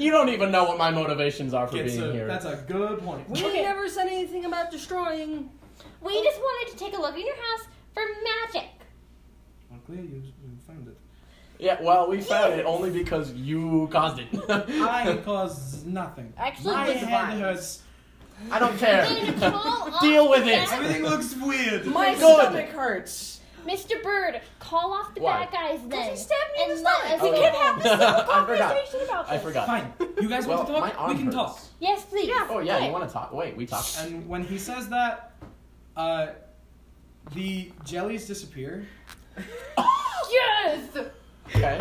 Speaker 3: you don't even know what my motivations are for
Speaker 4: Gets
Speaker 3: being
Speaker 4: a-
Speaker 3: here.
Speaker 4: that's a good point.
Speaker 7: We
Speaker 8: Okay.
Speaker 7: never said anything about destroying.
Speaker 5: We just wanted to take a look in your house for magic.
Speaker 4: Well, clearly you you found it.
Speaker 3: yeah, well, we found it only because you caused it.
Speaker 4: I caused nothing.
Speaker 8: Actually,
Speaker 4: My
Speaker 8: it was
Speaker 4: head
Speaker 8: mine.
Speaker 4: hurts.
Speaker 3: I don't
Speaker 5: Did it
Speaker 3: care.
Speaker 5: call off
Speaker 3: Deal
Speaker 5: the
Speaker 3: with it.
Speaker 5: bad-
Speaker 4: Everything looks weird.
Speaker 7: My
Speaker 3: Good.
Speaker 7: stomach hurts.
Speaker 5: Mr. Bird, call off the
Speaker 3: Why?
Speaker 5: bad guys then.
Speaker 8: he stabbed me in
Speaker 5: and
Speaker 8: the
Speaker 5: let
Speaker 8: stomach.
Speaker 5: us
Speaker 8: We
Speaker 5: go
Speaker 8: can't
Speaker 5: home.
Speaker 8: have this little
Speaker 3: I forgot.
Speaker 8: conversation about
Speaker 3: I
Speaker 8: this.
Speaker 3: forgot.
Speaker 4: Fine. You guys
Speaker 3: Well,
Speaker 4: want to
Speaker 3: my
Speaker 4: talk?
Speaker 3: arm
Speaker 4: We can
Speaker 3: hurts.
Speaker 4: talk.
Speaker 5: Yes, please.
Speaker 3: Oh yeah,
Speaker 8: Okay.
Speaker 3: you want to talk? Wait, we talked.
Speaker 4: And when he says that, uh, the jellies disappear.
Speaker 8: Yes.
Speaker 3: Okay.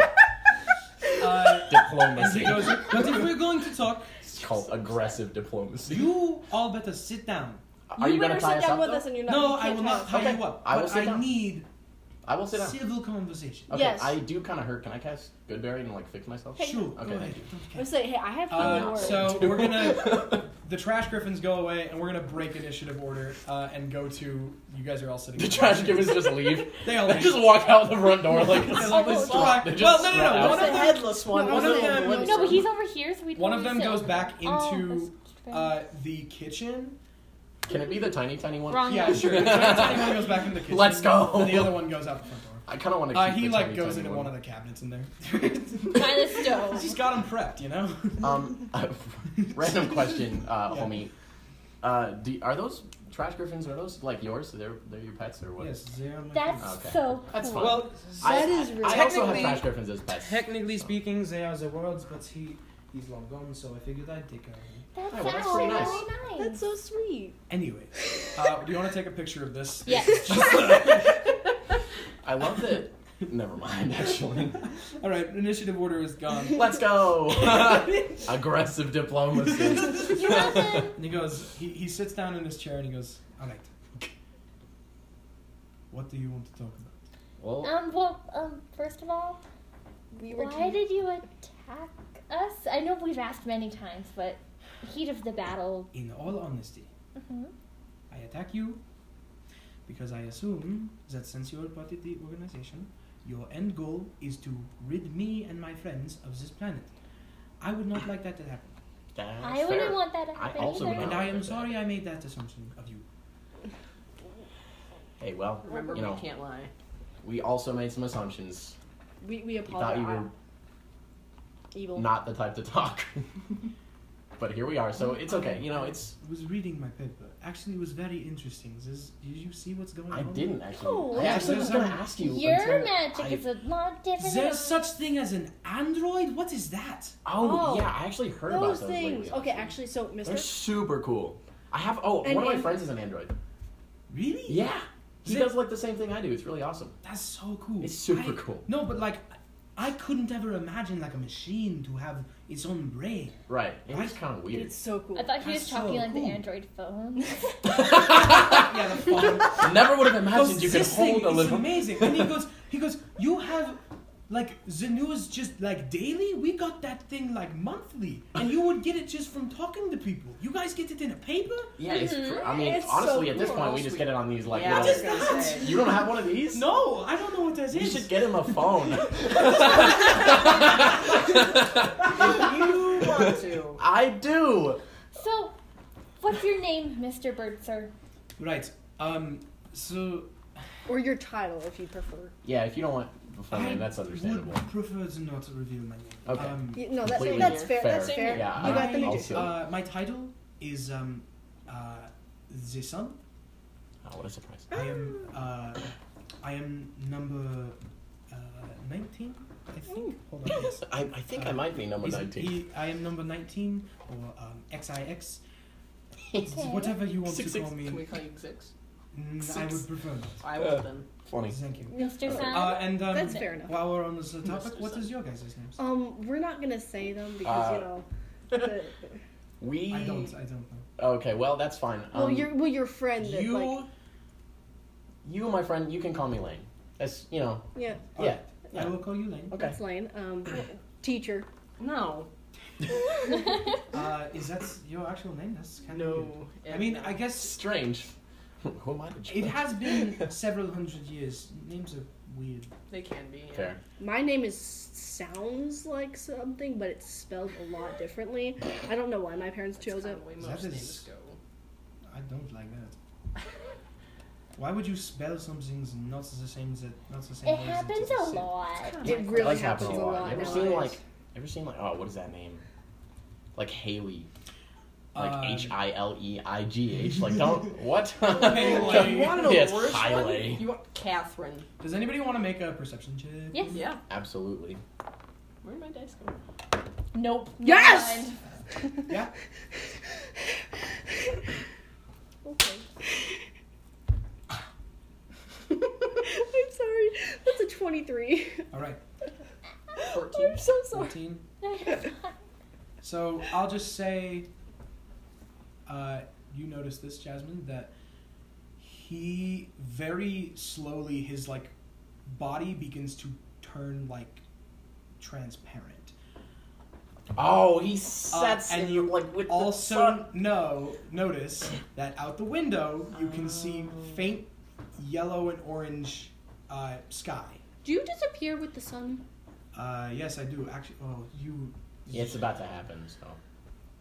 Speaker 4: Uh, and
Speaker 3: diplomacy.
Speaker 4: he goes, but if we're going to talk,
Speaker 3: It's called aggressive diplomacy.
Speaker 4: you all better sit down.
Speaker 3: Oh, Are you, gonna
Speaker 8: better
Speaker 3: tie
Speaker 8: sit
Speaker 3: us
Speaker 8: down
Speaker 3: up?
Speaker 8: with
Speaker 3: though?
Speaker 8: us, and you're not.
Speaker 4: No,
Speaker 8: you
Speaker 4: I
Speaker 8: can't
Speaker 4: will not
Speaker 8: tie us.
Speaker 4: tie
Speaker 3: Okay,
Speaker 4: you up.
Speaker 3: I will
Speaker 4: but
Speaker 3: sit down.
Speaker 4: need
Speaker 3: I will sit down.
Speaker 4: civil conversation.
Speaker 3: Okay,
Speaker 8: Yes.
Speaker 3: I do kind of hurt. Can I cast Goodberry and like fix myself?
Speaker 4: Sure.
Speaker 3: Okay,
Speaker 4: go
Speaker 3: thank
Speaker 4: ahead.
Speaker 3: you.
Speaker 8: I was like, hey, I have
Speaker 4: Uh,
Speaker 8: fucking words.
Speaker 4: so we're gonna the trash griffins go away, and we're gonna break initiative order uh, and go to you guys are all sitting.
Speaker 3: The
Speaker 4: in
Speaker 3: trash
Speaker 4: room.
Speaker 3: givers just leave.
Speaker 4: They all
Speaker 3: They
Speaker 4: leave.
Speaker 3: just walk out the front door like
Speaker 4: They
Speaker 3: this.
Speaker 4: all
Speaker 8: Oh,
Speaker 4: just
Speaker 8: no.
Speaker 4: walk-
Speaker 3: They
Speaker 4: Well, no,
Speaker 3: just
Speaker 4: no,
Speaker 3: spread
Speaker 4: no.
Speaker 3: out.
Speaker 4: One
Speaker 7: It's
Speaker 4: of
Speaker 7: a
Speaker 4: them,
Speaker 7: headless one.
Speaker 4: one
Speaker 7: wasn't
Speaker 4: of
Speaker 7: it?
Speaker 4: them-
Speaker 7: What is
Speaker 5: No, but
Speaker 7: it?
Speaker 5: he's over here, so we
Speaker 4: one of them
Speaker 5: sit
Speaker 4: goes
Speaker 5: over
Speaker 4: back
Speaker 5: there. Oh,
Speaker 4: into
Speaker 5: that's
Speaker 4: uh, the kitchen.
Speaker 3: Can it be the tiny, tiny one?
Speaker 5: Wrong.
Speaker 4: Yeah, sure. The tiny one goes back in the kitchen.
Speaker 3: Let's go.
Speaker 4: And the other one goes out the front door.
Speaker 3: I kind of want to.
Speaker 4: Uh,
Speaker 3: keep
Speaker 4: he
Speaker 3: the
Speaker 4: like
Speaker 3: tiny,
Speaker 4: goes
Speaker 3: tiny
Speaker 4: into one
Speaker 3: one.
Speaker 4: of the cabinets in there.
Speaker 5: By the stove.
Speaker 4: He's got him prepped, you know.
Speaker 3: Um, random question, uh,
Speaker 4: Yeah.
Speaker 3: homie. Uh, do, are those trash griffins? Are those like yours? They're they're your pets or what?
Speaker 4: Yes, zero.
Speaker 5: That's
Speaker 3: Okay.
Speaker 5: so
Speaker 3: That's
Speaker 5: cool.
Speaker 3: fine.
Speaker 4: Well,
Speaker 3: I,
Speaker 6: That is
Speaker 3: I also have
Speaker 4: Technically-
Speaker 3: trash griffins as pets.
Speaker 4: technically speaking, they are the world's, but he he's long gone, so I figured I'd take care of him.
Speaker 5: That's
Speaker 3: well, that's
Speaker 5: actually
Speaker 3: pretty nice.
Speaker 5: really nice.
Speaker 6: That's so sweet.
Speaker 4: Anyway, uh, do you want to take a picture of this?
Speaker 5: Yes.
Speaker 3: I love that. Never mind. Actually,
Speaker 4: All right, initiative order is gone.
Speaker 3: let's go. Aggressive diplomacy.
Speaker 5: You're welcome.
Speaker 4: And he goes, he, he sits down in his chair and he goes, all right. What do you want to talk about?
Speaker 3: Well,
Speaker 5: Um, well, um, first of all,
Speaker 6: We were
Speaker 5: why did you attack us? I know we've asked many times, but heat of the battle.
Speaker 4: In all honesty,
Speaker 5: hmm
Speaker 4: I attack you because I assume that since you're part of the organization, your end goal is to rid me and my friends of this planet. I would not like that to happen.
Speaker 3: that's
Speaker 5: I wouldn't
Speaker 3: fair.
Speaker 5: want that to
Speaker 3: I
Speaker 5: happen
Speaker 3: also
Speaker 5: either.
Speaker 3: would
Speaker 4: And I am sorry I made that assumption of you.
Speaker 3: Hey, well,
Speaker 7: Remember,
Speaker 3: You know.
Speaker 7: we can't lie.
Speaker 3: we also made some assumptions.
Speaker 6: we, we
Speaker 3: We thought
Speaker 6: apologize.
Speaker 3: you were
Speaker 6: evil.
Speaker 3: not the type to talk. but here we are, so it's okay. You know, it's.
Speaker 4: I was reading my paper. Actually, it was very interesting. This, did you see what's going
Speaker 3: I
Speaker 4: on?
Speaker 3: didn't actually.
Speaker 8: Oh,
Speaker 3: I actually was
Speaker 4: that's-
Speaker 3: going to ask you.
Speaker 5: Your
Speaker 3: until
Speaker 5: magic
Speaker 3: I-
Speaker 5: is a lot different.
Speaker 4: There's
Speaker 5: than-
Speaker 4: such thing as an android? What is that?
Speaker 3: Oh,
Speaker 6: Oh,
Speaker 3: yeah, I actually heard about
Speaker 6: Those
Speaker 3: those
Speaker 6: things.
Speaker 3: lately.
Speaker 6: Okay, actually, so Mister,
Speaker 3: They're super cool. I have. Oh,
Speaker 6: And
Speaker 3: one of my
Speaker 6: in-
Speaker 3: friends is an android.
Speaker 4: Really?
Speaker 3: Yeah.
Speaker 4: Is
Speaker 3: He
Speaker 4: it-
Speaker 3: does like the same thing I do. It's really awesome.
Speaker 4: That's so cool.
Speaker 3: It's super
Speaker 4: I-
Speaker 3: cool.
Speaker 4: No, but like, I couldn't ever imagine like a machine to have its own brain.
Speaker 3: Right.
Speaker 4: Right?
Speaker 3: It's kind of weird.
Speaker 6: it's so cool.
Speaker 5: I thought he
Speaker 4: That's
Speaker 5: was talking
Speaker 4: so
Speaker 5: like
Speaker 4: cool.
Speaker 5: the Android phone.
Speaker 4: yeah, the phone.
Speaker 3: Never would have
Speaker 4: Goes,
Speaker 3: imagined you could
Speaker 4: this thing
Speaker 3: hold a
Speaker 4: is
Speaker 3: little.
Speaker 4: amazing. And he goes, he goes, you have like the news just like daily. We got that thing like monthly, and you would get it just from talking to people. You guys get it in a paper?
Speaker 3: Yeah, it's. Pr- I mean,
Speaker 7: It's so
Speaker 3: honestly, at this
Speaker 7: cool.
Speaker 3: point, we just get it on these like.
Speaker 7: yeah, I was
Speaker 3: little-
Speaker 7: gonna
Speaker 4: that?
Speaker 7: say.
Speaker 3: You don't have one of these?
Speaker 4: No, I don't know what that
Speaker 3: You
Speaker 4: is.
Speaker 3: should get him a phone.
Speaker 7: you want to.
Speaker 3: I do.
Speaker 5: so, what's your name, Mr. Bird, sir?
Speaker 4: Right. Um. So,
Speaker 6: Or your title, if you prefer.
Speaker 3: Yeah, if you don't want before
Speaker 4: I
Speaker 3: then, that's understandable.
Speaker 4: Would prefer to not reveal my name.
Speaker 3: Okay.
Speaker 4: Um,
Speaker 6: You- no, that's,
Speaker 3: Completely
Speaker 6: that's fair.
Speaker 3: fair.
Speaker 6: That's fair.
Speaker 3: Yeah,
Speaker 6: you got
Speaker 4: I-
Speaker 6: the
Speaker 3: I'll
Speaker 6: major.
Speaker 3: see.
Speaker 4: uh, my title is um, uh, the sun.
Speaker 3: Oh, what a surprise.
Speaker 4: I am
Speaker 6: Ah.
Speaker 4: uh, I am number uh, nineteen. I think. Hold on. yes.
Speaker 3: I, I think I might be number
Speaker 4: He's-
Speaker 3: 19.
Speaker 4: He, I am number nineteen or um, XIX. It's Whatever you want
Speaker 7: Six,
Speaker 4: to
Speaker 7: six.
Speaker 4: call
Speaker 7: Can we
Speaker 4: me,
Speaker 7: call you six?
Speaker 4: Mm, I would
Speaker 7: six.
Speaker 4: prefer not.
Speaker 7: I will then.
Speaker 3: Funny.
Speaker 4: Thank you.
Speaker 5: Mr. Sun.
Speaker 4: Uh, and um,
Speaker 6: That's fair enough.
Speaker 4: while we're on this uh, topic,
Speaker 7: Mr.
Speaker 4: what
Speaker 7: Sun.
Speaker 4: is your guys' names?
Speaker 5: Oh,
Speaker 6: Um, we're not gonna say them because you
Speaker 3: Uh,
Speaker 6: know. The,
Speaker 3: We.
Speaker 4: I don't. I don't know.
Speaker 3: Okay, well, that's fine.
Speaker 6: well,
Speaker 3: Um,
Speaker 6: your well, your friend. That,
Speaker 3: you,
Speaker 6: like,
Speaker 3: you, my friend, you can call me Lane. That's, you know,
Speaker 6: yeah,
Speaker 3: yeah.
Speaker 4: I will call you Lane.
Speaker 3: Okay.
Speaker 6: that's Lane. Um, teacher.
Speaker 7: No.
Speaker 4: Uh, is that your actual name? That's kind of.
Speaker 7: No.
Speaker 4: I mean, I guess
Speaker 3: Strange. Who am I to
Speaker 4: it
Speaker 3: judge?
Speaker 4: has been several hundred years. Names are weird.
Speaker 7: They can be. Yeah.
Speaker 3: Fair.
Speaker 6: My name is sounds like something, but it's spelled a lot differently. I don't know why my parents
Speaker 7: That's
Speaker 6: chose
Speaker 7: kinda
Speaker 6: it.
Speaker 7: the way
Speaker 4: That
Speaker 7: most
Speaker 4: is-
Speaker 7: names go.
Speaker 4: I don't like that. Why would you spell something not the same as not the same?
Speaker 5: it
Speaker 4: way as is?
Speaker 5: happens a lot.
Speaker 6: It
Speaker 3: It
Speaker 6: really
Speaker 3: does
Speaker 6: happens
Speaker 3: happen a lot. You ever
Speaker 6: nowadays.
Speaker 3: seen like, ever seen like, oh, what is that name? Like Haley,
Speaker 4: Um,
Speaker 3: like H I L E I G H. Like don't what?
Speaker 4: Haley.
Speaker 7: You want to know
Speaker 3: Yes,
Speaker 7: the worst
Speaker 3: Haley.
Speaker 7: one? You want Catherine?
Speaker 4: Does anybody want to make a perception check?
Speaker 5: Yes.
Speaker 7: Yeah.
Speaker 3: Absolutely.
Speaker 7: Where did my dice go?
Speaker 5: Nope.
Speaker 6: Yes!
Speaker 5: Never mind.
Speaker 4: Yeah.
Speaker 6: Okay. I'm sorry. That's a 23.
Speaker 4: All right.
Speaker 7: Fourteen.
Speaker 6: I'm so sorry.
Speaker 4: Fourteen.
Speaker 5: Never mind.
Speaker 4: So I'll just say, uh, you noticed this, Jasmine, that he very slowly his like body begins to turn like transparent.
Speaker 3: Oh, he sets
Speaker 4: Uh, and
Speaker 3: and
Speaker 4: you
Speaker 3: you like with
Speaker 4: Also,
Speaker 3: the sun.
Speaker 4: no, notice that out the window you can see faint yellow and orange uh, sky.
Speaker 6: Do you disappear with the sun?
Speaker 4: Uh, yes, I do actually. Oh, you.
Speaker 3: Yeah, it's about to happen. So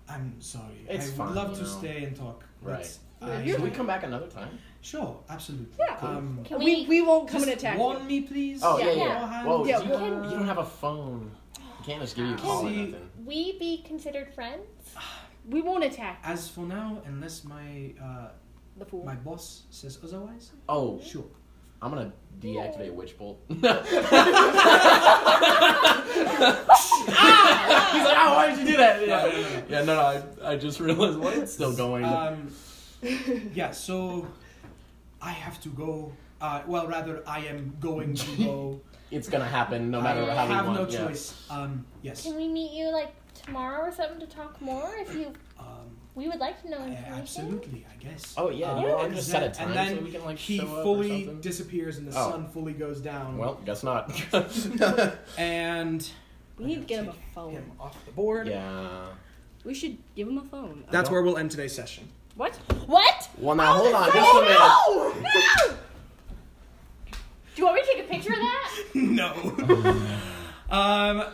Speaker 4: I'm sorry.
Speaker 3: It's
Speaker 4: I would
Speaker 3: fine,
Speaker 4: love
Speaker 3: you
Speaker 4: to
Speaker 3: know.
Speaker 4: stay and talk.
Speaker 3: Right.
Speaker 4: Let's-
Speaker 6: Yeah,
Speaker 4: I-
Speaker 6: you're
Speaker 3: should we come back another time?
Speaker 4: Sure, absolutely.
Speaker 6: Yeah.
Speaker 4: Um,
Speaker 5: Can
Speaker 6: we,
Speaker 5: we?
Speaker 6: we won't come
Speaker 4: just
Speaker 6: and attack
Speaker 4: warn
Speaker 6: you.
Speaker 4: me, please.
Speaker 3: Oh yeah, yeah.
Speaker 4: beforehand.
Speaker 3: Whoa,
Speaker 6: Yeah,
Speaker 3: you,
Speaker 6: we
Speaker 3: don't- you don't have a phone. You can't just give you a call or
Speaker 4: See-
Speaker 3: nothing.
Speaker 5: we be considered friends?
Speaker 6: We won't attack
Speaker 4: As for now, unless my uh,
Speaker 6: the fool.
Speaker 4: my boss says otherwise,
Speaker 3: Oh,
Speaker 4: sure.
Speaker 3: I'm gonna deactivate Ah! Witch Bolt. He's like, oh, why did you do that?
Speaker 4: No, no, no,
Speaker 3: Yeah, yeah no, no, I, I just realized what it's still going.
Speaker 4: Um, yeah. So I have to go. Uh, well, rather, I am going to go.
Speaker 3: it's gonna happen no
Speaker 4: I
Speaker 3: matter how we
Speaker 4: have
Speaker 3: want.
Speaker 4: no
Speaker 3: yeah.
Speaker 4: choice. Um, yes.
Speaker 5: Can we meet you like tomorrow or something to talk more? If you,
Speaker 4: Um,
Speaker 5: we would like to know
Speaker 4: I-
Speaker 5: information.
Speaker 4: absolutely, I guess.
Speaker 3: Oh yeah,
Speaker 4: Um,
Speaker 3: you know, I'll
Speaker 4: and
Speaker 3: just
Speaker 4: then-
Speaker 3: set a time
Speaker 4: and then
Speaker 3: so we can like
Speaker 4: he
Speaker 3: show up or
Speaker 4: fully
Speaker 3: something.
Speaker 4: disappears and the
Speaker 3: Oh.
Speaker 4: sun fully goes down.
Speaker 3: Well, guess not.
Speaker 4: and
Speaker 6: We need to get him a phone.
Speaker 4: him off the board.
Speaker 3: yeah.
Speaker 6: We should give him a phone.
Speaker 4: That's where we'll end today's session.
Speaker 6: What?
Speaker 5: What?
Speaker 3: Well, now
Speaker 6: Oh,
Speaker 3: hold on, just a minute.
Speaker 5: Do you want me to take a picture of that?
Speaker 4: No. um,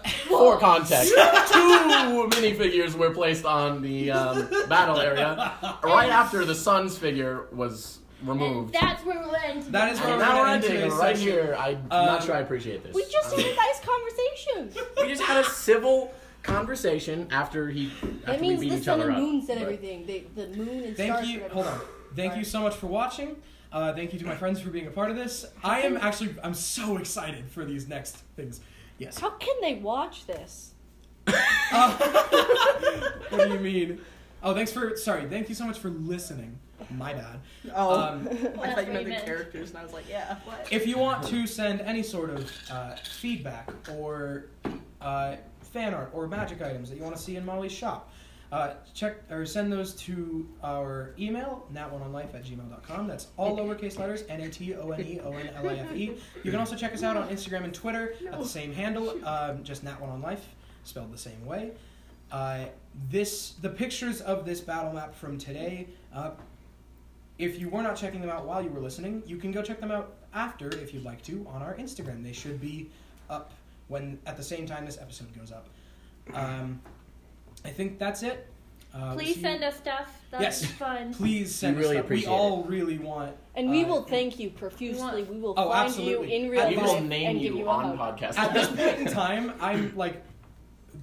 Speaker 3: For context, two minifigures were placed on the um, battle area right after the sun's figure was
Speaker 5: and
Speaker 3: removed.
Speaker 5: that's where we'll end.
Speaker 4: that is where
Speaker 3: And
Speaker 4: we're
Speaker 3: now we're
Speaker 4: gonna end
Speaker 3: ending
Speaker 4: today's
Speaker 3: right
Speaker 4: session.
Speaker 3: here. I'm
Speaker 4: Um,
Speaker 3: not sure I appreciate this.
Speaker 5: We just had a nice conversation.
Speaker 3: we just had a civil conversation after he after
Speaker 6: That
Speaker 3: we
Speaker 6: means
Speaker 3: beat
Speaker 6: the
Speaker 3: each
Speaker 6: sun
Speaker 3: other
Speaker 6: and
Speaker 3: up.
Speaker 6: moon said
Speaker 3: But-
Speaker 6: everything. They, the moon and
Speaker 4: Thank
Speaker 6: stars.
Speaker 4: you.
Speaker 6: said
Speaker 4: Hold on.
Speaker 6: everything.
Speaker 4: Thank you so much for watching. Uh, thank you to my friends for being a part of this. I am actually I'm so excited for these next things. Yes.
Speaker 6: How can they watch this?
Speaker 4: What do you mean? Oh, thanks for sorry. Thank you so much for listening. My bad.
Speaker 7: Oh,
Speaker 4: Um,
Speaker 7: I
Speaker 5: That's
Speaker 7: thought
Speaker 5: what
Speaker 7: you
Speaker 5: he
Speaker 7: meant the
Speaker 5: meant.
Speaker 7: characters, and I was like, yeah, what?
Speaker 4: If you want to send any sort of uh, feedback or uh, fan art or magic items that you want to see in Molly's shop, uh, check or send those to our email, natononlife at gmail.com. That's all lowercase letters, N A T O N E O N L I F E. You can also check us out on Instagram and Twitter at the same handle, um, just natononlife, spelled the same way. Uh, this the pictures of this battle map from today. Uh, if you were not checking them out while you were listening, you can go check them out after if you'd like to on our Instagram. They should be up when at the same time this episode goes up. Um, I think that's it. Uh, so
Speaker 5: Please
Speaker 4: you-
Speaker 5: send us stuff. That's
Speaker 4: Yes.
Speaker 5: fun.
Speaker 4: Please send
Speaker 3: We
Speaker 4: us
Speaker 3: really
Speaker 4: stuff.
Speaker 3: appreciate
Speaker 4: We all really want.
Speaker 6: And we
Speaker 4: Uh,
Speaker 6: will thank you profusely. We will
Speaker 4: Oh,
Speaker 6: find
Speaker 4: absolutely.
Speaker 6: you in real
Speaker 4: At
Speaker 3: We
Speaker 4: this-
Speaker 6: life
Speaker 3: will name
Speaker 6: and give
Speaker 3: you,
Speaker 6: you a
Speaker 3: on
Speaker 6: hug.
Speaker 3: podcast.
Speaker 4: At this point in time, I'm like,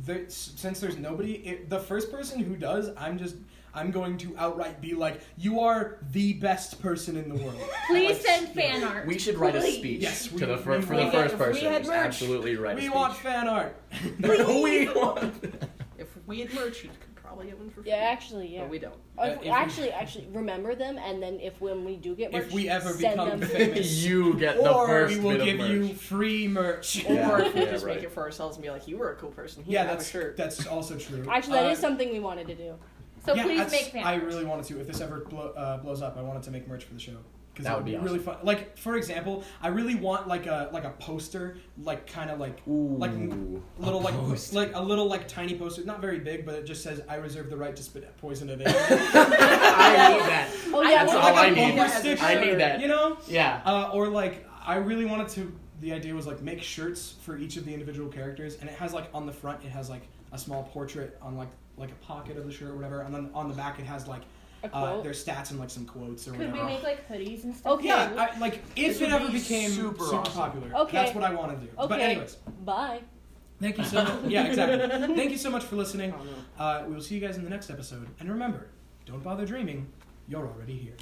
Speaker 4: there, s- since there's nobody, it, the first person who does, I'm just, I'm going to outright be like, you are the best person in the world.
Speaker 5: Please
Speaker 4: Like,
Speaker 5: send
Speaker 4: you know,
Speaker 5: fan art.
Speaker 3: we should write a
Speaker 5: Please.
Speaker 3: speech
Speaker 4: Yes,
Speaker 3: to
Speaker 4: we-
Speaker 3: the fir-
Speaker 4: we
Speaker 3: for the
Speaker 4: would.
Speaker 3: first
Speaker 4: If we
Speaker 3: person.
Speaker 4: had
Speaker 3: Just
Speaker 4: merch,
Speaker 3: absolutely write
Speaker 4: We
Speaker 3: a
Speaker 4: want
Speaker 3: speech.
Speaker 4: fan art.
Speaker 3: we want.
Speaker 7: If we had merch, you could probably get one for free.
Speaker 6: Yeah, actually, yeah.
Speaker 7: But we don't.
Speaker 4: Uh,
Speaker 6: If-
Speaker 4: if we-
Speaker 6: actually, actually, remember them, and then if when we do get merch,
Speaker 4: If we ever
Speaker 6: send
Speaker 4: become
Speaker 6: them.
Speaker 4: famous,
Speaker 3: you get the
Speaker 4: or
Speaker 3: first
Speaker 4: we will
Speaker 3: bit
Speaker 4: give
Speaker 3: of merch.
Speaker 4: you free merch.
Speaker 3: Yeah.
Speaker 7: Or if we
Speaker 3: Yeah,
Speaker 7: just
Speaker 3: right.
Speaker 7: make it for ourselves and be like, you were a cool person. Here,
Speaker 4: Yeah,
Speaker 7: have a
Speaker 4: that's
Speaker 7: shirt.
Speaker 4: that's also true.
Speaker 6: Actually, that is
Speaker 4: Uh,
Speaker 6: something we wanted to do.
Speaker 5: So
Speaker 4: yeah,
Speaker 5: please
Speaker 4: that's-
Speaker 5: make fan
Speaker 4: I
Speaker 5: art.
Speaker 4: really wanted to. If this ever blow, uh, blows up, I wanted to make merch for the show because
Speaker 3: That
Speaker 4: it
Speaker 3: would be
Speaker 4: really fun. Like for example, I really want like a like a poster, like kind of like like
Speaker 3: Ooh,
Speaker 4: little
Speaker 3: a
Speaker 4: like
Speaker 3: post.
Speaker 4: like a little like tiny poster, not very big, but it just says "I reserve the right to spit poison at any."
Speaker 3: I need that.
Speaker 6: Oh yeah,
Speaker 3: That's
Speaker 6: we're-
Speaker 4: Or,
Speaker 3: all I
Speaker 4: like a
Speaker 3: need.
Speaker 4: bumper sticker,
Speaker 3: I need that.
Speaker 4: You know,
Speaker 3: Yeah.
Speaker 4: uh, or like I really wanted to. The idea was like make shirts for each of the individual characters, and it has like on the front it has like a small portrait on like like a pocket of the shirt or whatever, and then on the back it has like
Speaker 6: a
Speaker 4: uh,
Speaker 6: quote.
Speaker 4: their stats and like some quotes or
Speaker 5: Could
Speaker 4: whatever.
Speaker 5: we make like hoodies and stuff?
Speaker 6: Okay.
Speaker 4: Yeah, I, like if
Speaker 3: This
Speaker 4: it
Speaker 3: would
Speaker 4: ever
Speaker 3: be
Speaker 4: became super,
Speaker 3: super awesome.
Speaker 4: popular,
Speaker 6: Okay.
Speaker 4: that's what I want to do. But
Speaker 6: Okay.
Speaker 4: anyways,
Speaker 6: Bye.
Speaker 4: thank you so much. yeah, exactly. Thank you so much for listening. Uh, we will see you guys in the next episode. And remember, don't bother dreaming. You're already here.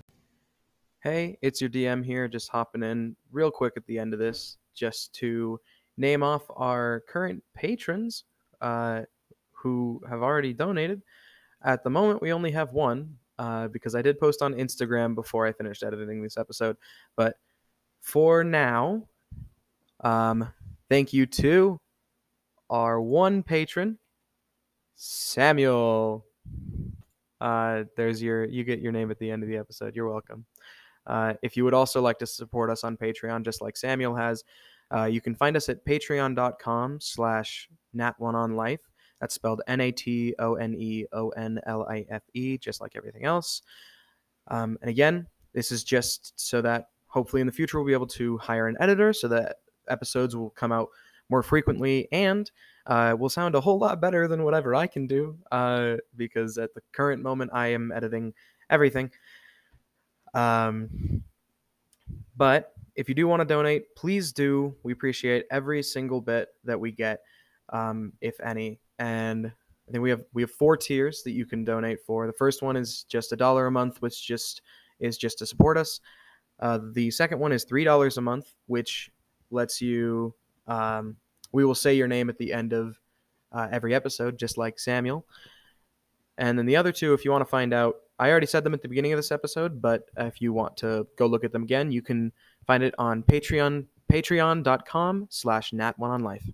Speaker 1: Hey, it's your DM here, just hopping in real quick at the end of this, just to name off our current patrons uh, who have already donated. At the moment, we only have one uh, because I did post on Instagram before I finished editing this episode. But for now, um, thank you to our one patron, Samuel. Uh, there's your you get your name at the end of the episode. You're welcome. Uh, if you would also like to support us on Patreon, just like Samuel has, uh, you can find us at patreon.com slash nat1onlife. That's spelled E N-A-T-O-N-E-O-N-L-I-F-E, E, just like everything else. Um, and again, this is just so that hopefully in the future we'll be able to hire an editor so that episodes will come out more frequently and uh, will sound a whole lot better than whatever I can do uh, because at the current moment I am editing everything. Um, but if you do want to donate, please do. We appreciate every single bit that we get, um, if any. And I think we have we have four tiers that you can donate for. The first one is just a dollar a month, which just is just to support us. Uh, the second one is three dollars a month, which lets you. Um, we will say your name at the end of uh, every episode, just like Samuel. And then the other two, if you want to find out, I already said them at the beginning of this episode, but if you want to go look at them again, you can find it on Patreon, patreon.com slash nat1onlife.